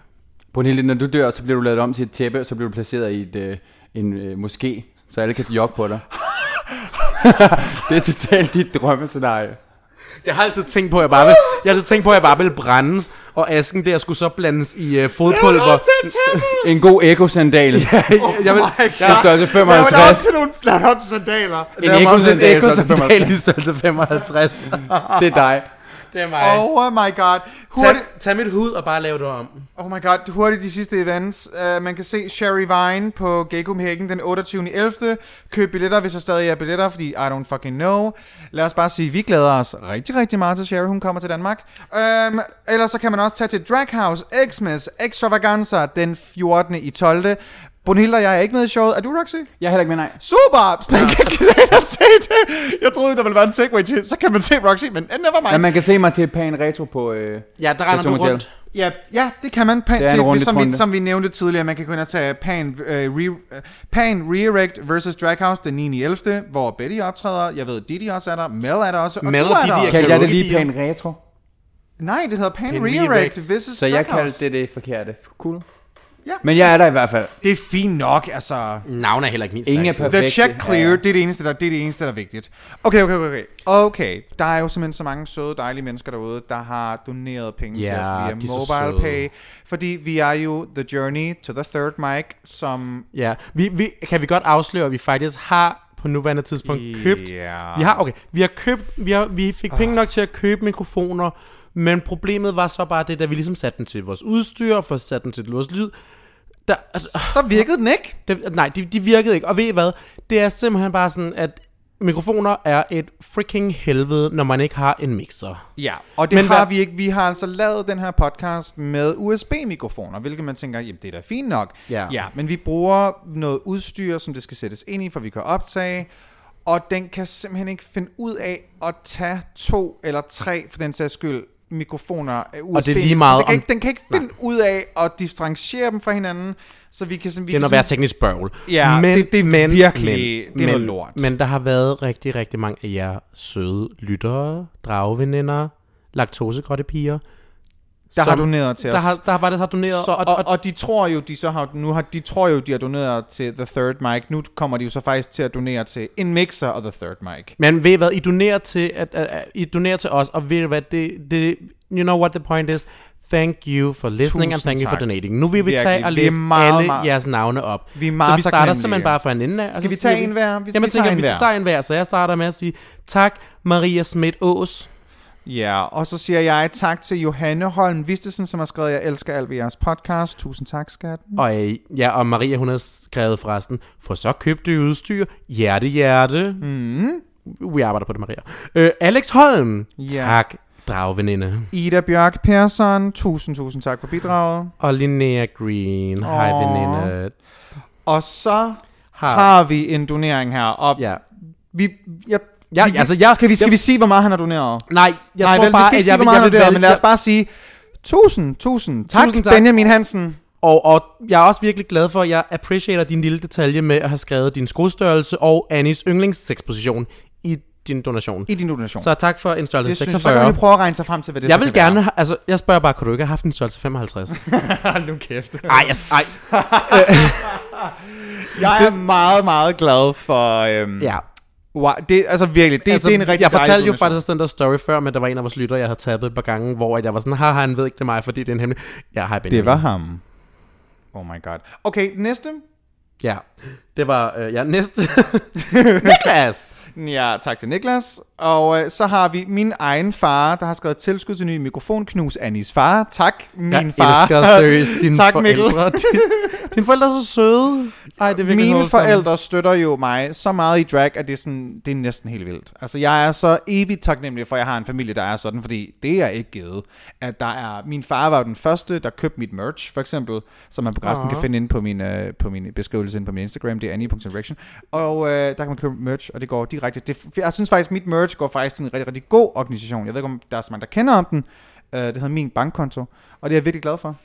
Speaker 5: Brunhilde, når du dør, så bliver du lavet om til et tæppe, og så bliver du placeret i et, øh, en øh, moské, så alle kan jogge på dig. det er totalt dit drømmescenarie.
Speaker 3: Jeg har altid tænkt på, at jeg bare vil, jeg har altid tænkt på, at jeg bare vil brændes, og asken der skulle så blandes i øh, fodpulver.
Speaker 5: En god ekosandal. Ja,
Speaker 3: Jeg vil,
Speaker 5: ja. I størrelse
Speaker 2: Lav det op
Speaker 5: 55.
Speaker 2: til nogle lav det op til sandaler.
Speaker 5: En
Speaker 3: jeg har en
Speaker 5: ekosandal, så
Speaker 3: ekosandal i
Speaker 5: 55.
Speaker 3: størrelse 55.
Speaker 5: Det er dig.
Speaker 3: Det er mig.
Speaker 2: Oh my god.
Speaker 3: Tag,
Speaker 2: Hurtigt,
Speaker 3: tag mit hud og bare lave det om.
Speaker 2: oh my god, hurtigt de sidste events. Uh, man kan se Sherry Vine på Gay Copenhagen den 28.11. Køb billetter, hvis der stadig er billetter, fordi I don't fucking know. Lad os bare sige, vi glæder os rigtig, rigtig meget til Sherry, hun kommer til Danmark. Um, ellers så kan man også tage til Drag House Xmas Extravaganza den 14. i 12. Brunhilde og jeg er ikke med i showet. Er du, Roxy?
Speaker 5: Jeg er heller ikke med, nej.
Speaker 2: Super! Man kan ikke se det. Jeg troede, der ville være en segway til, så kan man se Roxy, men never mind.
Speaker 5: Men man kan se mig til Pan Retro på... Øh,
Speaker 3: Ja, der render
Speaker 5: Tom
Speaker 3: du
Speaker 5: Hotel.
Speaker 3: rundt.
Speaker 2: Ja, ja, det kan man. Pan,
Speaker 5: Det er en
Speaker 2: til,
Speaker 5: runde
Speaker 2: som, vi,
Speaker 5: trunde.
Speaker 2: som vi nævnte tidligere, man kan gå ind og tage Pan, øh, re, øh, Pan Reerect versus Draghouse den 9. 11., hvor Betty optræder. Jeg ved, Didi også er der. Mel er der også. Og
Speaker 3: Mel
Speaker 2: du
Speaker 3: og
Speaker 2: er
Speaker 3: Didi
Speaker 2: der
Speaker 3: er
Speaker 2: også.
Speaker 5: kaldte jeg det lige
Speaker 3: Bier.
Speaker 5: Pan Retro?
Speaker 2: Nej, det hedder Pan,
Speaker 3: Pan
Speaker 2: Reerect
Speaker 3: Reerect.
Speaker 2: versus
Speaker 5: Så jeg
Speaker 2: Draghouse.
Speaker 5: kaldte det det forkerte. Cool.
Speaker 2: Ja.
Speaker 5: Men jeg er der i hvert fald.
Speaker 2: Det er fint nok, altså.
Speaker 3: Navn er heller ikke min
Speaker 5: Ingen er
Speaker 3: stærke side.
Speaker 5: perfekt.
Speaker 2: The check
Speaker 5: det-
Speaker 2: clear,
Speaker 5: ja.
Speaker 2: det er det eneste, der, det er det eneste, der er vigtigt. Okay, okay, okay, okay. Okay, der er jo simpelthen så mange søde, dejlige mennesker derude, der har doneret penge til
Speaker 3: Ja,
Speaker 2: os
Speaker 3: de er
Speaker 2: via
Speaker 3: så
Speaker 2: mobile
Speaker 3: søde.
Speaker 2: pay, fordi vi er jo The Journey to the Third Mic, som
Speaker 3: Ja, vi, vi, kan vi godt afsløre, at vi faktisk har på nuværende tidspunkt købt...
Speaker 2: Ja.
Speaker 3: Vi har, okay, vi har købt... Vi, har, vi fik penge nok til at købe mikrofoner, men problemet var så bare det, da vi ligesom satte den til vores udstyr, og få sat den til vores lyd, der,
Speaker 2: så virkede den ikke.
Speaker 3: det, nej, de, de virkede ikke. Og ved I hvad? Det er simpelthen bare sådan, at mikrofoner er et freaking helvede, når man ikke har en mixer.
Speaker 2: Ja, og det Men
Speaker 3: Men
Speaker 2: har
Speaker 3: hvad-
Speaker 2: vi ikke. Vi har altså lavet den her podcast med USB-mikrofoner, hvilket man tænker, jamen det er da fint nok.
Speaker 3: Ja.
Speaker 2: ja men vi bruger noget udstyr, som det skal sættes ind i, for vi kan optage, og den kan simpelthen ikke finde ud af at tage to eller tre, for den sags skyld, mikrofoner af USB.
Speaker 3: det er lige meget
Speaker 2: Den kan,
Speaker 3: om-
Speaker 2: ikke, den kan ikke finde ud af at differentiere dem fra hinanden, så vi kan... Sådan, vi
Speaker 3: Det er
Speaker 2: kan
Speaker 3: noget være teknisk bøvl.
Speaker 2: Ja, det- det er virkelig- det er noget
Speaker 3: men,
Speaker 2: lort.
Speaker 3: Men der har været rigtig, rigtig mange af jer søde lyttere, drageveninder, laktosegrottepiger.
Speaker 2: der har
Speaker 3: som-
Speaker 2: doneret til
Speaker 3: Der
Speaker 2: os.
Speaker 3: har, der har bare det, har doneret.
Speaker 2: Så, og, og, og de tror jo, de så har, nu har, de tror jo, de har doneret til The Third Mic. Nu kommer de jo så faktisk til at donere til en mixer og The Third Mic.
Speaker 3: men ved I hvad, I donerer til, at, at, at, I donerer til os, og ved I hvad, det, det, you know what the point is? Thank you for listening, and
Speaker 2: Tusind
Speaker 3: thank you for
Speaker 2: tak.
Speaker 3: donating. Nu vil vi
Speaker 2: Virkelig.
Speaker 3: tage og
Speaker 2: Vi er
Speaker 3: læse
Speaker 2: meget,
Speaker 3: alle
Speaker 2: meget-
Speaker 3: jeres navne op.
Speaker 2: Vi er meget
Speaker 3: så vi starter
Speaker 2: taknemmelige.
Speaker 3: simpelthen bare fra en ende af. og
Speaker 2: Skal
Speaker 3: så
Speaker 2: vi tage
Speaker 3: siger
Speaker 2: en hver? Vi-
Speaker 3: Jamen,
Speaker 2: vi
Speaker 3: jeg tænker,
Speaker 2: tager en
Speaker 3: vi
Speaker 2: hver.
Speaker 3: tager en hver, så jeg starter med at sige, tak Maria Schmidt Aas.
Speaker 2: Ja, og så siger jeg tak til Johanne Holm Vistesen, som har skrevet, jeg elsker alt ved jeres podcast. Tusind tak, skat.
Speaker 3: Og øh, ja, og Maria, hun havde skrevet forresten, for så købte I udstyr, hjerte, hjerte. Mm.
Speaker 2: Mhm.
Speaker 3: Vi arbejder på det, Maria. Øh, Alex Holm,
Speaker 2: Ja.
Speaker 3: tak, dragveninde.
Speaker 2: Ida Bjørk Persson, tusind, tusind tak for bidraget.
Speaker 3: Og Linnea Green, hej
Speaker 2: Åh.
Speaker 3: veninde.
Speaker 2: Og så
Speaker 3: Har,
Speaker 2: har vi en donering her. Og
Speaker 3: ja.
Speaker 2: vi, jeg,
Speaker 3: Ja,
Speaker 2: vi,
Speaker 3: altså, jeg-
Speaker 2: skal, vi, skal
Speaker 3: jeg-
Speaker 2: vi sige, hvor meget han har doneret?
Speaker 3: Nej, jeg
Speaker 2: Nej,
Speaker 3: tror
Speaker 2: vel, vi
Speaker 3: bare,
Speaker 2: skal ikke
Speaker 3: at
Speaker 2: sige,
Speaker 3: jeg,
Speaker 2: hvor
Speaker 3: vil-
Speaker 2: meget
Speaker 3: jeg,
Speaker 2: han
Speaker 3: vil
Speaker 2: har doneret,
Speaker 3: vælge-
Speaker 2: men lad os bare sige, tusind, tusind tak,
Speaker 3: Tusind tak.
Speaker 2: Benjamin Hansen.
Speaker 3: Og, og jeg er også virkelig glad for, at jeg appreciater din lille detalje med at have skrevet din skostørrelse og Annies yndlingssexposition i din donation.
Speaker 2: I din donation.
Speaker 3: Så tak for en størrelse
Speaker 2: Det synes jeg,
Speaker 3: 46.
Speaker 2: så kan man lige prøve at regne sig frem til, hvad det
Speaker 3: Jeg
Speaker 2: så
Speaker 3: vil
Speaker 2: kan
Speaker 3: gerne, ha- altså, jeg spørger bare, kunne du ikke have haft en størrelse 55?
Speaker 2: Hold nu kæft.
Speaker 3: Ej, jeg, ej.
Speaker 2: jeg er meget, meget glad for... Øhm,
Speaker 3: Ja.
Speaker 2: Wow, det, altså virkelig, det, altså, det er en rigtig
Speaker 3: Jeg fortalte
Speaker 2: dejlig
Speaker 3: jo
Speaker 2: donation.
Speaker 3: faktisk den der story før, men der var en af vores lytter, jeg havde tabbet et par gange, hvor at jeg var sådan, haha, han ved ikke det er mig, fordi det er en hemmelig... Ja, hej Benjamin.
Speaker 2: Det var ham. Oh my god. Okay, næste.
Speaker 3: Ja, det var, øh, ja, næste. Niklas!
Speaker 2: Ja, tak til Niklas. Og øh, så har vi min egen far, der har skrevet tilskud til ny mikrofon. Knus Annis far. Tak, min
Speaker 3: Jeg
Speaker 2: far.
Speaker 3: elsker seriøst dine
Speaker 2: tak,
Speaker 3: forældre.
Speaker 2: Mikkel.
Speaker 3: Dine forældre er så søde. Ej, det er virkelig
Speaker 2: Mine
Speaker 3: noget sammen.
Speaker 2: forældre støtter jo mig så meget i drag, at det er, sådan, det er næsten helt vildt. Altså, jeg er så evigt taknemmelig for, at jeg har en familie, der er sådan, fordi det er ikke givet. At der er, min far var jo den første, der købte mit merch, for eksempel, som man på resten
Speaker 3: Åh.
Speaker 2: kan finde inde på min, øh, på min beskrivelse inde på min Instagram, det er annie.reaction. Og øh, der kan man købe merch, og det går direkte. Det, jeg synes faktisk, mit merch går faktisk til en rigtig, rigtig god organisation. Jeg ved ikke, om der er så mange, der kender om den. Øh, det hedder Min Bankkonto, og det er jeg virkelig glad for.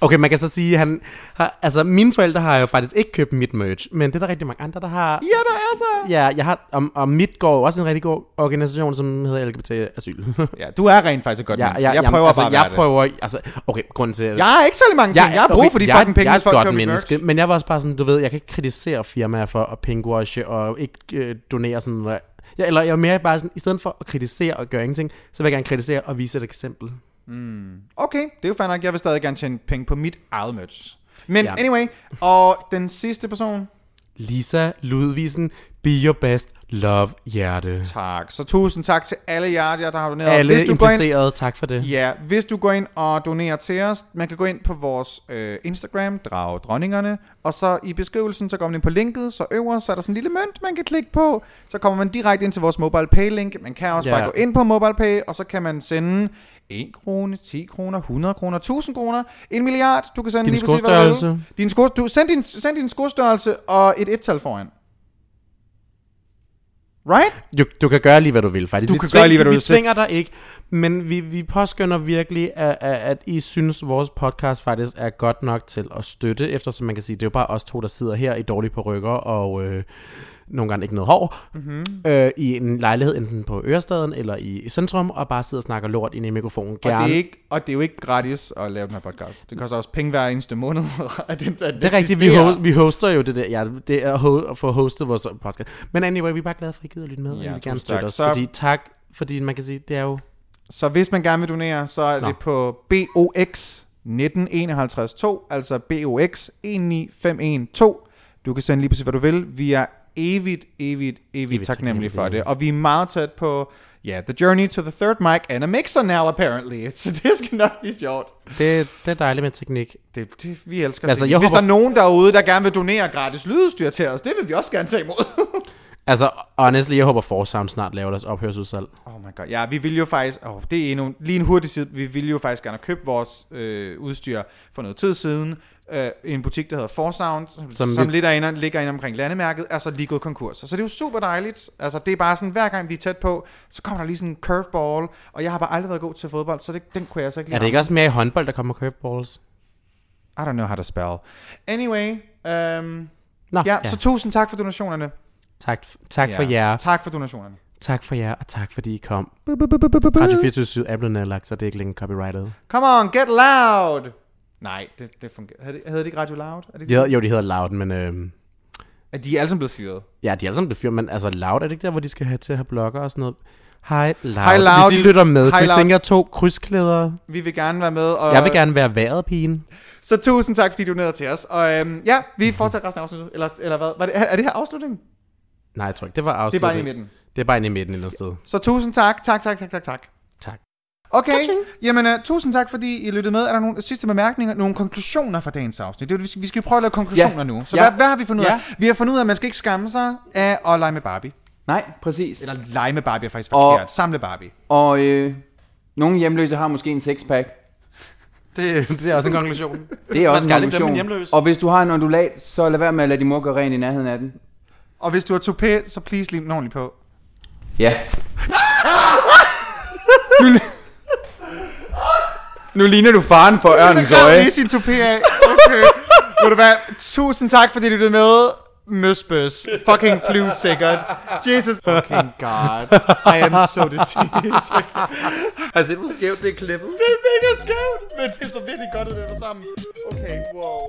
Speaker 3: Okay, man kan så sige, han har, altså mine forældre har jo faktisk ikke købt mit merch, men det er der rigtig mange andre, der har.
Speaker 2: ja, der er så!
Speaker 3: Ja, jeg har, og, og mit går jo også en rigtig god organisation, som hedder LGBT Asyl.
Speaker 2: Ja, du er rent faktisk et godt ja, menneske. Jeg, prøver
Speaker 3: altså,
Speaker 2: bare at være
Speaker 3: jeg
Speaker 2: det.
Speaker 3: prøver, altså, okay, grunden til... at-
Speaker 2: Jeg har ikke særlig mange penge. Jeg har brug for de
Speaker 3: jeg,
Speaker 2: fucking penge,
Speaker 3: jeg er
Speaker 2: hvis folk
Speaker 3: et
Speaker 2: køber
Speaker 3: godt
Speaker 2: mit
Speaker 3: menneske, men jeg var også bare sådan, du ved, jeg kan ikke kritisere firmaer for at pengewashe og ikke øh, donere sådan noget. Ja, eller jeg er mere bare sådan, i stedet for at kritisere og gøre ingenting, så vil jeg gerne kritisere og vise et eksempel.
Speaker 2: Okay, det er jo fair nok. Jeg vil stadig gerne tjene penge på mit eget merch. Men
Speaker 3: Ja.
Speaker 2: anyway, og den sidste person.
Speaker 3: Lisa Ludvigsen, be your best, love hjerte.
Speaker 2: Tak. Så tusind tak til alle jer, der har doneret.
Speaker 3: Alle
Speaker 2: går ind,
Speaker 3: implicerede, tak for det.
Speaker 2: ja, hvis du går ind og donerer til os, man kan gå ind på vores øh, Instagram, Drag Dronningerne, og så i beskrivelsen, så går man ind på linket, så øverst, så er der sådan en lille mønt, man kan klikke på, så kommer man direkte ind til vores mobile pay link. Man kan også
Speaker 3: Ja.
Speaker 2: bare gå ind på mobile pay, og så kan man sende 1 krone, 10 kroner, 100 kroner, 1000 kroner, 1 milliard. Du kan sende
Speaker 3: Din
Speaker 2: lige præcis, hvad du vil.
Speaker 3: skostørrelse.
Speaker 2: Din sko, du, send, din, send din skostørrelse og et et-tal foran. Right?
Speaker 3: Du, du kan gøre lige, hvad du vil, faktisk.
Speaker 2: Du
Speaker 3: vi
Speaker 2: kan gøre lige, hvad du
Speaker 3: vi
Speaker 2: vil.
Speaker 3: tvinger dig ikke, men vi, vi påskynder virkelig, at, at, at I synes, vores podcast faktisk er godt nok til at støtte, eftersom man kan sige, det er jo bare os to, der sidder her i dårlige rykker og øh, nogle gange ikke noget hår, mm-hmm. øh, i en lejlighed, enten på Ørestaden eller i centrum, og bare sidder og snakker lort ind i mikrofonen.
Speaker 2: Og
Speaker 3: Gerne.
Speaker 2: det, er ikke, og det er jo ikke gratis at lave den her podcast. Det koster også penge hver eneste måned. at den, at
Speaker 3: det er rigtigt, vi, host, vi hoster jo det der, ja, det er ho- at få hostet vores podcast. Men anyway, vi er bare glade for, at I gider lytte med, og I
Speaker 2: Ja,
Speaker 3: vil gerne
Speaker 2: tusind
Speaker 3: støtte
Speaker 2: tak.
Speaker 3: os,
Speaker 2: Så-
Speaker 3: fordi tak, fordi man kan sige, det er jo
Speaker 2: Så hvis man gerne vil donere, så er
Speaker 3: Nå.
Speaker 2: Nå. det på BOX 19512, altså BOX 19512. Du kan sende lige præcis, hvad du vil. Vi er evigt, evigt, evigt,
Speaker 3: Evigt
Speaker 2: evigt taknemmelige for
Speaker 3: taknemmelige.
Speaker 2: det. Og vi er meget tæt på, ja, yeah, The Journey to the Third Mic and a Mixer now, apparently. Så det skal nok blive sjovt.
Speaker 3: Det, det er dejligt med teknik.
Speaker 2: Det, det, vi elsker
Speaker 3: Altså,
Speaker 2: altså,
Speaker 3: jeg
Speaker 2: Hvis
Speaker 3: håber-
Speaker 2: der er nogen derude, der gerne vil donere gratis lydudstyr til os, det vil vi også gerne tage imod.
Speaker 3: Altså, honestly, jeg håber Forsound snart laver deres ophørsudsalg.
Speaker 2: Oh my god. Ja, vi vil jo faktisk... Oh, det er endnu, lige en hurtig side. Vi ville jo faktisk gerne have købt vores øh, udstyr for noget tid siden. Øh, i en butik, der hedder Forsound, som,
Speaker 3: Som
Speaker 2: som,
Speaker 3: lidt-
Speaker 2: som lidt er inde, ligger inde omkring landemærket, er så lige gået konkurs. Så det er jo super dejligt. Altså, det er bare sådan, hver gang vi er tæt på, så kommer der lige sådan en curveball, og jeg har bare aldrig været god til fodbold, så det, den kunne jeg altså ikke
Speaker 3: Er det ikke også mere i håndbold, der kommer curveballs?
Speaker 2: I don't know how to spell. Anyway, øhm,
Speaker 3: Nå,
Speaker 2: ja, ja, så tusind tak for donationerne.
Speaker 3: tak, tak for
Speaker 2: Ja,
Speaker 3: jer.
Speaker 2: Tak for donationerne.
Speaker 3: Tak for jer, og tak fordi I kom. Radio 24 er blevet nedlagt, så det er ikke længere copyrightet.
Speaker 2: Come on, get loud! Nej, det, det fungerer. Havde det, havde det ikke Radio Loud? Er det
Speaker 3: De
Speaker 2: ikke
Speaker 3: hedder, jo, de hedder Loud, men øh,
Speaker 2: Er de alle sammen blevet fyret?
Speaker 3: ja, de er alle sammen blevet fyret, men altså Loud, er det ikke der, hvor de skal have til at have blogger og sådan noget? Hej Loud.
Speaker 2: Hej, Loud.
Speaker 3: Hvis I lytter
Speaker 2: Hej,
Speaker 3: med, kan I
Speaker 2: Loud.
Speaker 3: tænke jer to krydsklæder?
Speaker 2: Vi vil gerne være med. Og
Speaker 3: Jeg vil gerne være vejret, pigen.
Speaker 2: Så tusind tak, fordi du er til os. Og øhm, ja, vi fortsætter resten af afsnittet. Eller, eller hvad? Var det, er, er det her afslutningen?
Speaker 3: Nej, jeg tror ikke, det var
Speaker 2: Det er
Speaker 3: afslutning.
Speaker 2: bare inde i midten.
Speaker 3: Det er bare inde i midten et eller andet sted.
Speaker 2: Så tusind tak. Tak, tak, tak, tak, tak.
Speaker 3: Tak.
Speaker 2: Okay, jamen uh, tusind tak, fordi I lyttede med. Er der nogle sidste bemærkninger? Nogle konklusioner fra dagens afsnit? Det, er jo- vi skal- vi skal jo prøve at lave konklusioner
Speaker 5: Ja.
Speaker 2: nu. Så
Speaker 5: Ja.
Speaker 2: hvad, hvad har vi fundet ud
Speaker 5: Ja.
Speaker 2: af? Vi har fundet ud af, at man skal ikke skamme sig af at lege med Barbie.
Speaker 5: Nej, præcis.
Speaker 2: Eller lege med Barbie er faktisk
Speaker 5: Og-
Speaker 2: forkert. Samle Barbie.
Speaker 5: Og øh, nogle hjemløse har måske en sexpack.
Speaker 3: Det, det er også en konklusion.
Speaker 5: Det er
Speaker 3: Man
Speaker 5: også
Speaker 3: skal aldrig
Speaker 5: en
Speaker 3: dømme en
Speaker 5: konklusion.
Speaker 3: hjemløs.
Speaker 5: Og hvis du har en ondulat, så lad være med at lade din mor gøre rent i nærheden af den.
Speaker 2: Og hvis du har toupé, så please lim den ordentligt på.
Speaker 5: Ja. nu, nu ligner du faren for ørnens
Speaker 2: Han rev
Speaker 5: øje.
Speaker 2: lige sin toupé af. Okay. Ved du hvad? Tusind tak, fordi du lyttede med. møsbøs, fucking flyvesikkert. Jesus fucking god. I am so diseased.
Speaker 3: altså, det var skævt, det er klippet.
Speaker 2: Det er mega skævt, men det er så virkelig godt, at det er sammen. Okay, wow.